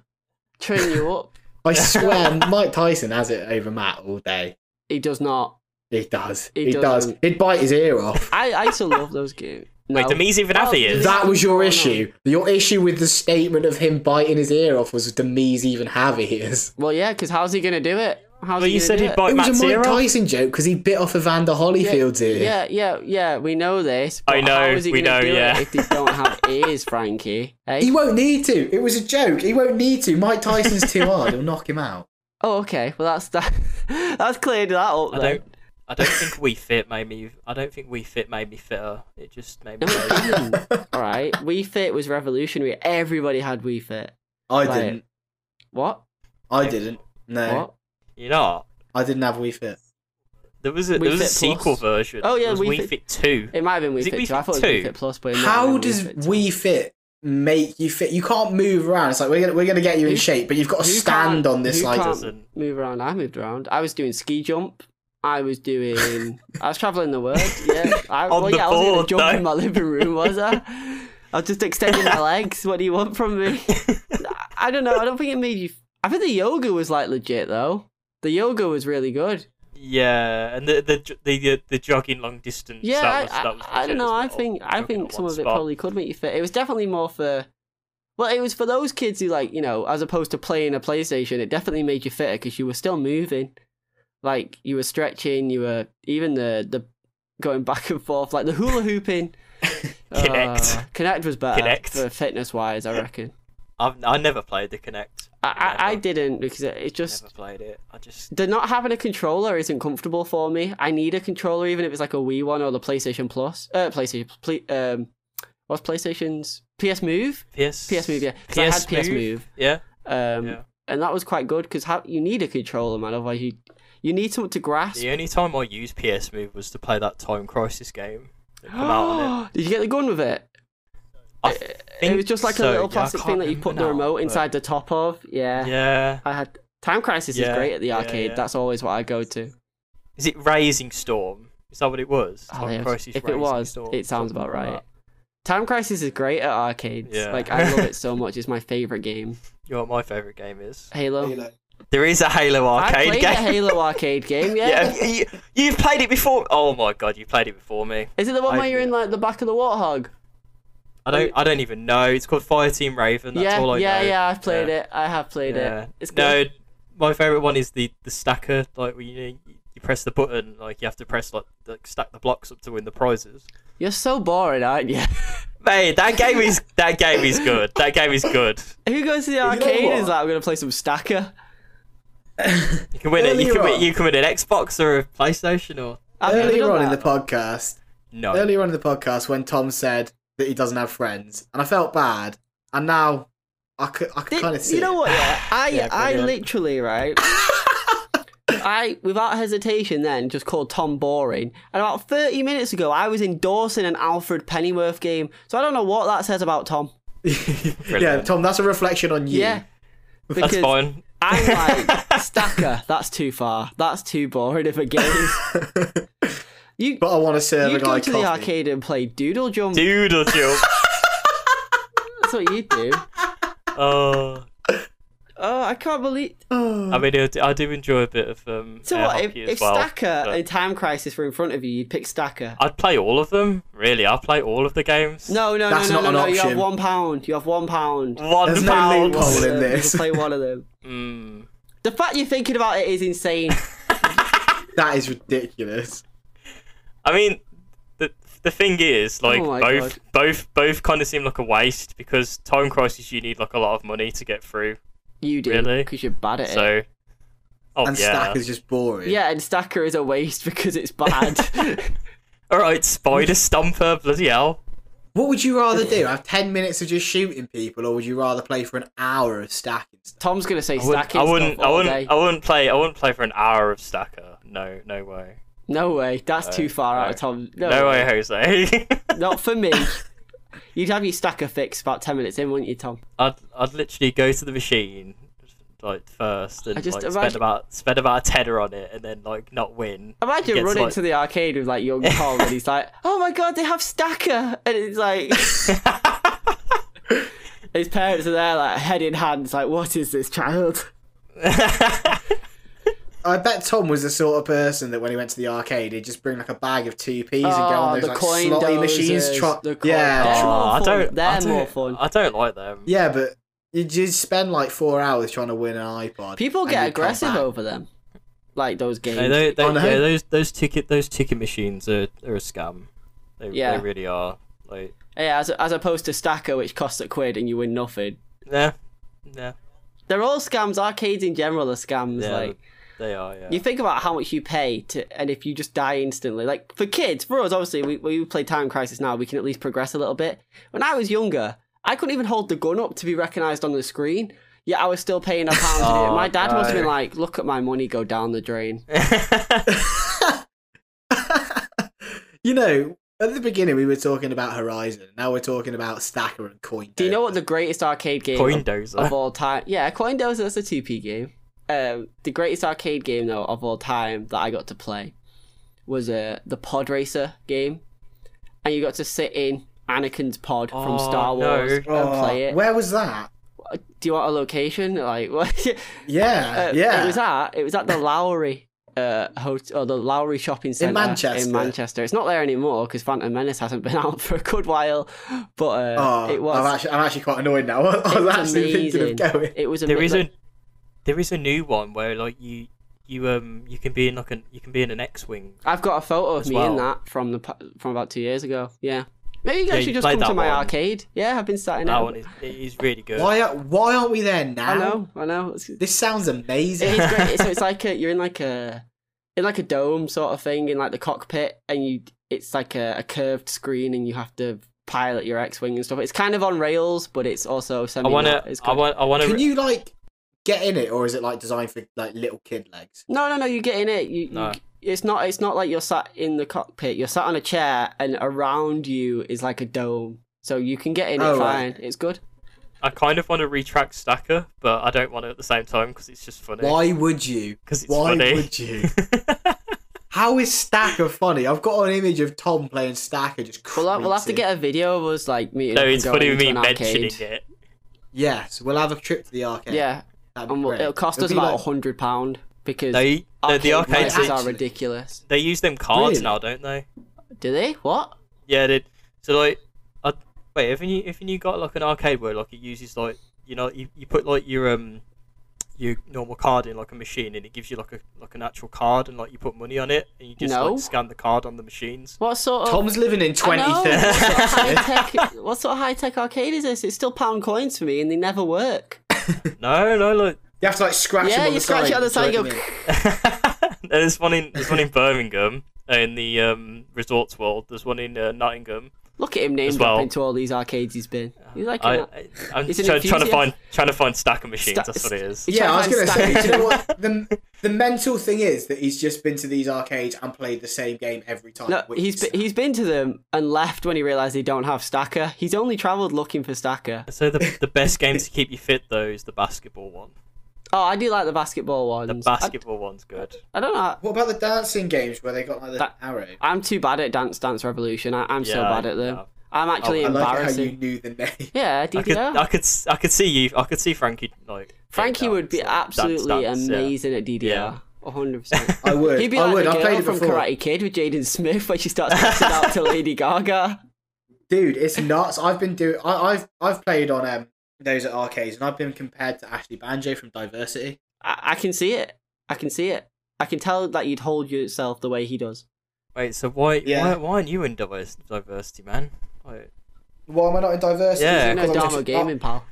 [SPEAKER 1] train you up.
[SPEAKER 2] I swear, Mike Tyson has it over Matt all day.
[SPEAKER 1] He does not.
[SPEAKER 2] He does.
[SPEAKER 1] He
[SPEAKER 2] He, does.
[SPEAKER 1] doesn't.
[SPEAKER 2] He'd bite his ear
[SPEAKER 1] [laughs]
[SPEAKER 2] off.
[SPEAKER 1] I I still love those games. No.
[SPEAKER 3] Wait, the Mii's even have
[SPEAKER 1] Oh,
[SPEAKER 3] ears?
[SPEAKER 1] the-
[SPEAKER 2] That was
[SPEAKER 1] Oh,
[SPEAKER 2] your
[SPEAKER 1] no.
[SPEAKER 2] issue. Your issue with the statement of him biting his ear off was do Mies even have ears?
[SPEAKER 1] Well, yeah, because how's he gonna do it? How's
[SPEAKER 3] Well,
[SPEAKER 1] he
[SPEAKER 3] you
[SPEAKER 1] gonna
[SPEAKER 3] said
[SPEAKER 1] do
[SPEAKER 3] he'd
[SPEAKER 1] it?
[SPEAKER 3] bite
[SPEAKER 2] it was
[SPEAKER 3] Matt's
[SPEAKER 2] a Mike
[SPEAKER 3] ear off.
[SPEAKER 2] Tyson joke because he bit off Evander Holyfield's ear.
[SPEAKER 1] Yeah, yeah, yeah. We know this.
[SPEAKER 3] I
[SPEAKER 1] but How
[SPEAKER 3] know,
[SPEAKER 1] is he
[SPEAKER 3] we
[SPEAKER 1] gonna
[SPEAKER 3] know,
[SPEAKER 1] do
[SPEAKER 3] yeah.
[SPEAKER 1] It if they don't
[SPEAKER 3] [laughs]
[SPEAKER 1] have ears, Frankie. Eh?
[SPEAKER 2] He won't need to. It was a joke. He won't need to. Mike
[SPEAKER 1] [laughs]
[SPEAKER 2] Tyson's too hard. He'll knock him out.
[SPEAKER 1] Oh, okay. Well, that's [laughs] that. that's cleared that up.
[SPEAKER 3] I
[SPEAKER 1] Then.
[SPEAKER 3] don't. I don't think We Fit made me. I don't think We Fit made me fitter. It
[SPEAKER 1] [laughs]
[SPEAKER 3] just made me.
[SPEAKER 1] Hmm,
[SPEAKER 2] [laughs]
[SPEAKER 1] All right. We Fit was revolutionary. Everybody had We Fit.
[SPEAKER 2] I
[SPEAKER 1] Right.
[SPEAKER 2] didn't.
[SPEAKER 1] What?
[SPEAKER 2] I didn't. No,
[SPEAKER 1] What?
[SPEAKER 3] you know.
[SPEAKER 2] I didn't have Wii Fit.
[SPEAKER 3] There was a
[SPEAKER 1] Wii
[SPEAKER 3] there was a
[SPEAKER 1] Fit
[SPEAKER 3] sequel
[SPEAKER 1] Plus.
[SPEAKER 3] version.
[SPEAKER 1] Oh, yeah,
[SPEAKER 3] there was
[SPEAKER 1] Wii
[SPEAKER 3] Wii
[SPEAKER 1] Fit-
[SPEAKER 3] Fit, Two.
[SPEAKER 1] It might have been We
[SPEAKER 3] Is it
[SPEAKER 1] Fit.
[SPEAKER 3] Wii
[SPEAKER 1] 2. I
[SPEAKER 3] Fit
[SPEAKER 1] thought it was We
[SPEAKER 3] 2?
[SPEAKER 1] Fit Plus, but it might have
[SPEAKER 2] How
[SPEAKER 1] been
[SPEAKER 2] does
[SPEAKER 1] Fit 2.
[SPEAKER 2] Wii Fit make you fit? You can't move around. It's like we're gonna we're gonna get you in
[SPEAKER 1] Who-
[SPEAKER 2] shape, but you've got to
[SPEAKER 1] who
[SPEAKER 2] stand
[SPEAKER 1] can't-
[SPEAKER 2] on this
[SPEAKER 1] who
[SPEAKER 2] like.
[SPEAKER 1] can't
[SPEAKER 3] Doesn't.
[SPEAKER 1] move around? I moved around. I was doing ski jump. I was doing. I was traveling the world. Yeah.
[SPEAKER 2] [laughs]
[SPEAKER 1] I,
[SPEAKER 3] On
[SPEAKER 1] well,
[SPEAKER 3] the
[SPEAKER 1] yeah, I wasn't
[SPEAKER 3] board,
[SPEAKER 1] gonna jump
[SPEAKER 3] though.
[SPEAKER 1] in my living room, was I? I was just extending
[SPEAKER 2] [laughs]
[SPEAKER 1] my legs. What do you want from me? I don't know. I don't think it made you. I think the yoga was like legit though. The yoga was really good.
[SPEAKER 3] Yeah, and the the j- the the, the jogging long distance.
[SPEAKER 1] Yeah,
[SPEAKER 3] that was,
[SPEAKER 1] I,
[SPEAKER 3] that was
[SPEAKER 1] I, I
[SPEAKER 3] legit
[SPEAKER 1] don't
[SPEAKER 3] as
[SPEAKER 1] know. I
[SPEAKER 3] well.
[SPEAKER 1] think I
[SPEAKER 3] Jogging
[SPEAKER 1] think
[SPEAKER 3] at
[SPEAKER 1] some
[SPEAKER 3] one
[SPEAKER 1] of it
[SPEAKER 3] spot.
[SPEAKER 1] probably could make you fit. It was definitely more for. Well, it was for those kids who like you know, as opposed to playing a PlayStation, it definitely made you fitter because you were still moving, like you were stretching, you were even the the going [laughs] back and forth, like the hula
[SPEAKER 3] [laughs]
[SPEAKER 1] hooping.
[SPEAKER 3] Kinect.
[SPEAKER 1] Connect was better
[SPEAKER 3] Kinect.
[SPEAKER 1] for fitness wise,
[SPEAKER 3] [laughs]
[SPEAKER 1] I reckon.
[SPEAKER 3] I've I never played the Connect.
[SPEAKER 1] I, I, I
[SPEAKER 3] Never.
[SPEAKER 1] didn't because it, it just
[SPEAKER 3] never played it. I just
[SPEAKER 1] the not having a controller isn't comfortable for me. I need a controller, even if it's like a Wii one or the PlayStation Plus. Uh, PlayStation. Pl- um, what's PlayStation's PS Move?
[SPEAKER 3] PS
[SPEAKER 1] PS Move, yeah. 'cause I had PS Move,
[SPEAKER 3] Yeah,
[SPEAKER 1] um,
[SPEAKER 3] yeah.
[SPEAKER 1] and that was quite good because ha- you need a controller, man. Otherwise, you you need something to grasp.
[SPEAKER 3] The only time I used PS Move was to play that Time Crisis game. that Come
[SPEAKER 1] [gasps]
[SPEAKER 3] out on it.
[SPEAKER 1] Did you get the gun with it?
[SPEAKER 3] I
[SPEAKER 1] It
[SPEAKER 3] think
[SPEAKER 1] was just like
[SPEAKER 3] so,
[SPEAKER 1] a little
[SPEAKER 3] yeah, I
[SPEAKER 1] plastic thing
[SPEAKER 3] can't
[SPEAKER 1] that you
[SPEAKER 3] remember
[SPEAKER 1] put the
[SPEAKER 3] now,
[SPEAKER 1] remote
[SPEAKER 3] but-
[SPEAKER 1] inside the top of. Yeah.
[SPEAKER 3] Yeah.
[SPEAKER 1] I had Time Crisis
[SPEAKER 3] Yeah,
[SPEAKER 1] is great at the
[SPEAKER 3] yeah,
[SPEAKER 1] arcade.
[SPEAKER 3] yeah.
[SPEAKER 1] That's always what I go to.
[SPEAKER 3] Is it Raising Storm? Is that what it was?
[SPEAKER 1] Oh,
[SPEAKER 3] Time
[SPEAKER 1] yes.
[SPEAKER 3] Crisis
[SPEAKER 1] if it
[SPEAKER 3] Rising
[SPEAKER 1] was,
[SPEAKER 3] Storm,
[SPEAKER 1] it sounds about
[SPEAKER 3] something like
[SPEAKER 1] right.
[SPEAKER 3] that.
[SPEAKER 1] Time Crisis is great at arcades.
[SPEAKER 3] Yeah.
[SPEAKER 1] Like I love it
[SPEAKER 3] [laughs]
[SPEAKER 1] so much. It's my favorite game.
[SPEAKER 3] You know what my favourite game is?
[SPEAKER 1] Halo.
[SPEAKER 3] There is a Halo
[SPEAKER 1] I
[SPEAKER 3] arcade
[SPEAKER 1] played
[SPEAKER 3] game.
[SPEAKER 1] a Halo arcade game. Yeah.
[SPEAKER 3] [laughs] yeah, you, you've played it before. Oh my god, you played it before me.
[SPEAKER 1] Is it the one
[SPEAKER 3] I-
[SPEAKER 1] where you're in like the back of the warthog?
[SPEAKER 3] I don't. I don't even know. It's called Fire Team Raven. That's
[SPEAKER 1] yeah,
[SPEAKER 3] all I
[SPEAKER 1] yeah,
[SPEAKER 3] know.
[SPEAKER 1] yeah. I've played
[SPEAKER 3] Yeah.
[SPEAKER 1] it. I have played
[SPEAKER 3] Yeah.
[SPEAKER 1] it. It's good.
[SPEAKER 3] No, my favorite one is the the stacker. Like when you you press the button, like you have to press like, like stack the blocks up to win the prizes.
[SPEAKER 1] You're so boring, aren't you? [laughs]
[SPEAKER 3] Mate, that game is that game is good. That game is good.
[SPEAKER 1] Who goes to the
[SPEAKER 2] know
[SPEAKER 1] arcade and is
[SPEAKER 2] what?
[SPEAKER 1] like, I'm gonna play some stacker?
[SPEAKER 3] You can win it. You
[SPEAKER 2] Earlier
[SPEAKER 3] can win,
[SPEAKER 2] on-
[SPEAKER 3] you can win an Xbox or a PlayStation or
[SPEAKER 1] I've never
[SPEAKER 2] Earlier
[SPEAKER 1] done
[SPEAKER 2] on in
[SPEAKER 1] that.
[SPEAKER 2] the podcast,
[SPEAKER 3] no.
[SPEAKER 2] earlier on in the podcast, when Tom said that he doesn't have friends, and I felt bad, and now I could, I could
[SPEAKER 1] Did-
[SPEAKER 2] kind of see.
[SPEAKER 1] you know what?
[SPEAKER 2] it.
[SPEAKER 1] Yeah, I
[SPEAKER 3] Yeah,
[SPEAKER 1] I
[SPEAKER 3] brilliant.
[SPEAKER 1] literally right. I without hesitation then just called Tom boring. And about thirty minutes ago, I was endorsing an Alfred Pennyworth game. So I don't know what that says about Tom.
[SPEAKER 2] Yeah,
[SPEAKER 3] Brilliant.
[SPEAKER 2] Tom, that's a reflection on you.
[SPEAKER 1] Yeah, because
[SPEAKER 3] That's fine.
[SPEAKER 1] I'm like stacker. That's too far. That's too boring of a game. You
[SPEAKER 2] But I want to serve
[SPEAKER 1] you
[SPEAKER 2] a guy
[SPEAKER 1] go to
[SPEAKER 2] coffee.
[SPEAKER 1] the arcade and play Doodle Jump. [laughs]
[SPEAKER 3] Doodle jump.
[SPEAKER 1] That's what you do.
[SPEAKER 3] Oh,
[SPEAKER 1] Oh, I can't believe.
[SPEAKER 3] I mean, I do- I do enjoy a bit of um.
[SPEAKER 1] So
[SPEAKER 3] air
[SPEAKER 1] what? If,
[SPEAKER 3] hockey as
[SPEAKER 1] if
[SPEAKER 3] well,
[SPEAKER 1] Stacker
[SPEAKER 3] but
[SPEAKER 1] and Time Crisis were in front of you, you'd pick Stacker.
[SPEAKER 3] I'd play all of them. Really, I'd play all of the games.
[SPEAKER 1] No, no,
[SPEAKER 2] That's
[SPEAKER 1] no,
[SPEAKER 2] not
[SPEAKER 1] no,
[SPEAKER 2] an
[SPEAKER 1] no, no. You have
[SPEAKER 2] option.
[SPEAKER 1] one pound. You have one pound.
[SPEAKER 3] One
[SPEAKER 2] There's no
[SPEAKER 3] pound.
[SPEAKER 2] loophole.
[SPEAKER 1] One of
[SPEAKER 2] in
[SPEAKER 1] them. You
[SPEAKER 2] this.
[SPEAKER 1] can play one of them.
[SPEAKER 3] Mm.
[SPEAKER 1] The fact you're thinking about it is
[SPEAKER 3] [laughs]
[SPEAKER 1] insane.
[SPEAKER 2] That is ridiculous.
[SPEAKER 3] I mean, the the thing is, like
[SPEAKER 1] Oh my
[SPEAKER 3] both
[SPEAKER 1] God.
[SPEAKER 3] both both kind of seem like a waste because Time Crisis you need like a lot of money to get through.
[SPEAKER 1] You do
[SPEAKER 3] Really?
[SPEAKER 1] because you're bad at it.
[SPEAKER 3] So, oh
[SPEAKER 2] and
[SPEAKER 3] yeah.
[SPEAKER 2] Stack is just boring.
[SPEAKER 1] Yeah, and Stacker is a waste because it's bad.
[SPEAKER 3] [laughs]
[SPEAKER 1] [laughs]
[SPEAKER 3] All right, Spider
[SPEAKER 2] [laughs]
[SPEAKER 3] Stomper, bloody hell.
[SPEAKER 2] What would you rather do? Have 10 minutes of just shooting people, or would you rather play for an hour of stacking stuff?
[SPEAKER 1] Tom's gonna say
[SPEAKER 3] I wouldn't.
[SPEAKER 1] Stacker.
[SPEAKER 3] I wouldn't.
[SPEAKER 1] stuff
[SPEAKER 3] I
[SPEAKER 1] all
[SPEAKER 3] wouldn't,
[SPEAKER 1] day.
[SPEAKER 3] I wouldn't play. I wouldn't play for an hour of Stacker. No, no way.
[SPEAKER 1] No way. That's too far out of Tom. No,
[SPEAKER 3] No
[SPEAKER 1] way.
[SPEAKER 3] way, Jose. [laughs]
[SPEAKER 1] Not for me. You'd have your Stacker fix about ten minutes in, wouldn't you, Tom?
[SPEAKER 3] I'd I'd literally go to the machine like first and
[SPEAKER 1] I just
[SPEAKER 3] like spend
[SPEAKER 1] imagine-
[SPEAKER 3] about spend about a tenner on it and then like not win.
[SPEAKER 1] Imagine
[SPEAKER 3] Gets,
[SPEAKER 1] running
[SPEAKER 3] like-
[SPEAKER 1] to the arcade with like
[SPEAKER 3] [laughs]
[SPEAKER 1] young Tom and he's like, "Oh my god, they have Stacker!" and it's
[SPEAKER 3] [laughs]
[SPEAKER 1] like [laughs] his parents are there like head in hands, like, "What is this child?"
[SPEAKER 3] [laughs]
[SPEAKER 2] I bet Tom was the sort of person that when he went to the arcade, he'd just bring like a bag of two peas and go
[SPEAKER 1] Oh,
[SPEAKER 2] on those
[SPEAKER 1] the
[SPEAKER 2] like
[SPEAKER 1] coin
[SPEAKER 2] slotty machines.
[SPEAKER 1] dozers,
[SPEAKER 2] Try-
[SPEAKER 1] the coin-
[SPEAKER 2] yeah,
[SPEAKER 1] They're
[SPEAKER 2] try-
[SPEAKER 1] more
[SPEAKER 3] Oh, I
[SPEAKER 1] fun.
[SPEAKER 3] don't.
[SPEAKER 1] They're
[SPEAKER 3] I don't,
[SPEAKER 1] more fun.
[SPEAKER 3] I don't like them.
[SPEAKER 2] yeah, but you just spend like four hours trying to win an iPod.
[SPEAKER 1] People
[SPEAKER 2] and
[SPEAKER 1] get
[SPEAKER 2] you come
[SPEAKER 1] aggressive
[SPEAKER 2] back.
[SPEAKER 1] over them, like those games.
[SPEAKER 3] No, they, they,
[SPEAKER 2] Oh, no.
[SPEAKER 3] yeah, those those ticket those ticket machines are, are a scam. They,
[SPEAKER 1] Yeah.
[SPEAKER 3] they really are. Like,
[SPEAKER 1] yeah, as, as opposed to Stacker, which costs a quid and you win nothing.
[SPEAKER 3] nah, nah,
[SPEAKER 1] They're all scams. Arcades in general are scams.
[SPEAKER 3] yeah,
[SPEAKER 1] like
[SPEAKER 3] they are. Yeah. [laughs]
[SPEAKER 1] you [laughs] think about how much you pay to, and if you just die instantly, like for kids, for us, obviously we we play Time Crisis now. We can at least progress a little bit. When I was younger, I couldn't even hold the gun up to be recognised on the screen. Yet I was still paying a pound
[SPEAKER 3] [laughs]
[SPEAKER 1] to do it.
[SPEAKER 3] Oh,
[SPEAKER 1] My dad must have
[SPEAKER 3] no.
[SPEAKER 1] been like, "Look at my money go down the drain."
[SPEAKER 2] You know, at the beginning we were talking about Horizon. Now we're talking about Stacker and Coin.
[SPEAKER 1] Do you know what the greatest arcade game
[SPEAKER 3] Coin
[SPEAKER 1] of-
[SPEAKER 3] dozer.
[SPEAKER 1] of all time. Yeah, Coin Dozer that's a 2P game. Um, the greatest arcade game though of all time that I got to play was uh, the Pod Racer game, and you got to sit in Anakin's pod from
[SPEAKER 3] Oh,
[SPEAKER 1] Star
[SPEAKER 3] no.
[SPEAKER 1] Wars and
[SPEAKER 2] Oh,
[SPEAKER 1] play it.
[SPEAKER 2] Where was that?
[SPEAKER 1] Do you want a location? Like, [laughs] what?
[SPEAKER 2] Yeah,
[SPEAKER 1] Uh,
[SPEAKER 2] yeah.
[SPEAKER 1] It was at it was at the Lowry. Uh, hotel, or the Lowry Shopping Centre
[SPEAKER 2] Manchester.
[SPEAKER 1] In Manchester, it's not there anymore because Phantom Menace hasn't been [laughs] out for a good while. But uh,
[SPEAKER 2] Oh,
[SPEAKER 1] it was
[SPEAKER 2] I'm actually, I'm actually quite annoyed now. [laughs] I was
[SPEAKER 1] It's
[SPEAKER 2] actually
[SPEAKER 1] amazing.
[SPEAKER 2] thinking of going.
[SPEAKER 1] It was
[SPEAKER 3] There
[SPEAKER 1] ama-
[SPEAKER 3] is a there is a new one where like you you um you can be in like an you can be in an X-wing.
[SPEAKER 1] I've got a photo of
[SPEAKER 3] as
[SPEAKER 1] me in
[SPEAKER 3] well.
[SPEAKER 1] that from the pa- from about two years ago. Yeah, maybe you guys
[SPEAKER 3] Yeah, you
[SPEAKER 1] should just
[SPEAKER 3] played
[SPEAKER 1] come to
[SPEAKER 3] that
[SPEAKER 1] my
[SPEAKER 3] one.
[SPEAKER 1] arcade. Yeah, I've been starting
[SPEAKER 3] That
[SPEAKER 1] out.
[SPEAKER 3] one is it is really good.
[SPEAKER 2] Why, are, why aren't we there
[SPEAKER 1] I
[SPEAKER 2] now?
[SPEAKER 1] know, I know. It's, it
[SPEAKER 2] This sounds amazing.
[SPEAKER 1] is great. so it's like a, you're in like a in like a dome sort of thing in like the cockpit, and you it's like a, a curved screen, and you have to pilot your X-wing and stuff. It's kind of on rails, but it's also
[SPEAKER 3] I
[SPEAKER 1] semi.
[SPEAKER 3] want to.
[SPEAKER 1] It's
[SPEAKER 3] I
[SPEAKER 1] good.
[SPEAKER 3] want. I want
[SPEAKER 2] [laughs] Can
[SPEAKER 3] to.
[SPEAKER 2] you like get in it, or is it like designed for like little kid legs?
[SPEAKER 1] No, no, no. You get in it. You,
[SPEAKER 3] No.
[SPEAKER 1] you it's not. It's not like you're sat in the cockpit. You're sat on a chair, and around you is like a dome. So you can get in it
[SPEAKER 2] Oh,
[SPEAKER 1] fine.
[SPEAKER 2] right.
[SPEAKER 1] It's good.
[SPEAKER 3] I kind of want to retract Stacker, but I don't want to at the same time because it's just funny.
[SPEAKER 2] Why would you?
[SPEAKER 3] 'Cause it's
[SPEAKER 2] Why
[SPEAKER 3] funny.
[SPEAKER 1] [laughs]
[SPEAKER 3] [laughs]
[SPEAKER 2] would you? How is Stacker funny? I've got an image of Tom playing Stacker just.
[SPEAKER 1] We'll, have- we'll have to
[SPEAKER 2] creasing.
[SPEAKER 1] get a video of us like meeting.
[SPEAKER 3] No,
[SPEAKER 1] up and
[SPEAKER 3] it's
[SPEAKER 1] going
[SPEAKER 3] funny
[SPEAKER 1] into
[SPEAKER 3] me
[SPEAKER 1] an
[SPEAKER 3] mentioning
[SPEAKER 1] arcade.
[SPEAKER 3] it.
[SPEAKER 2] Yes, we'll have a trip to the arcade.
[SPEAKER 1] Yeah,
[SPEAKER 2] That'd be
[SPEAKER 1] and we'll,
[SPEAKER 2] great.
[SPEAKER 1] it'll cost
[SPEAKER 2] It'll
[SPEAKER 1] us
[SPEAKER 2] be
[SPEAKER 1] about a
[SPEAKER 2] like-
[SPEAKER 1] hundred pound because
[SPEAKER 3] They no,
[SPEAKER 1] arcade
[SPEAKER 3] the arcades
[SPEAKER 1] prices
[SPEAKER 3] they-
[SPEAKER 2] nights
[SPEAKER 1] are
[SPEAKER 2] actually-
[SPEAKER 1] ridiculous.
[SPEAKER 3] they use them cards
[SPEAKER 2] Really?
[SPEAKER 3] now, don't they?
[SPEAKER 1] Do they? What?
[SPEAKER 3] Yeah, they so like I Wait, haven't you haven't you got like an arcade where like it uses like you know you, you put like your um your normal card in like a machine and it gives you like a like an actual card and like you put money on it and you just
[SPEAKER 1] No.
[SPEAKER 3] like scan the card on the machines.
[SPEAKER 1] What sort of
[SPEAKER 2] Tom's living in
[SPEAKER 1] I know, [laughs]
[SPEAKER 2] 2030.
[SPEAKER 1] what sort of high-tech- What sort of high tech arcade is this? It's still pound coins for me, and they never work.
[SPEAKER 3] No, no, like
[SPEAKER 2] You have to like scratch
[SPEAKER 1] Yeah,
[SPEAKER 2] him on
[SPEAKER 1] you
[SPEAKER 2] the
[SPEAKER 1] scratch
[SPEAKER 2] side.
[SPEAKER 1] it on the
[SPEAKER 2] to
[SPEAKER 1] side,
[SPEAKER 2] let
[SPEAKER 1] you
[SPEAKER 2] him
[SPEAKER 1] go-
[SPEAKER 2] in.
[SPEAKER 3] [laughs] there's one in there's one in Birmingham uh, in the um resorts world. There's one in uh, Nottingham.
[SPEAKER 1] Look at him named
[SPEAKER 3] well.
[SPEAKER 1] up into all these arcades he's been. He's like,
[SPEAKER 3] I,
[SPEAKER 1] an-
[SPEAKER 3] I I'm
[SPEAKER 1] He's an
[SPEAKER 3] trying, trying to
[SPEAKER 1] enthusiast.
[SPEAKER 3] find trying to find stacker machines.
[SPEAKER 1] Sta-
[SPEAKER 3] that's what it is.
[SPEAKER 1] he's
[SPEAKER 2] Yeah, I was
[SPEAKER 1] trying to find
[SPEAKER 2] gonna say.
[SPEAKER 1] stack-
[SPEAKER 2] do you know what? The, the mental thing is that he's just been to these arcades and played the same game every time.
[SPEAKER 1] No,
[SPEAKER 2] which
[SPEAKER 1] he's
[SPEAKER 2] is-
[SPEAKER 1] been, he's been to them and left when he realised they don't have Stacker. He's only travelled looking for Stacker.
[SPEAKER 3] So the the best
[SPEAKER 1] [laughs]
[SPEAKER 3] game to keep you fit though is the basketball one.
[SPEAKER 1] Oh, I do like the basketball ones.
[SPEAKER 3] The basketball one's good.
[SPEAKER 1] I, I don't know.
[SPEAKER 2] What about the dancing games where they got like the
[SPEAKER 1] That-
[SPEAKER 2] arrow?
[SPEAKER 1] I'm too bad at Dance Dance Revolution. I, I'm so
[SPEAKER 3] Yeah,
[SPEAKER 1] bad at them.
[SPEAKER 3] yeah.
[SPEAKER 1] I'm actually
[SPEAKER 2] Oh, I like how
[SPEAKER 1] embarrassing.
[SPEAKER 2] you knew the name. [laughs]
[SPEAKER 1] Yeah,
[SPEAKER 3] I could,
[SPEAKER 1] DDR.
[SPEAKER 3] I could, s- I could see you. I could see Frankie like.
[SPEAKER 1] Frankie
[SPEAKER 3] yeah,
[SPEAKER 1] would be
[SPEAKER 3] like, dance,
[SPEAKER 1] absolutely
[SPEAKER 3] dance, yeah.
[SPEAKER 1] amazing at DDR.
[SPEAKER 3] Yeah. [laughs]
[SPEAKER 1] 100%.
[SPEAKER 2] I would.
[SPEAKER 1] He'd be
[SPEAKER 2] I
[SPEAKER 1] like
[SPEAKER 2] would.
[SPEAKER 1] the
[SPEAKER 2] I
[SPEAKER 1] girl
[SPEAKER 2] played it
[SPEAKER 1] from
[SPEAKER 2] before.
[SPEAKER 1] Karate Kid with Jaden Smith when she starts dancing out
[SPEAKER 3] [laughs]
[SPEAKER 1] to Lady Gaga.
[SPEAKER 2] Dude, it's nuts. I've been doing. I, I've I've played on um those at arcades, and I've been compared to Ashley Banjo from Diversity.
[SPEAKER 1] I, I can see it. I can see it. I can tell that you'd hold yourself the way he does.
[SPEAKER 3] Wait, so why, why,
[SPEAKER 2] Yeah.
[SPEAKER 3] why aren't you in divers- diversity, man? Like...
[SPEAKER 2] Why am I not in Diversity?
[SPEAKER 3] Yeah.
[SPEAKER 1] You
[SPEAKER 2] Because
[SPEAKER 1] know,
[SPEAKER 2] I'm
[SPEAKER 1] Dharma
[SPEAKER 2] just- oh.
[SPEAKER 1] Gaming, pal.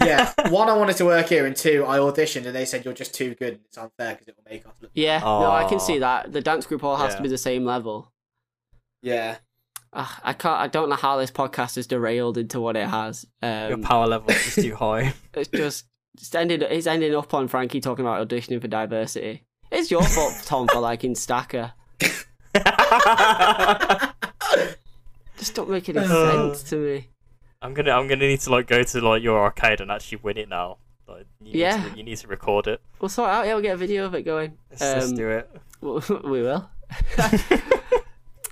[SPEAKER 2] yeah.
[SPEAKER 1] [laughs]
[SPEAKER 2] One, I wanted to work here, and two, I auditioned, and they said you're just too good, and it's unfair because it will make us look.
[SPEAKER 1] Yeah, no, I can
[SPEAKER 3] Aw.
[SPEAKER 1] see that. The dance group all has to
[SPEAKER 3] Yeah.
[SPEAKER 1] be the same level.
[SPEAKER 2] Yeah.
[SPEAKER 1] Ugh, I can't. I don't know how this podcast has derailed into what it has.
[SPEAKER 3] [laughs] Your
[SPEAKER 1] Um,
[SPEAKER 3] power level
[SPEAKER 1] [laughs]
[SPEAKER 3] is too high. [laughs]
[SPEAKER 1] it's just it's ended. It's ending up on Frankie talking about auditioning for diversity. It's your
[SPEAKER 3] [laughs]
[SPEAKER 1] fault, Tom, for liking Stacker. Just don't make any
[SPEAKER 3] Oh.
[SPEAKER 1] sense to me.
[SPEAKER 3] I'm gonna, I'm gonna need to like go to like your arcade and actually win it now. Like, you Need
[SPEAKER 1] Yeah.
[SPEAKER 3] to, you need to record it.
[SPEAKER 1] We'll sort it out. Yeah, we'll get a video of it going.
[SPEAKER 3] Let's, let's
[SPEAKER 1] Um,
[SPEAKER 3] do it.
[SPEAKER 1] Well, [laughs] we will.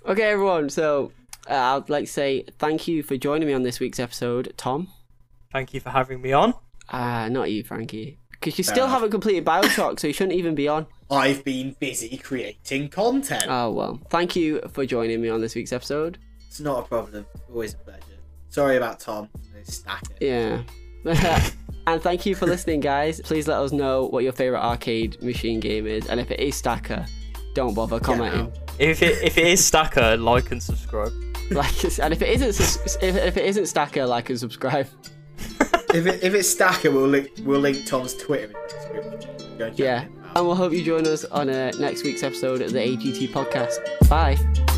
[SPEAKER 1] okay, everyone. So uh, I'd like to say thank you for joining me on this week's episode, Tom.
[SPEAKER 3] Thank you for having me on.
[SPEAKER 1] Ah, not you, Frankie, because you still haven't completed Bioshock, so you shouldn't even be on.
[SPEAKER 2] I've been busy creating content.
[SPEAKER 1] Oh well. Thank you for joining me on this week's episode.
[SPEAKER 2] It's not a problem. Always a pleasure. Sorry about Tom. Let's stack it.
[SPEAKER 1] Yeah. [laughs] and thank you for listening, guys. Please let us know what your favorite arcade machine game is, and if it is Stacker, don't bother commenting. [laughs]
[SPEAKER 3] If it, if it is Stacker, like and subscribe.
[SPEAKER 1] Like, and if it isn't, sus- if, if it isn't Stacker, like and subscribe.
[SPEAKER 2] If, it, if it's Stacker, we'll link we'll link Tom's Twitter in the description. Go and check
[SPEAKER 1] Yeah.
[SPEAKER 2] him out.
[SPEAKER 1] And we'll hope you join us on uh, next week's episode of the AGT podcast. Bye.